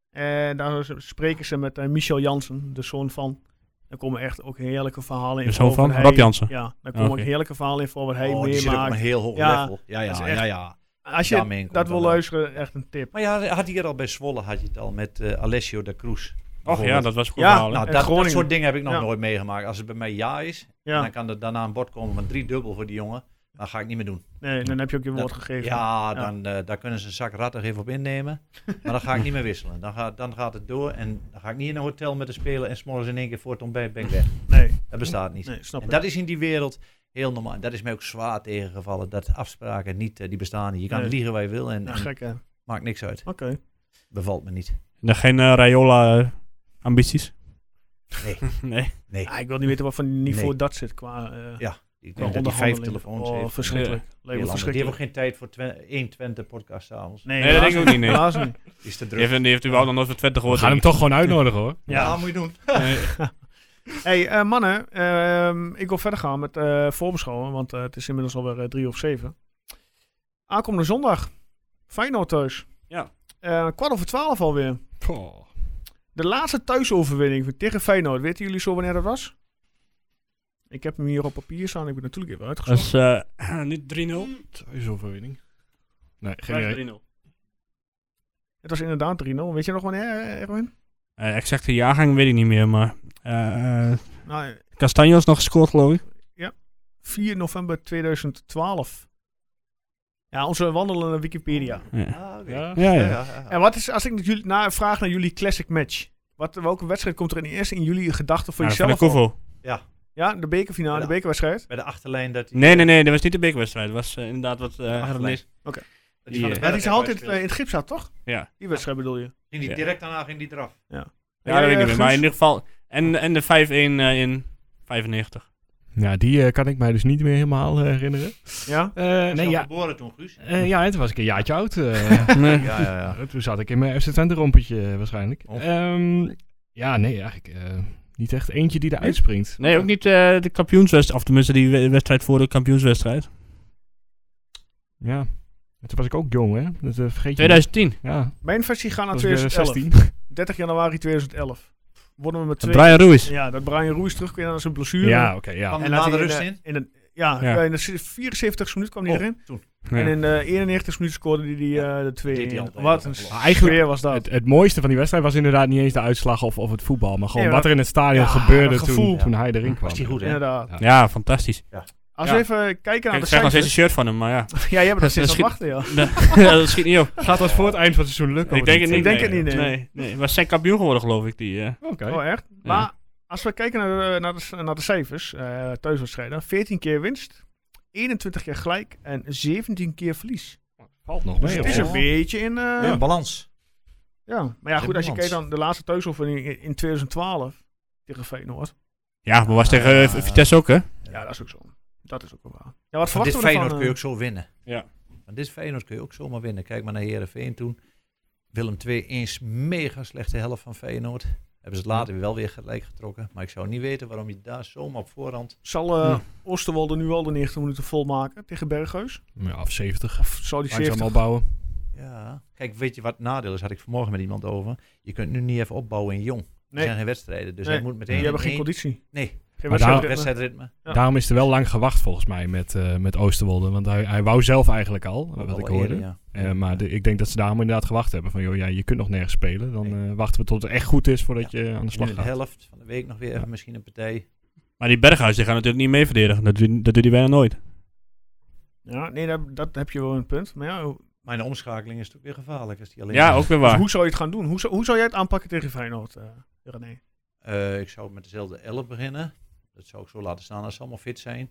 S1: En daar s- spreken ze met eh, Michel Jansen, de zoon van. Daar komen echt ook heerlijke verhalen in
S3: De zoon
S1: voor
S3: van
S1: wat hij-
S3: Rob Jansen?
S1: Ja, daar komen
S3: Oké.
S1: ook heerlijke verhalen in voor wat hij
S4: oh, die zit ook op een
S1: meemaakt.
S4: heel hoog
S1: Ja,
S4: level. Ja, ja,
S1: dat is
S4: ja,
S1: echt-
S4: ja, ja.
S1: Als je
S4: daarmee komt
S1: dat
S4: dan
S1: wil
S4: wel.
S1: luisteren, echt een tip.
S4: Maar ja, had hier al bij Zwolle had je het al met eh, Alessio da Cruz.
S3: Och Oh, ja,
S4: bijvoorbeeld.
S3: dat was een goed
S1: Ja,
S3: verhaal. hè?
S4: nou,
S1: en
S4: dat, dat
S1: Groningen.
S4: soort dingen heb ik nog
S1: Ja.
S4: nooit meegemaakt. Als het bij mij ja is,
S1: Ja,
S4: dan kan er daarna een bord komen van drie dubbel voor die jongen. Dan ga ik niet meer doen.
S1: nee, dan heb je ook je woord
S4: Dat-
S1: gegeven.
S4: Ja, dan, eh, daar kunnen ze een zak ratten even op innemen. Maar dan ga ik niet meer wisselen. Dan, ga, dan gaat het door en dan ga ik niet in een hotel met de spelen en s'morgens in één keer voor het ontbijt ben ik weg.
S1: Nee,
S4: Dat bestaat niet.
S1: nee, snap
S4: En
S1: ik.
S4: dat is in die wereld heel normaal. En dat is mij ook zwaar tegengevallen. Dat afspraken niet, eh, die bestaan niet. Je kan
S1: Nee.
S4: liegen waar je wil en,
S1: Ja,
S4: en
S1: gek hè. Oké.
S4: maakt niks uit. Bevalt me niet.
S3: Dan geen eh, Rayola-ambities?
S4: Nee.
S3: nee.
S4: Nee.
S1: Ah, ik wil niet weten wat voor niveau
S4: Nee.
S1: dat zit qua, eh
S4: Ja, Ik
S1: qua
S4: denk dat die vijf
S1: onderhandeling.
S4: telefoons
S1: oh,
S4: heeft.
S1: verschrikkelijk.
S4: Heel
S1: Leuk,
S4: anders. Die hebben ook
S1: verschrikkelijk.
S4: geen tijd voor twen- één Twente podcast s'avonds.
S1: Nee,
S3: Nee, dat denk ik ook niet, nee.
S1: Helaas niet.
S4: Die is te
S3: Die
S4: druk.
S3: heeft, die heeft überhaupt nog nooit van Twente
S2: We
S3: gehoord.
S2: gaan hem toch gewoon uitnodigen hoor.
S4: Ja,
S1: Ja.
S4: moet je doen.
S1: Hey eh, mannen, ehm, ik wil verder gaan met eh voorbeschouwen, want eh, het is inmiddels alweer eh, drie of zeven. Aankomende zondag, Feyenoord thuis.
S3: Ja.
S1: Eh, kwart over twaalf alweer.
S2: Poh.
S1: De laatste thuisoverwinning tegen Feyenoord, weten jullie zo wanneer dat was? Ik heb hem hier op papier staan, ik heb het natuurlijk even
S3: Dat
S1: uitgezocht.
S3: is eh, niet 3-0.
S2: Thuisoverwinning. Nee, geen idee.
S3: Nee, 3-0.
S1: Het was inderdaad 3-0. Weet je nog wanneer, eh, Erwin?
S3: Eh, exacte jaargang weet ik niet meer, maar... eh eh,
S1: Nou,
S3: Castanjos nog gescoord, geloof ik.
S1: 4 november 2012. Ja, onze wandelende Wikipedia.
S3: Ja.
S4: Ah, oké.
S2: Ja.
S3: Ja, Oh, ja.
S1: En wat is, als ik met jullie, na, vraag naar jullie classic match. Wat, welke wedstrijd komt er in eerste in jullie gedachten voor
S3: Ja, van de
S1: jezelf? op?
S3: Koevo.
S1: Ja, de bekerfinale,
S4: Ja.
S1: de bekerwedstrijd.
S4: Bij de achterlijn dat hij...
S3: Nee, nee, nee, dat was niet de bekerwedstrijd. Dat was eh, inderdaad wat... eh,
S4: achterlijn.
S3: Hermes-
S1: Oké.
S4: Dat hij van de
S3: Ja,
S1: Ja, die
S4: Berg
S1: is altijd eh,
S4: uitspeelde.
S1: in het gips zat, toch?
S3: Ja.
S1: Die wedstrijd bedoel je. eh,
S4: Ging die
S3: Ja.
S4: direct daarna ging die eraf.
S3: Ja, dat weet ik niet meer. Maar in
S1: Guus?
S3: ieder geval... En, en de 5-1 eh, in 95.
S2: Ja, die eh, kan ik mij dus niet meer helemaal eh, herinneren.
S1: Ja?
S2: Eh,
S4: Hij
S2: nee,
S4: is
S2: ja.
S4: nog geboren toen, Guus.
S2: Eh, ja, en toen was ik een jaartje oud. eh.
S3: Nee.
S4: Ja, ja, ja.
S2: Eh, Toen zat ik in mijn FC Twente rompetje eh, waarschijnlijk.
S4: Of-
S2: Ehm, ja, nee, eigenlijk eh, niet echt eentje die eruit springt.
S3: Nee, ook niet eh, de kampioenswedstrijd. Of tenminste die we- wedstrijd voor de kampioenswedstrijd.
S2: Ja. En toen was ik ook jong, hè? Dat eh, vergeet je. niet.
S3: 2010.
S2: Ja.
S1: Mijn versie gaat naar
S2: Toen was ik, eh,
S1: 2011.
S2: 16.
S1: 30 januari 2011. Wonnen we met twee.
S3: Brian Ruiz.
S1: Ja, dat Brian Ruiz terugkwam na zijn blessure.
S2: Ja, oké, ja.
S4: Kwam
S1: En
S4: er
S1: laat
S4: na
S1: hij
S4: de
S1: in
S4: rust
S1: de-
S4: in?
S1: in de, ja,
S3: Ja.
S1: ja, in de 74 minuut kwam hij
S4: Oh,
S1: erin.
S4: toen.
S1: En in de 91 minuut scoorde hij die, eh, de
S4: Deed hij
S1: 2
S4: altijd.
S1: Wat een
S4: Maar
S2: eigenlijk-
S1: sfeer was dat.
S2: Het, het mooiste van die wedstrijd was inderdaad niet eens de uitslag of, of het voetbal, maar gewoon
S1: Nee,
S2: wat er in het stadion
S1: ja,
S2: gebeurde
S1: dat gevoel.
S2: toen, toen hij erin kwam.
S4: Was die goed, hè?
S1: Inderdaad.
S2: Ja.
S3: Ja, fantastisch.
S1: Als
S3: Ja.
S1: we even kijken naar
S3: Ik
S1: de
S3: krijg nog steeds een
S1: cijfers.
S3: shirt van hem, maar ja.
S1: Ja, jij bent er steeds aan
S3: schiet-
S1: het wachten, ja.
S3: dat schiet niet op.
S2: Gaat dat voor het eind van het seizoen lukken?
S3: Ik denk het niet.
S1: Ik denk het niet, nee.
S3: nee, nee. Maar ze zijn kampioen geworden, geloof ik. Die, eh.
S2: Oké.
S1: Oh, echt? Maar als we kijken naar de, naar de, naar de cijfers, eh thuiswedstrijden, 14 keer winst, 21 keer gelijk en 17 keer verlies. Dus
S2: Valt nog mee.
S1: Het is
S2: hoor.
S1: een beetje in... eh,
S4: Ja,
S1: ja.
S4: balans.
S1: Maar ja, goed, als je
S4: Balans.
S1: kijkt dan de laatste thuisoefening in, in 2012 tegen Feyenoord.
S3: Ja, maar was tegen eh,
S4: Ah.
S3: Vitesse ook, hè?
S1: Ja, dat is ook zo. Dat is ook wel waar. Ja, wat
S4: Van
S1: verwachten
S4: dit
S1: we ervan?
S4: Feyenoord
S1: eh?
S4: kun je ook zo winnen.
S3: Ja.
S4: Van dit Feyenoord kun je ook zomaar winnen. Kijk maar naar Herenveen toen. Willem II eens mega slechte helft van Feyenoord. Hebben ze het later wel weer gelijk getrokken. Maar ik zou niet weten waarom je daar zomaar op voorhand...
S1: Zal eh
S3: Ja.
S1: Oosterwolde nu al de 90 minuten volmaken tegen Bergheus?
S2: Ja, of 70.
S1: Of zal die
S2: Langzaam
S1: 70...
S2: opbouwen.
S4: Ja. Kijk, weet je wat het nadeel is? Had ik vanmorgen met iemand over. Je kunt nu niet even opbouwen in jong. Er
S1: Nee,
S4: zijn geen wedstrijden. Dus
S1: Nee.
S4: hij moet meteen...
S1: die hebben geen
S4: in één-
S1: conditie.
S4: Nee,
S1: Geen
S2: Maar
S1: wedstrijdritme.
S4: wedstrijdritme.
S1: Ja.
S2: Daarom is er wel lang gewacht volgens mij met, eh, met Oosterwolde. Want hij, hij wou zelf eigenlijk al,
S4: Al
S2: wat ik
S4: eerder,
S2: hoorde.
S4: ja.
S2: Eh, maar de- ik denk dat ze daarom inderdaad gewacht hebben. Van joh, ja, je kunt nog nergens spelen. Dan eh, wachten we tot het echt goed is voordat je aan de
S4: Nu
S2: slag
S4: in de
S2: gaat.
S4: helft van de week nog weer even misschien een partij.
S3: Maar die Berghuis, die gaan natuurlijk niet mee verdedigen. Dat, doet- dat doet hij bijna nooit.
S1: Ja, nee, dat, dat heb je wel een punt. Maar ja, hoe- dus
S4: Maar in de omschakeling is het ook weer gevaarlijk. Als die alleen
S3: Ja, ook weer waar.
S1: hoe zou je het gaan doen? Hoe zou, hoe zou jij het aanpakken tegen Feyenoord, eh René?
S4: Eh, ik zou met dezelfde 11 beginnen. Dat zou ik zo laten staan als ze allemaal fit zijn.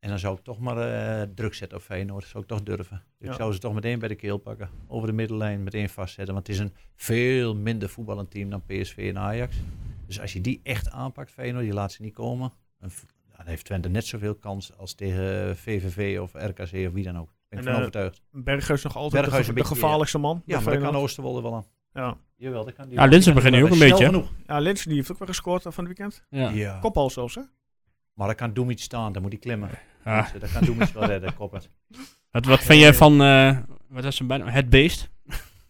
S4: En dan zou ik toch maar eh, druk zetten op Feyenoord. zou ik toch durven.
S1: Ja.
S4: Ik zou ze toch meteen bij de keel pakken. Over de middenlijn meteen vastzetten. Want het is een veel minder voetballend team dan PSV en Ajax. Dus als je die echt aanpakt, Feyenoord, je laat ze niet komen. een v- Dan heeft Twente net zoveel kans als tegen VVV of RKC of wie dan ook. Daar
S1: En,
S4: ben ik van
S1: eh,
S4: overtuigd.
S1: Berghuis nog altijd
S4: Berghuis
S1: de,
S4: een
S1: de
S4: beetje,
S1: gevaarlijkste man.
S4: Ja,
S1: bij
S4: maar daar kan
S1: Feyenoord.
S4: Oosterwolde wel aan.
S1: Ja,
S4: Jawel, dat kan die
S3: Ja, Linssen
S4: die kan
S3: begint nu ook
S4: wel.
S3: een
S4: Snel
S1: ja Linssen die heeft ook weer gescoord eh, van het weekend.
S3: Ja.
S4: genoeg. Ja.
S1: Kopbal zelfs, hè?
S4: Maar dat kan Doemits staan, dan moet hij klimmen.
S3: Ah.
S4: Dus, eh, dat kan Doemits wel redden, koppert.
S3: Wat, wat vind jij van... eh, wat was zijn bijna? Het beest?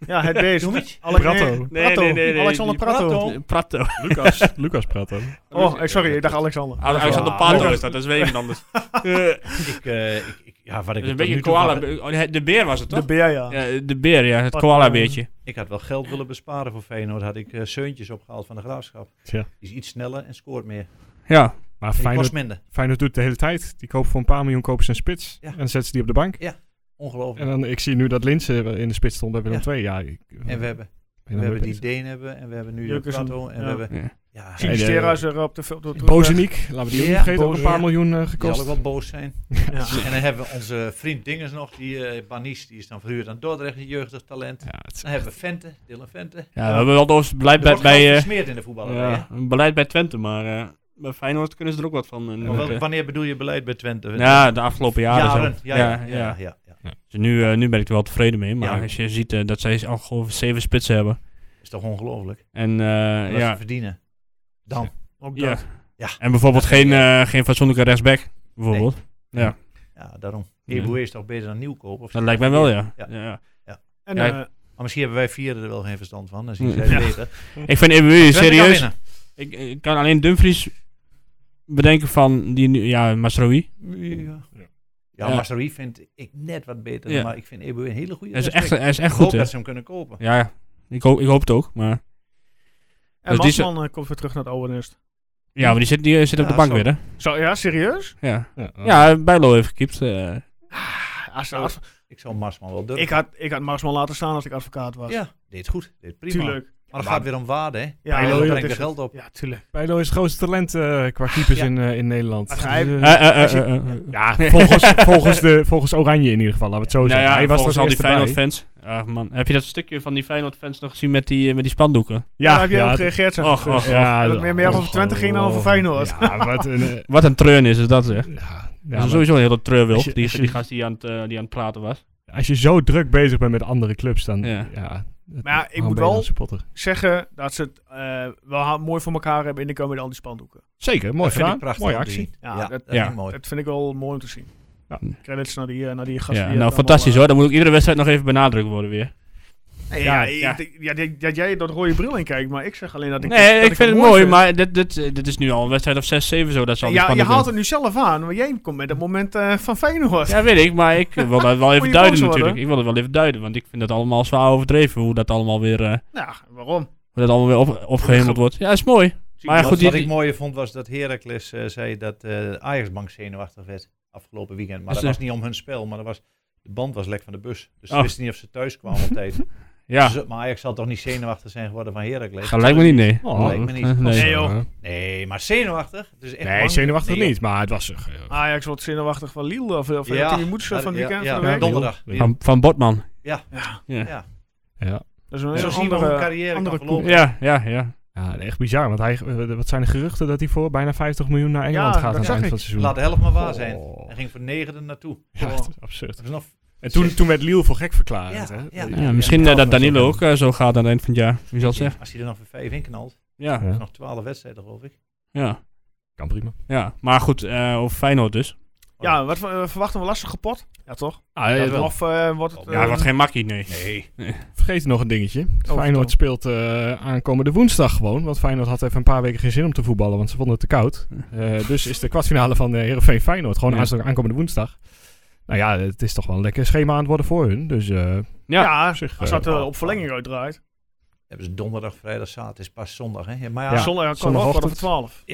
S1: Ja, het beest.
S4: Doemits?
S1: Alec-
S2: Pratto.
S1: nee, Pratto. Alexander
S3: die-
S1: Pratto.
S3: Eh, Pratto.
S2: Lucas, Lucas praat dan.
S1: Oh, eh, sorry, ik dacht Alexander.
S3: Alexander
S4: Ah,
S3: Pratto
S4: Lucas.
S3: is dat, dat is weer iemand anders. Eh,
S4: ik, eh, ik, ik, Ja, wat ik
S3: Dat is een
S4: tot
S3: beetje
S4: nu
S3: een
S4: toe
S3: koala.
S4: van-
S3: be- oh, nee, De beer was het
S1: De
S3: toch?
S1: beer, ja.
S3: ja, de beer, ja. Het
S1: Wat,
S3: koala-beertje.
S4: Ik had wel geld willen besparen voor Feyenoord. Had ik eh Seuntjes opgehaald van de Graafschap.
S2: Tja.
S4: Die is iets sneller en scoort meer.
S3: Ja.
S2: Maar
S4: En die
S2: Feyenoord,
S4: kost minder.
S2: Feyenoord doet het de hele tijd. Die koopt voor een paar miljoen kopen ze een spits.
S4: Ja.
S2: En dan zetten ze die op de bank. En
S4: Ongelooflijk.
S2: dan, ik zie nu dat Linsen in de spits stond bij Willem
S4: Ja.
S2: II. Ja, ik- eh,
S4: En we hebben,
S2: ben er
S4: we hebben
S2: mee bezig.
S4: die Deen hebben. En we hebben nu
S1: Jurgensen,
S4: Prato. En we
S1: ja.
S4: hebben...
S3: ja.
S4: Ja, die
S1: Sinistera is er op de... Op de terugweg.
S2: Bozeniek, laten we die ook niet
S4: Ja,
S2: vergeten. Ook een paar
S4: Bozeniek.
S2: miljoen eh,
S4: zal ook
S2: gekost.
S4: wel boos zijn.
S1: Ja.
S4: En dan hebben we onze vriend Dingers nog. Die eh Banis, die is dan verhuurd aan Dordrecht. Een jeugdig talent.
S2: Ja, het is-
S4: Dan hebben we Vente. Dylan Vente.
S3: Ja, we hebben wel door het beleid
S4: Er
S3: bij,
S4: wordt bij,
S3: bij, eh,
S4: gesmeerd in de voetballerij. hè?
S3: ja, een beleid bij Twente, maar eh, bij Feyenoord kunnen ze er ook wat van. eh,
S4: Maar wel-
S3: noemen.
S4: wanneer bedoel je beleid bij Twente?
S3: ja, de afgelopen jaren. zo.
S4: Jaren. Ja, ja, ja. ja, ja.
S3: Dus nu, eh, nu ben ik er wel tevreden mee. Maar
S4: Ja.
S3: als je ziet eh, dat zij al gewoon zeven spitsen hebben.
S4: Is toch ongelooflijk?
S3: En, eh,
S4: Wat
S3: ja,
S4: ze verdienen. Dan.
S1: Ook
S3: ja.
S1: dat.
S4: Ja.
S3: en bijvoorbeeld geen, eh, geen fatsoenlijke rechtsback. Bijvoorbeeld.
S4: Ja, daarom.
S3: Ja.
S4: Eboué is toch beter dan Nieuwkoop? Of
S3: Dat lijkt mij wel, ja.
S4: Ja.
S3: Ja.
S1: En
S3: Ja,
S1: eh,
S4: Maar misschien hebben wij vieren er wel geen verstand van. Dan zien
S3: Ja.
S4: zij het beter.
S3: Ik vind EBU
S4: Twente kan
S3: serieus.
S4: winnen.
S3: Ik, eh, ik kan alleen Dumfries bedenken van die nu, ja, Masrowi.
S4: Ja, ja,
S3: Ja.
S4: Masraoui vind ik net wat beter.
S3: Ja.
S4: Maar ik vind Eboué een hele goede
S3: Hij is echt,
S4: rechtsback.
S3: hij is echt
S4: Ik
S3: goed,
S4: hoop
S3: hè.
S4: dat ze hem kunnen kopen.
S3: Ja, ik hoop, ik hoop het ook, maar...
S1: en
S3: die zijn-
S1: Marsman eh, komt weer terug naar het oude nest.
S3: Ja, maar die zit, die eh, zit op
S4: Ja,
S3: de bank
S4: zo.
S3: weer, hè?
S1: Zo, ja, serieus?
S3: Ja,
S2: ja,
S3: ja Bijlo heeft gekiept. eh.
S1: Ah, Als, als-
S4: Ik zou Marsman wel durven.
S1: ik, had, ik had Marsman laten staan als ik advocaat was.
S4: Ja, deed goed. Deed prima.
S1: tuurlijk.
S4: Maar dat gaat weer om waarde, hè?
S1: Ja,
S4: Ja,
S1: ja, dat
S4: dan brengt
S1: is
S4: er
S1: het.
S4: geld op.
S1: Ja, tuurlijk.
S2: Bijlo is het grootste talent eh, qua keepers
S1: Ja.
S2: in, eh, in Nederland.
S1: Maar hij-
S2: Dus, eh,
S3: Eh, eh, eh,
S2: als je-
S3: eh, eh.
S2: ja, volgens, volgens, de, volgens Oranje in ieder geval, laten we het zo
S3: Nou
S2: zeggen.
S3: ja,
S2: hij was als
S3: volgens al die
S2: eerste bij.
S3: Feyenoord-fans. Ach man, heb je dat stukje van die Feyenoord-fans nog gezien met die, eh, met die spandoeken?
S1: Ja, daar heb jij op
S2: het-
S1: gereageerd, zeg.
S3: Och, och, och.
S1: dat het eh, meer- meer over
S2: oh,
S1: Twente ging dan over Feyenoord.
S2: Ja, wat een... eh,
S3: Wat een treun is, is dat zeg.
S2: ja, ja,
S3: dat is
S2: maar
S3: sowieso een hele treurwilp,
S2: als je-
S3: die,
S2: als je-
S3: die gast die aan, het, eh, die aan het praten was.
S2: Als je zo druk bezig bent met andere clubs, dan...
S3: Ja.
S2: Ja.
S1: Maar ja, ik
S2: waarom
S1: moet
S2: ben je dan
S1: wel-
S2: supporter?
S1: Zeggen dat ze het eh, wel ha- mooi voor elkaar hebben in de komende al die spandoeken.
S2: Zeker, mooi
S4: Dat vind ik
S2: gedaan.
S4: prachtig.
S2: Mooie
S4: om te
S2: actie.
S4: zien.
S1: Ja,
S4: Ja,
S1: dat-
S4: dat vind
S3: ja.
S4: ik mooi.
S1: Dat vind ik wel mooi om te zien.
S2: Ja.
S1: Credits naar die, eh, naar die gast.
S3: Ja,
S1: die
S3: nou
S1: het
S3: fantastisch
S1: allemaal,
S3: hoor, dan moet ook iedere wedstrijd nog even benadrukt worden weer.
S1: eh, nee, Ja,
S3: Ja,
S1: ik- ik- ja, dat- dat jij dat rode bril in kijkt, maar ik zeg alleen dat ik.
S3: Nee,
S1: dat
S3: ik vind het
S1: mooi
S3: mooi, maar dit, dit, eh, dit is nu al een wedstrijd of 6, 7 zo dat ze al die
S1: Ja, je
S3: spandoeken
S1: haalt het nu zelf aan, maar jij komt met dat moment eh, van Feyenoord.
S3: Ja, weet ik, maar ik eh, wil dat wel
S1: Moet
S3: even
S1: je
S3: duiden
S1: boos worden?
S3: natuurlijk. Ik wil het wel even duiden, want ik vind het allemaal zwaar overdreven hoe dat allemaal weer, eh,
S1: Nou, waarom?
S3: hoe dat allemaal weer op, opgehemeld wordt. Ja, is mooi. Maar ja,
S4: Wat-
S3: goed, die,
S4: wat ik mooier vond was dat Heracles eh, zei dat eh, de Ajaxbank zenuwachtig werd afgelopen weekend.
S2: Dus
S4: Maar
S3: Dat
S4: dat,
S3: is
S4: was niet om hun spel, maar dat was, de band was lek van de bus. Dus ze
S3: Oh.
S4: wisten niet of ze thuis kwamen op tijd.
S3: ja,
S4: Dus, maar Ajax zal toch niet zenuwachtig zijn geworden van Heracles?
S3: dat lijkt me niet, nee.
S2: Oh,
S4: lijkt me niet.
S3: Nee.
S1: Nee, joh.
S4: Nee, maar zenuwachtig? Het is echt
S2: Nee,
S4: bang.
S2: zenuwachtig
S4: Nee,
S2: niet, maar het was... eh,
S1: Ajax wordt zenuwachtig van Lille of, of
S4: joh.
S1: ja, die moeder van het
S4: ja,
S1: weekend.
S4: ja,
S1: van de week.
S4: donderdag.
S2: Ja.
S3: Van, van Botman.
S1: Ja,
S2: ja.
S1: dat is een
S4: Ja. Zo
S1: hele
S4: zien we hoe een
S1: andere,
S4: carrière kan
S1: andere
S4: verlopen.
S3: Ja, ja, ja.
S2: Ja, echt bizar. Want hij, eh, wat zijn de geruchten dat hij voor bijna 50 miljoen naar Engeland
S1: Ja,
S2: gaat aan
S1: dat
S2: het
S1: zag
S2: eind
S1: ik.
S2: van het seizoen?
S4: Laat de helft maar waar zijn.
S2: Oh.
S4: Hij ging voor negende naartoe.
S2: Ja, dat is absurd.
S4: Dat is nog
S2: En toen, toen werd Liel voor gek verklaard.
S4: Ja,
S2: hè?
S4: ja.
S3: Ja, misschien eh, dat Danilo ook eh, zo gaat aan het eind van het jaar. Wie zal het zeggen?
S4: Als hij er nog voor vijf in knalt,
S3: Ja,
S2: Ja.
S4: nog twaalf wedstrijden geloof ik.
S3: ja,
S2: Kan prima.
S3: ja. Maar goed, eh over Feyenoord dus.
S1: Ja, wat eh, verwachten we? Lastige pot? Ja, toch?
S2: Ah,
S4: ja,
S2: eh,
S4: wel.
S1: Of eh, wordt het...
S4: Ja,
S3: Ja,
S1: eh,
S3: wat geen makkie, nee.
S4: Nee.
S2: vergeet nog een
S4: Oh,
S2: dingetje. Feyenoord speelt eh, aankomende woensdag gewoon. Want Feyenoord had even een paar weken geen zin om te voetballen, want ze vonden het te koud. Eh, dus is de kwartfinale van de Heerenveen Feyenoord gewoon
S3: Ja.
S2: aanstaan- aankomende woensdag. Nou ja, het is toch wel een lekker schema aan het worden voor hun. Dus eh,
S1: ja,
S3: Ja,
S2: op zich,
S1: als
S2: eh,
S1: dat eh, op verlenging uitdraait.
S4: Hebben ze donderdag, vrijdag, zaterdag. Het is pas zondag, hè? Ja, maar ja,
S1: Ja, zondag kan wel
S2: zondagochtend.
S1: kwart over twaalf.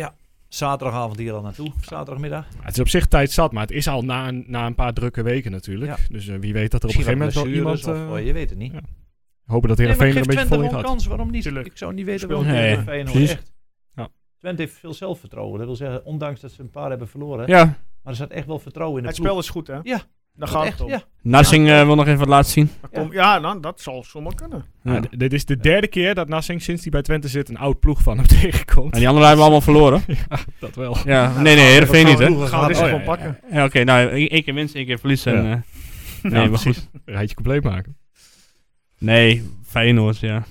S4: zaterdagavond hier al naartoe. Zaterdagmiddag.
S2: het is op zich tijd zat, maar het is al na, een- na een paar drukke weken natuurlijk.
S4: Ja.
S2: Dus eh, wie weet dat er op een
S4: Misschien
S2: gegeven
S4: wat
S2: moment wel
S4: blessures
S2: iemand...
S4: of,
S2: eh,
S4: eh, je weet het niet.
S2: ja, hopen dat Heerenveen er een beetje vol in gaat.
S4: kans, waarom niet?
S1: Tuurlijk.
S4: Ik zou niet weten
S1: Speelt
S4: waarom
S3: niet.
S4: nee,
S3: Nee,
S4: Feyenoord
S3: precies.
S4: echt.
S2: Ja.
S4: Twente heeft veel zelfvertrouwen. Dat wil zeggen, ondanks dat ze een paar hebben verloren.
S3: ja.
S4: Maar er zat echt wel vertrouwen in de
S1: Het
S4: ploeg.
S1: spel is goed, hè?
S4: Ja.
S1: Daar
S4: Dat
S1: gaat
S4: echt,
S1: het om.
S4: Ja.
S3: Narsing eh, wil nog even wat laten zien.
S1: Dan
S4: Ja.
S1: kom- Ja, nou, dat zal zomaar kunnen.
S3: Ja.
S2: Ja, d- dit is de derde keer dat Nassing sinds hij bij Twente zit een oud ploeg van hem tegenkomt.
S3: En die anderen hebben allemaal verloren.
S2: Dat wel.
S3: Ja, nee, nee, Heerenveen niet, hè.
S1: Dan gaan we dit
S2: Oh, ja,
S1: gewoon
S2: ja,
S1: pakken.
S3: Ja, Oké, nou, één één keer winst, één keer verlies. En,
S2: Ja.
S3: eh,
S2: Ja,
S3: nee, maar
S2: precies.
S3: goed.
S2: Een rijtje compleet maken.
S3: Nee, Feyenoord, ja.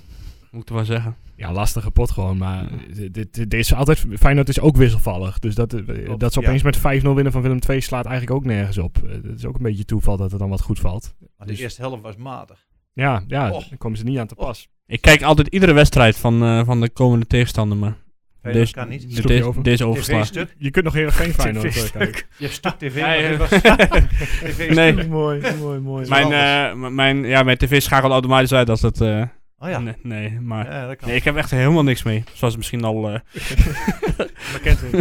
S3: Moet ik er wel zeggen.
S2: Ja, lastige pot gewoon, maar dit, dit, dit is altijd, Feyenoord is ook wisselvallig. Dus dat, eh,
S4: Klopt,
S2: dat ze
S4: ja.
S2: opeens met 5-0 winnen van Willem II slaat eigenlijk ook nergens op. Eh, Het is ook een beetje toeval dat het dan wat goed valt.
S4: Maar de
S2: Dus-
S4: eerste helft was matig.
S2: Ja, ja
S4: Och.
S2: dan komen ze niet aan te pas.
S3: Ik kijk altijd iedere wedstrijd van, eh, van de komende tegenstander, maar
S4: Feyenoord
S3: Deze-
S4: kan niet.
S2: Stokje
S3: Deze,
S2: over.
S3: deze overslag.
S4: TV-stuk.
S2: Je kunt nog Heerenveen Feyenoord eh,
S1: Tv-stuk.
S2: kijken.
S4: Je hebt stuk TV.
S3: Ja, ja.
S4: maar dit was- TV
S3: Nee.
S1: mooi, mooi, mooi.
S3: Mijn, eh, m- mijn, ja, mijn tv schakelt automatisch uit als dat... eh,
S4: Oh ja.
S3: nee, nee, maar...
S4: Ja, dat kan.
S3: Nee, ik heb echt helemaal niks mee. Zoals misschien al... eh,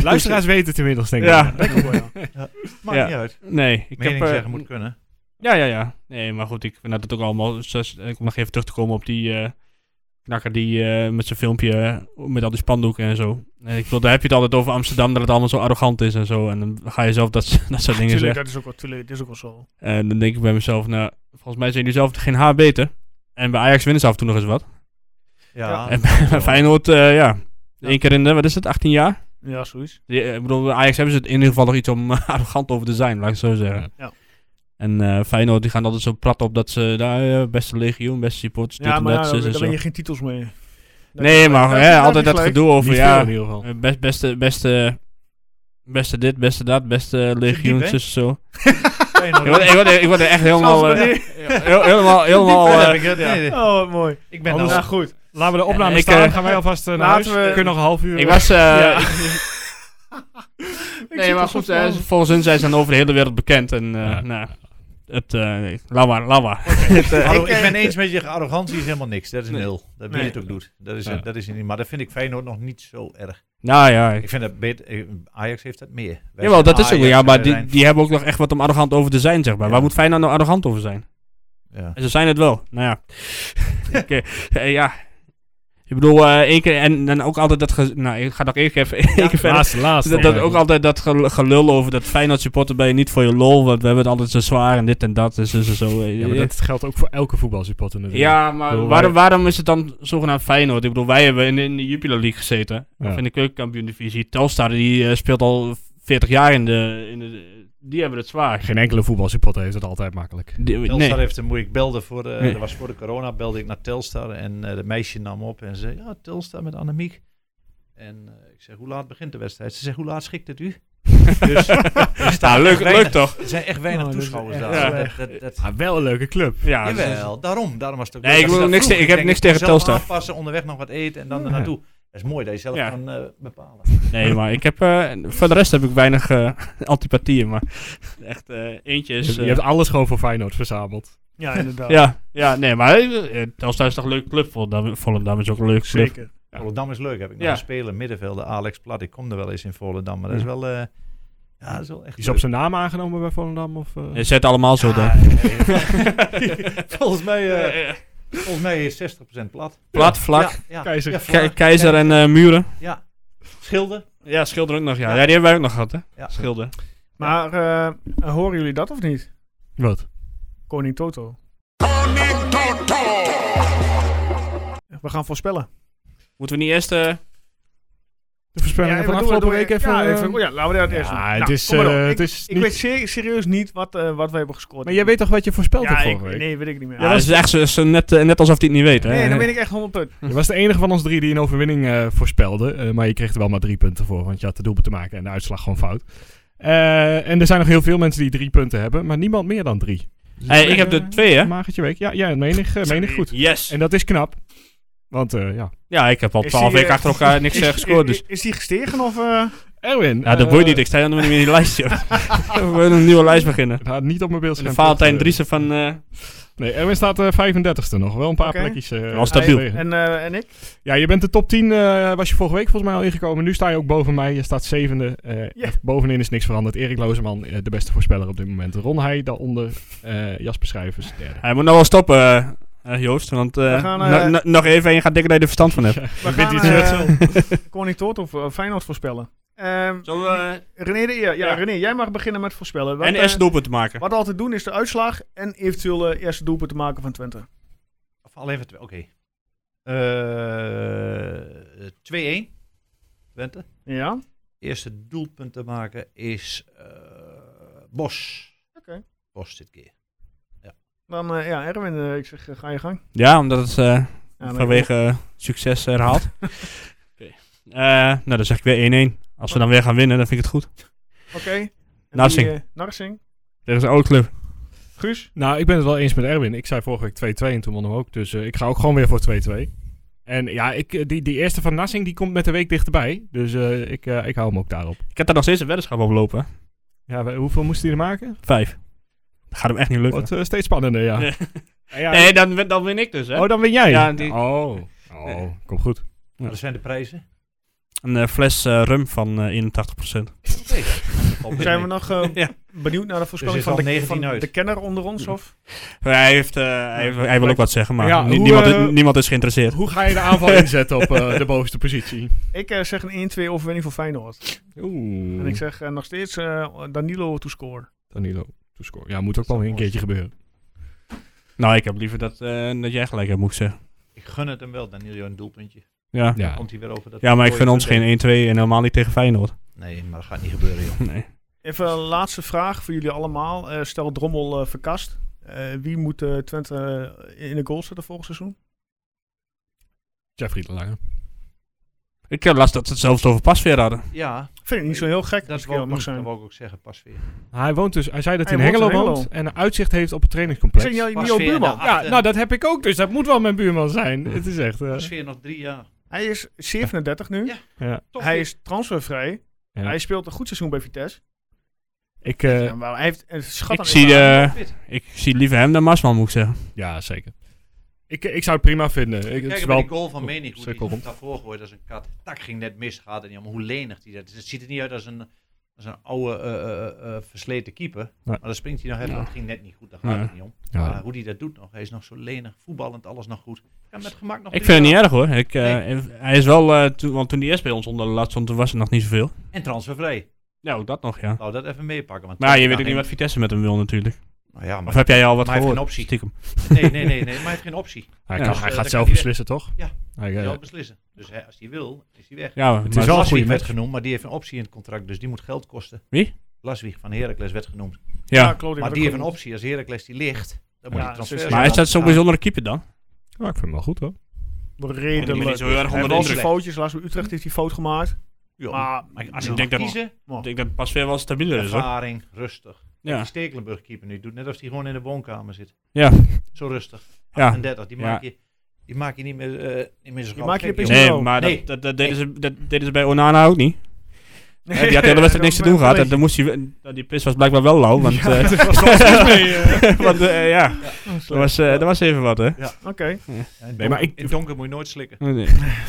S2: Luisteraars weten het inmiddels, denk ik.
S3: ja,
S4: Maakt
S3: ja.
S4: niet uit.
S3: nee. Ik
S4: Mening
S3: heb, eh,
S4: zeggen moet kunnen.
S3: Ja, ja, ja. Nee, maar goed, ik vind dat het ook allemaal... zes- Ik om nog even terug te komen op die eh, knakker die eh, met zijn filmpje... eh, met al die spandoeken en zo. En ik bedoel, daar heb je het altijd over Amsterdam, dat het allemaal zo arrogant is en zo. En dan ga je zelf dat, dat soort dingen
S1: Tuurlijk,
S3: zeggen.
S1: dat is ook wel, tuurlijk, dat is ook wel zo.
S3: En dan denk ik bij mezelf, nou, volgens mij zijn jullie zelf geen haar beter. En bij Ajax winnen ze af en toe nog eens wat.
S4: Ja.
S3: en bij bij Feyenoord, eh, ja. Eén keer in de, wat is het, 18 jaar?
S1: Ja, zoiets.
S3: Die, eh, ik bedoel, bij Ajax hebben ze het in ieder geval nog iets om eh, arrogant over te zijn, laat ik het zo zeggen.
S1: Ja.
S3: En eh Feyenoord, die gaan altijd zo prat op dat ze, nou, eh, beste legioen, beste supporters, dit
S1: Ja,
S3: en
S1: maar ja,
S3: dat,
S1: dan,
S3: zus en
S1: dan
S3: zo.
S1: win je geen titels meer. Dat
S3: Nee,
S1: is-
S3: maar
S1: dat-
S3: hè,
S1: dat
S3: altijd
S1: is
S3: dat
S1: gelijk.
S3: gedoe over,
S2: Niet
S3: ja,
S2: veel in ieder geval.
S3: eh, best, beste, beste, beste dit, beste dat, beste legioen,
S4: hè?
S3: zus en zo. Ik
S4: Feyenoord.
S3: word, ik, word, ik word er echt helemaal,
S1: Zoals
S3: eh,
S1: wanneer-
S3: heel- helemaal, helemaal,
S4: Ja,
S3: eh,
S4: heb ik dat- nee, nee.
S1: Oh, wat mooi.
S4: Ik ben
S1: Nou,
S4: dan
S1: goed.
S2: Laten we de opname
S3: ik,
S2: staan.
S3: eh,
S2: gaan wij alvast eh, naar
S1: laten
S2: huis.
S1: we-
S2: We kunnen nog een half uur.
S3: Ik
S2: eh,
S3: was. eh,
S1: Ja.
S3: ik- nee,
S1: zit
S3: maar
S1: er
S3: goed,
S1: zo
S3: eh,
S1: van.
S3: volgens hun zijn ze dan over de hele wereld bekend. En, eh,
S2: Ja.
S3: nou, het, eh, nee, laat maar, laat maar.
S4: Hallo,
S1: Ik,
S4: ik,
S1: eh,
S4: ben eens met je, arrogantie is helemaal niks. Dat is nul. Dat wie
S1: Nee.
S4: het ook doet. Dat is,
S2: Ja.
S4: dat is niet. Maar dat vind ik Feyenoord nog niet zo erg.
S3: Nou ja, ik-
S4: Ik vind dat beter. eh, Ajax heeft dat meer. Wij
S3: jawel,
S4: zijn
S3: dat is ook wel.
S4: Ajax, eh,
S3: Ja, maar
S4: wij
S3: die,
S4: zijn-
S3: die hebben ook nog echt wat om arrogant over te zijn, zeg maar.
S4: Ja.
S3: Waar moet Feyenoord nou arrogant over zijn?
S4: Ja.
S3: En ze zijn het wel. Nou ja. ik, eh, eh, ja. Ik bedoel, eh, één keer. En dan ook altijd dat. ge- nou, ik ga nog één keer, even- één keer verder.
S2: Laatste, laatste.
S3: Dat, dat
S2: opmerking.
S3: ook altijd dat gel- gelul over dat Feyenoord supporter ben je niet voor je lol, want we hebben het altijd zo zwaar en dit en dat en zo. zo, zo. Eh,
S2: Ja, maar
S3: eh,
S2: dat geldt ook voor elke voetbalsupporter natuurlijk.
S3: Ja,
S2: Ik
S3: maar
S2: bedoel,
S3: waarom,
S2: wij-
S3: waarom is het dan zogenaamd Feyenoord? Ik bedoel, wij hebben in, in de Jupiler League gezeten.
S2: Ja.
S3: Of in de keukenkampioen-divisie. Telstar, die eh, speelt al 40 jaar in de... In de die hebben het zwaar.
S2: Geen enkele voetbalsupporter heeft het altijd makkelijk.
S3: Die-
S4: Telstar
S3: nee.
S4: heeft een moeilijk. Ik belde voor de,
S3: Nee.
S4: dat was voor de corona, belde ik naar Telstar en eh de meisje nam op en zei, ja, Telstar met Annemiek. En eh, ik zeg, hoe laat begint de wedstrijd? Ze zegt, hoe laat schikt het u? dus er
S3: Ja,
S4: staan
S3: leuk,
S4: echt weinig-
S3: leuk toch?
S4: Er zijn echt weinig
S1: Oh, dat is
S4: toeschouwers
S1: echt
S4: daar.
S1: slecht.
S4: Dat, dat, dat,
S2: Maar Ah, wel een leuke club.
S3: Ja, dus-
S4: jawel, daarom, daarom was het ook
S3: Nee,
S4: leuk
S3: ik
S4: dat
S3: wil
S4: ze dat
S3: niks te-
S4: vroegen.
S3: ik heb
S4: denk,
S3: niks tegen
S4: zelf
S3: Telstar.
S4: aanpassen, onderweg nog wat eten en dan
S2: Ja.
S4: er naartoe. Dat is mooi dat je zelf
S3: Ja.
S4: kan eh, bepalen.
S3: dus- Nee, maar ik heb... eh, voor de rest heb ik weinig eh, antipathieën, maar... Echt, eh, eentje
S2: Je,
S3: is...
S2: je
S3: eh,
S2: hebt alles gewoon voor Feyenoord verzameld.
S1: Ja, inderdaad.
S3: ja, ja, nee, maar eh, eh, Telstar is toch een leuke club. Volendam, Volendam is ook een leuke club.
S1: Zeker.
S4: Volendam is leuk, heb ik nog
S3: Ja.
S4: een speler, middenvelder, Alex Plat. Ik kom er wel eens in Volendam, maar dat is wel... eh, ja, dat is wel
S2: Is
S4: echt leuk. Ah,
S2: op zijn naam aangenomen bij Volendam? Of, eh?
S3: Eh, Zet allemaal zo dan.
S4: Volgens mij, eh,
S3: Eh, eh,
S4: volgens mij is 60% plat.
S3: Plat, vlak.
S4: Ja, ja,
S2: Keizer.
S4: ja,
S3: Ke-
S4: vlak.
S3: keizer en eh, muren.
S4: Ja. Schilder.
S3: Ja, schilder ook nog, ja.
S4: Ja.
S3: Ja, die hebben wij ook nog gehad, hè.
S4: Ja.
S3: Schilder.
S1: Maar eh, horen jullie dat of niet?
S2: Wat?
S1: Koning Toto.
S7: Koning Toto.
S1: We gaan voorspellen.
S3: Moeten we niet eerst... eh,
S2: De voorspellingen van
S1: we doen-
S2: afgelopen
S1: doen-
S2: week even...
S1: Ja, oh
S2: eh,
S1: ja, laten we dat eerst doen.
S2: ja, het
S1: Nou,
S2: is,
S1: kom maar op.
S2: eh,
S1: Ik-
S2: het is
S1: Ik
S2: niet-
S1: weet se- serieus niet wat, eh, wat we hebben gescoord.
S2: Maar jij weet toch wat je voorspeld
S1: ja,
S2: hebt
S1: ik,
S2: vorige week?
S1: Nee, weet ik niet meer.
S3: Ja, dat is echt zo, zo net, eh, net alsof hij het niet weet, hè?
S1: nee, dan ben ik echt 100 punt.
S2: Je was de enige van ons drie die een overwinning eh, voorspelde. eh, maar je kreeg er wel maar drie punten voor. Want je had de doelpunt te maken en de uitslag gewoon fout. Eh, en er zijn nog heel veel mensen die drie punten hebben. Maar niemand meer dan drie. Dus
S3: Hey,
S2: het
S3: ik
S2: is,
S3: heb
S2: eh,
S3: er twee, hè?
S2: Een magertje week. Ja, ja menig, eh, menig goed.
S3: Yes.
S2: En dat is knap. Want eh, ja.
S3: Ja, ik heb al
S1: Is
S3: twaalf
S1: die,
S3: weken
S1: eh,
S3: achter elkaar niks eh, gescoord,
S1: Is,
S3: dus...
S1: is, is die gestegen of... eh,
S2: Erwin.
S3: Ja, dat
S2: eh,
S3: wordt niet. Ik sta helemaal niet meer in die lijst, joh. We willen een nieuwe lijst beginnen.
S2: nou, niet op mijn
S3: En
S2: beeldscherm.
S3: de Valentijn
S2: Eh,
S3: Driessen van... eh,
S2: Nee, Erwin staat eh, 35ste nog. Wel een paar
S1: Oké.
S2: plekjes. eh,
S3: Wel stabiel.
S2: tegen.
S1: en, eh, en ik?
S2: Ja, je bent de top 10. eh, was je vorige week volgens mij al ingekomen. Nu sta je ook boven mij. Je staat zevende. eh,
S1: Ja.
S2: Bovenin is niks veranderd. Erik Lozeman, eh, de beste voorspeller op dit moment. Ron Heij daaronder. eh, Jasper Schrijvers, derde.
S3: Hij moet nou wel stoppen, eh, eh, Joost, want... eh,
S1: We gaan, eh,
S3: no- no- nog even en je gaat denken dat je er verstand van hebt.
S1: We gaan
S2: die
S1: eh, Koning Toto of eh, Feyenoord voorspellen. Ehm, René, de Eer. ja,
S3: Ja.
S1: René, jij mag beginnen met voorspellen. Wat,
S3: en
S1: eh,
S3: eerst een doelpunt te maken.
S1: wat we altijd doen is de uitslag en eventueel eh, eerste doelpunt te maken van Twente.
S4: Of alleen van twee. Oké. Eh, 2-1. Twente.
S1: Ja?
S4: Eerste doelpunt te maken is eh, Bos.
S1: Oké.
S4: Bos dit keer.
S1: Dan, eh, ja, Erwin, eh, ik zeg, eh, ga je gang.
S3: Ja, omdat het... eh,
S1: Ja, dan-
S3: Vanwege eh, succes herhaald. Oké. Eh, nou, dan zeg ik weer 1-1. Als we dan weer gaan winnen, dan vind ik het goed.
S1: Oké. En
S3: Narsing.
S1: wie, eh, Narsing.
S3: Tegen zijn oude club.
S1: Guus?
S2: Nou, ik ben het wel eens met Erwin. Ik zei vorige week 2-2 en toen won hem ook. Dus eh, ik ga ook gewoon weer voor 2-2. En ja, ik, eh, die, die eerste van Nassing die komt met de week dichterbij. Dus eh, ik, eh, ik hou hem ook daarop.
S3: Ik heb daar nog steeds een weddenschap op lopen.
S2: Ja, we- hoeveel moest hij er maken?
S3: Vijf. Dat gaat hem echt niet lukken.
S2: Wordt eh, steeds spannender, ja.
S3: Nee.
S2: Ah, ja,
S3: Nee, dan, win- dan win ik dus, hè.
S2: Oh, dan ben jij.
S3: Ja, die-
S2: Oh, oh komt goed.
S4: Wat Nou, zijn de prijzen?
S3: Een eh, fles eh, rum van eh, 81%.
S4: Oké.
S1: Zijn we nog eh,
S3: Ja. Mhm.
S1: benieuwd naar de voorspelling
S4: Dus is
S1: van,
S4: al
S1: de,
S4: 19
S1: van
S4: uit.
S1: de kenner onder ons? Of?
S3: Hij, heeft, eh, hij, hij wil ook wat zeggen, maar
S2: Ja,
S3: nie-
S2: hoe,
S3: niemand,
S2: eh,
S3: niemand is geïnteresseerd.
S2: Hoe ga je de aanval inzetten op eh, de bovenste positie?
S1: Ik eh, zeg een 1-2 overwinning voor Feyenoord.
S2: Oeh.
S3: Mhm.
S1: En ik zeg eh, nog steeds eh, Danilo to score.
S2: Danilo, toescore. Ja, moet ook wel weer een keertje gebeuren.
S3: Nou, ik heb liever dat, eh, dat jij gelijk hebt, moet ik zeggen.
S4: Ik gun het hem wel, Danilo, een doelpuntje.
S3: Ja. Ja.
S2: Ja.
S4: Komt hij weer over dat
S3: maar ik
S4: mooie
S3: gun ons
S4: punt heen.
S3: geen 1-2 en helemaal niet tegen Feyenoord.
S4: Nee, maar dat gaat niet gebeuren, joh.
S3: Nee.
S1: Even een laatste vraag voor jullie allemaal. Eh, stel Drommel eh, verkast. Eh, wie moet eh, Twente eh, in de goal zetten volgend seizoen?
S2: Jeffrey de Lange.
S3: Ik heb last dat ze het zelfs over Pasveer hadden.
S4: Ja,
S1: Vind ik niet zo heel gek
S4: dat
S1: als ik
S4: wou,
S1: heel
S4: ik
S1: mag
S4: ook, dat
S1: zijn.
S4: wou ik ook zeggen, pas weer.
S2: Hij, woont dus, hij zei dat hij,
S1: Hij
S2: in
S1: woont
S2: Hengelo
S1: in Hengelo.
S2: woont en een uitzicht heeft op het
S1: Ik
S2: trainingscomplex.
S1: zeg jou,
S4: Pas
S1: Mio
S4: weer
S1: Buurman.
S4: naar
S2: Ja,
S4: achter.
S2: nou dat heb ik ook, dus dat moet wel mijn buurman zijn. Het is echt... eh,
S4: Pas weer nog drie jaar.
S1: Hij is 37 nu.
S4: Ja,
S2: ja.
S4: Toch
S1: hij
S4: weer.
S1: is transfervrij.
S2: Ja.
S1: Hij speelt een goed seizoen bij Vitesse.
S2: Ik, eh,
S1: Ja, maar hij heeft een schat
S3: Ik
S1: aan
S3: zie, eh,
S1: ervaring.
S3: de, ik zie liever hem dan Marsman, moet ik zeggen.
S2: ja, zeker. Ik, eh, ik zou het prima vinden. Ik, het
S4: Kijk,
S2: is
S4: bij
S2: wel...
S4: die goal
S3: Oh,
S4: van Menig, hoe
S2: cirkel
S4: die
S2: rond.
S4: hem daarvoor gooit als een kat. Tak ging net mis, gaat er niet om. Hoe lenig die dat is. Het ziet er niet uit als een, als een oude, eh, eh, eh, versleten keeper. Maar dan springt hij nog even,
S3: Ja.
S4: dat ging net niet goed, daar gaat
S3: Ja.
S4: het niet om.
S2: Ja.
S4: Maar hoe die dat doet nog, hij is nog zo lenig, voetballend, alles nog goed. Kan met gemak nog
S3: Ik
S4: drie
S3: vind het niet
S4: jaar.
S3: erg hoor. Ik, eh, Hij is wel, eh, toen- want toen hij eerst bij ons onder de lat stond, toen was het nog niet zoveel.
S4: En transfervrij.
S3: Ja, ook dat nog, ja.
S4: Nou, dat even meepakken. Want
S3: Maar ja, je
S4: dat
S3: weet
S4: kan
S3: ook niet wat
S4: geen-
S3: Vitesse met hem wil natuurlijk.
S4: Nou ja,
S3: Of
S4: maar...
S3: heb jij al wat
S4: maar hij heeft
S3: gehoord?
S4: geen optie.
S3: Stiekem.
S4: Nee, nee, nee, nee, maar hij heeft geen optie. Hij
S2: Hij,
S3: Ja,
S2: kan,
S3: dus,
S2: hij
S4: eh,
S2: gaat
S4: dat
S2: zelf
S4: kan hij
S2: beslissen, toch?
S4: Ja.
S2: Hij,
S4: kan
S2: eh,
S4: zelf beslissen. Dus hij- als hij wil, is hij weg.
S3: Ja,
S2: Het
S3: maar-
S2: is wel een
S4: Laswijk
S2: goede
S4: werd
S2: match.
S4: genoemd, maar die heeft een optie in het contract, dus die moet geld kosten.
S3: Wie?
S4: Laswig van Heracles werd genoemd.
S1: Ja,
S3: ja.
S1: Claudio
S4: Maar
S1: werd
S4: die heeft
S1: ook
S4: een
S1: genoemd.
S4: optie. Als Heracles die ligt, dan moet
S1: Ja,
S4: je transfer
S1: zo is dus-
S4: gaan.
S3: Maar is dat zo'n
S4: Ja.
S3: bijzondere keeper dan?
S2: Ja, ik vind hem wel goed hoor.
S3: Ik ben
S1: Redelijk.
S3: niet zo heel erg
S1: Hij
S3: onder
S1: heeft
S3: de
S1: wel zijn
S3: indruk.
S1: foutjes. Laatst bij Utrecht heeft hij fout gemaakt.
S4: Ja,
S1: Maar,
S4: maar als je
S1: Ja.
S3: Ik denk
S4: mag
S3: dat-
S4: kiezen,
S3: Ik denk dat Pasveer wel stabieler is hoor.
S4: ervaring, rustig. Die
S3: Ja.
S4: Stekelenburg keeper nu doet net alsof hij gewoon in de woonkamer zit.
S3: Ja.
S4: Zo rustig.
S3: Ja.
S4: 38, die
S3: Ja.
S4: maak je, die maak je niet meer, eh niet meer zo
S1: Die maak je
S4: gek,
S1: de
S4: joh.
S1: pis-
S3: Nee,
S1: wel.
S3: maar
S4: Nee.
S3: dat, dat, dat, deden ze, dat deden ze bij Onana ook niet.
S1: Nee.
S3: die had de hele wedstrijd niks te doen gehad. En
S1: Dat
S3: dan moest hij, die pis was blijkbaar wel lauw. Want, ja, want eh, ja,
S1: was-
S3: dat was, eh, dat was even wat hè.
S1: Oké.
S4: Ja, in
S2: Nee, maar
S4: donker-
S2: ik-
S4: In donker moet je nooit slikken.
S3: Nee.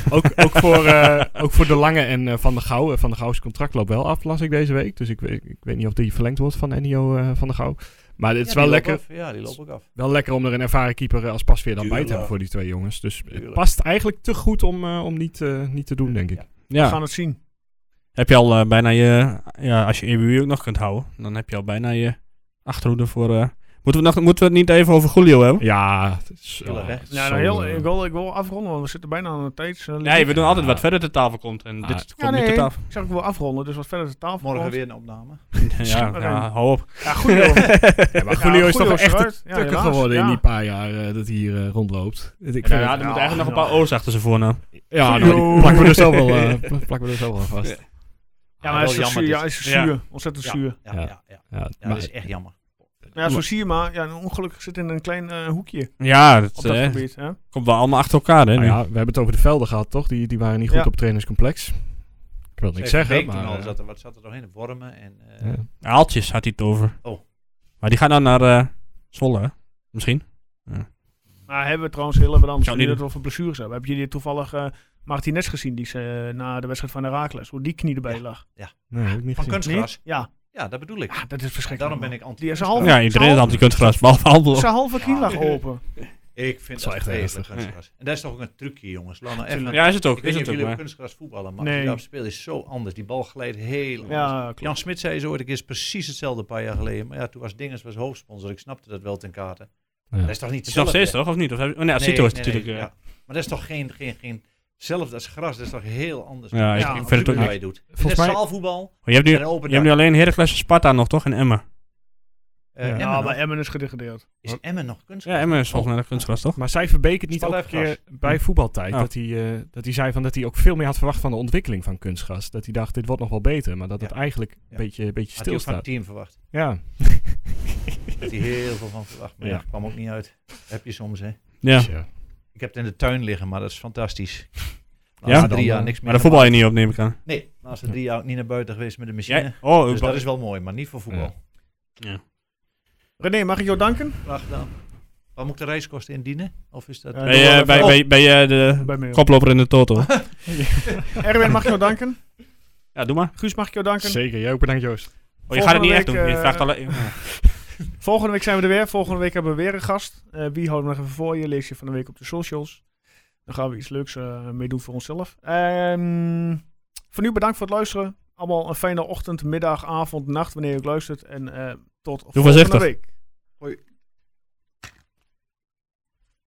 S2: ook, ook, voor, eh, ook voor De Lange en eh, Van der Gouw. Eh, Van der Gouw's contract loopt wel af, las ik deze week. Dus ik, weet- ik weet niet of die verlengd wordt van Ennio eh, Van der Gouw. Maar het is
S4: Ja,
S2: wel,
S4: die
S2: lekker,
S4: loopt af. Ja, die loopt ook af.
S2: wel lekker om er een ervaren keeper eh, als pasveer dan bij te
S3: Tuurlijk.
S2: hebben voor die twee jongens. Dus het
S4: Tuurlijk.
S2: past eigenlijk te goed om, eh, om niet, eh, niet te doen, denk ik.
S4: Ja.
S1: We
S3: Ja.
S1: gaan het zien.
S3: Heb je al eh, bijna je, ja, als je EBU ook nog kunt houden, dan heb je al bijna je achterhoede voor. eh, moeten, we het nog, moeten we het niet even over Julio hebben?
S2: Ja, het is,
S4: Heel erg, hè?
S2: het is
S1: Ja,
S2: zo,
S1: nou, heel,
S2: eh,
S1: ik, wil, ik wil afronden, want we zitten bijna aan de tijd. Eh,
S3: Nee, we doen
S2: Ja.
S3: altijd wat verder te tafel komt en
S2: Ah.
S3: dit komt
S1: ja,
S3: niet
S1: nee,
S3: te tafel.
S1: ik zeg ik wil afronden, dus wat verder de tafel
S4: Morgen
S1: komt.
S4: weer een opname.
S3: ja,
S1: maar
S3: ja,
S1: dan.
S3: hou op.
S1: Ja, goed joh.
S2: ja, maar
S1: Ja,
S2: Julio is
S1: Julio
S2: toch
S1: is
S2: echt een
S1: eruit. Ja,
S2: tukker
S1: helaas.
S2: geworden in
S1: Ja.
S2: die paar jaar eh, dat hij hier eh, rondloopt. Ik vind
S3: Ja,
S2: het-
S3: er moeten eigenlijk nog een paar O's achter zijn voornaam.
S2: Ja, nou, die plakken we er zo wel, eh, plakken we er zo wel aan vast.
S1: Ja, maar hij is zo
S4: Ah, Wel
S1: zuur.
S4: jammer
S1: Ja,
S4: dit.
S1: hij is zo
S3: Ja.
S1: zuur. Ontzettend zuur.
S4: Ja,
S2: Ja.
S4: ja, ja, ja.
S2: Ja,
S4: Ja,
S2: maar-
S4: dat is echt jammer.
S1: Ja, zo zie je maar. Ja, een ongelukkig zit in een klein eh, hoekje
S3: Ja, dat, Ah,
S1: op dat
S3: eh,
S1: gebied. Hè?
S3: komt wel allemaal achter elkaar. Hè,
S2: Nou
S3: nu.
S2: ja, we hebben het over de velden gehad, toch? Die, die waren niet goed
S1: Ja.
S2: op trainerscomplex. Ik wil niks
S4: Even
S2: zeggen,
S4: week toen
S2: maar...
S4: al
S2: eh,
S4: zat er, wat zat er nog in? Wormen en... eh,
S2: ja.
S3: Aaltjes had hij het over.
S4: Oh.
S3: Maar die gaat nou naar eh Zwolle, hè? misschien.
S1: Maar hebben we trouwens heel even anders.
S3: Zou
S1: Nu
S3: niet
S1: dat we over blessures hebben. Hebben jullie toevallig eh Martinez gezien die ze, eh, na de wedstrijd van Herakles? Hoe die knie erbij
S4: Ja.
S1: lag.
S2: Nee, heb ik niet
S4: Van
S2: gezien.
S4: kunstgras.
S1: Ja.
S4: Ja, dat bedoel ik.
S1: ja, dat is verschrikkelijk.
S4: Daarom
S1: Ah, man.
S4: ben ik anti
S1: Die is half-
S3: Ja, iedereen had die kunstgras, behalve handel.
S1: Zijn halve knie lag
S4: Ja.
S1: open.
S4: Ik
S2: Dat
S4: vind dat
S2: is
S4: echt
S2: wel echt
S4: vreselijk kunstgras. En dat is toch ook een trucje, jongens. Laat nou even...
S3: Ja, is het ook.
S4: ik weet
S3: Is
S4: niet of
S3: het ook
S4: jullie op
S3: maar.
S4: kunstgras voetballen, maar
S1: Nee.
S4: nee. dat speel is zo anders. Die bal glijdt heel anders.
S1: Ja, klopt.
S4: Jan Smit zei zo ooit een keer, is precies hetzelfde een paar jaar geleden. Maar ja, toen was Dinges was hoofdsponsor. Ik snapte dat wel ten kaarten.
S2: Ja.
S4: Maar Dat is toch niet
S3: Het is nog
S4: hetzelfde?
S3: steeds, toch? Of niet? Of heb, oh, nee,
S4: Nee,
S3: Cito is
S4: nee,
S3: natuurlijk...
S4: nee,
S3: eh,
S4: ja. Maar dat is toch geen... geen, geen Zelfde als gras, dat is toch heel anders.
S3: Ja, ik-
S1: ik vind
S3: het ook
S4: wat
S3: niet.
S4: je doet. Het
S2: Volgens
S4: is
S2: mij-
S4: zaalvoetbal
S3: maar je hebt nu,
S4: en open
S3: je hebt nu alleen Heracles en Sparta nog, toch? En Emma.
S4: Eh,
S2: Ja.
S4: Emmen
S1: Ja,
S4: nog.
S1: maar Emmen is gedegradeerd.
S4: Is Emmen nog kunstgras?
S3: Ja, Emma is volgens mij naar kunstgras, toch?
S2: Maar zij verbeek het niet ook
S4: Stal
S2: een keer
S4: even
S2: bij voetbaltijd.
S3: Oh.
S2: Dat, hij, eh, dat hij zei van dat hij ook veel meer had verwacht van de ontwikkeling van kunstgras. Dat hij dacht, dit wordt nog wel beter. Maar dat het
S4: Ja.
S2: eigenlijk een
S4: Ja.
S2: beetje, een beetje
S4: Had hij ook van
S2: stilstaat.
S4: het team verwacht.
S2: Ja.
S4: Had hij heel veel van verwacht. Maar ja,
S2: Ja.
S4: kwam ook niet uit. Heb je soms, hè.
S3: Ja.
S2: ja.
S4: Ik heb het in de tuin liggen, maar dat is fantastisch.
S3: Ja?
S4: Laatste drie
S2: Dan,
S4: jaar
S2: eh,
S4: niks meer.
S3: Maar daar voetbal je niet op, neem ik aan.
S4: gemaakt. Nee, de laatste drie jaar ook niet naar buiten geweest met de machine.
S3: Jij? Oh,
S4: dus
S3: ba-
S4: dat is wel mooi, maar niet voor voetbal.
S1: René, mag ik jou danken?
S4: Wacht dan. Wat moet ik de reiskosten indienen? Of is dat...
S1: Ja,
S3: Bij, eh, bij, bij, bij eh, de
S1: Bij mij.
S3: koploper in de toto.
S1: Erwin, mag ik jou danken?
S3: Ja, doe maar.
S1: Guus, mag ik jou danken?
S2: Zeker, jij ook bedankt Joost.
S3: Oh, je gaat het niet echt doen.
S1: Volgende
S3: Je
S1: week,
S3: vraagt
S1: eh,
S3: alleen... Ja.
S1: Volgende week zijn we er weer. Volgende week hebben we weer een gast. Eh, wie houden we nog even voor je? Lees je van de week op de socials. Dan gaan we iets leuks eh, mee doen voor onszelf. Ehm, voor nu bedankt voor het luisteren. Allemaal een fijne ochtend, middag, avond, nacht, wanneer je ook luistert. En eh, tot volgende
S3: voorzichtig.
S1: week.
S4: Hoi.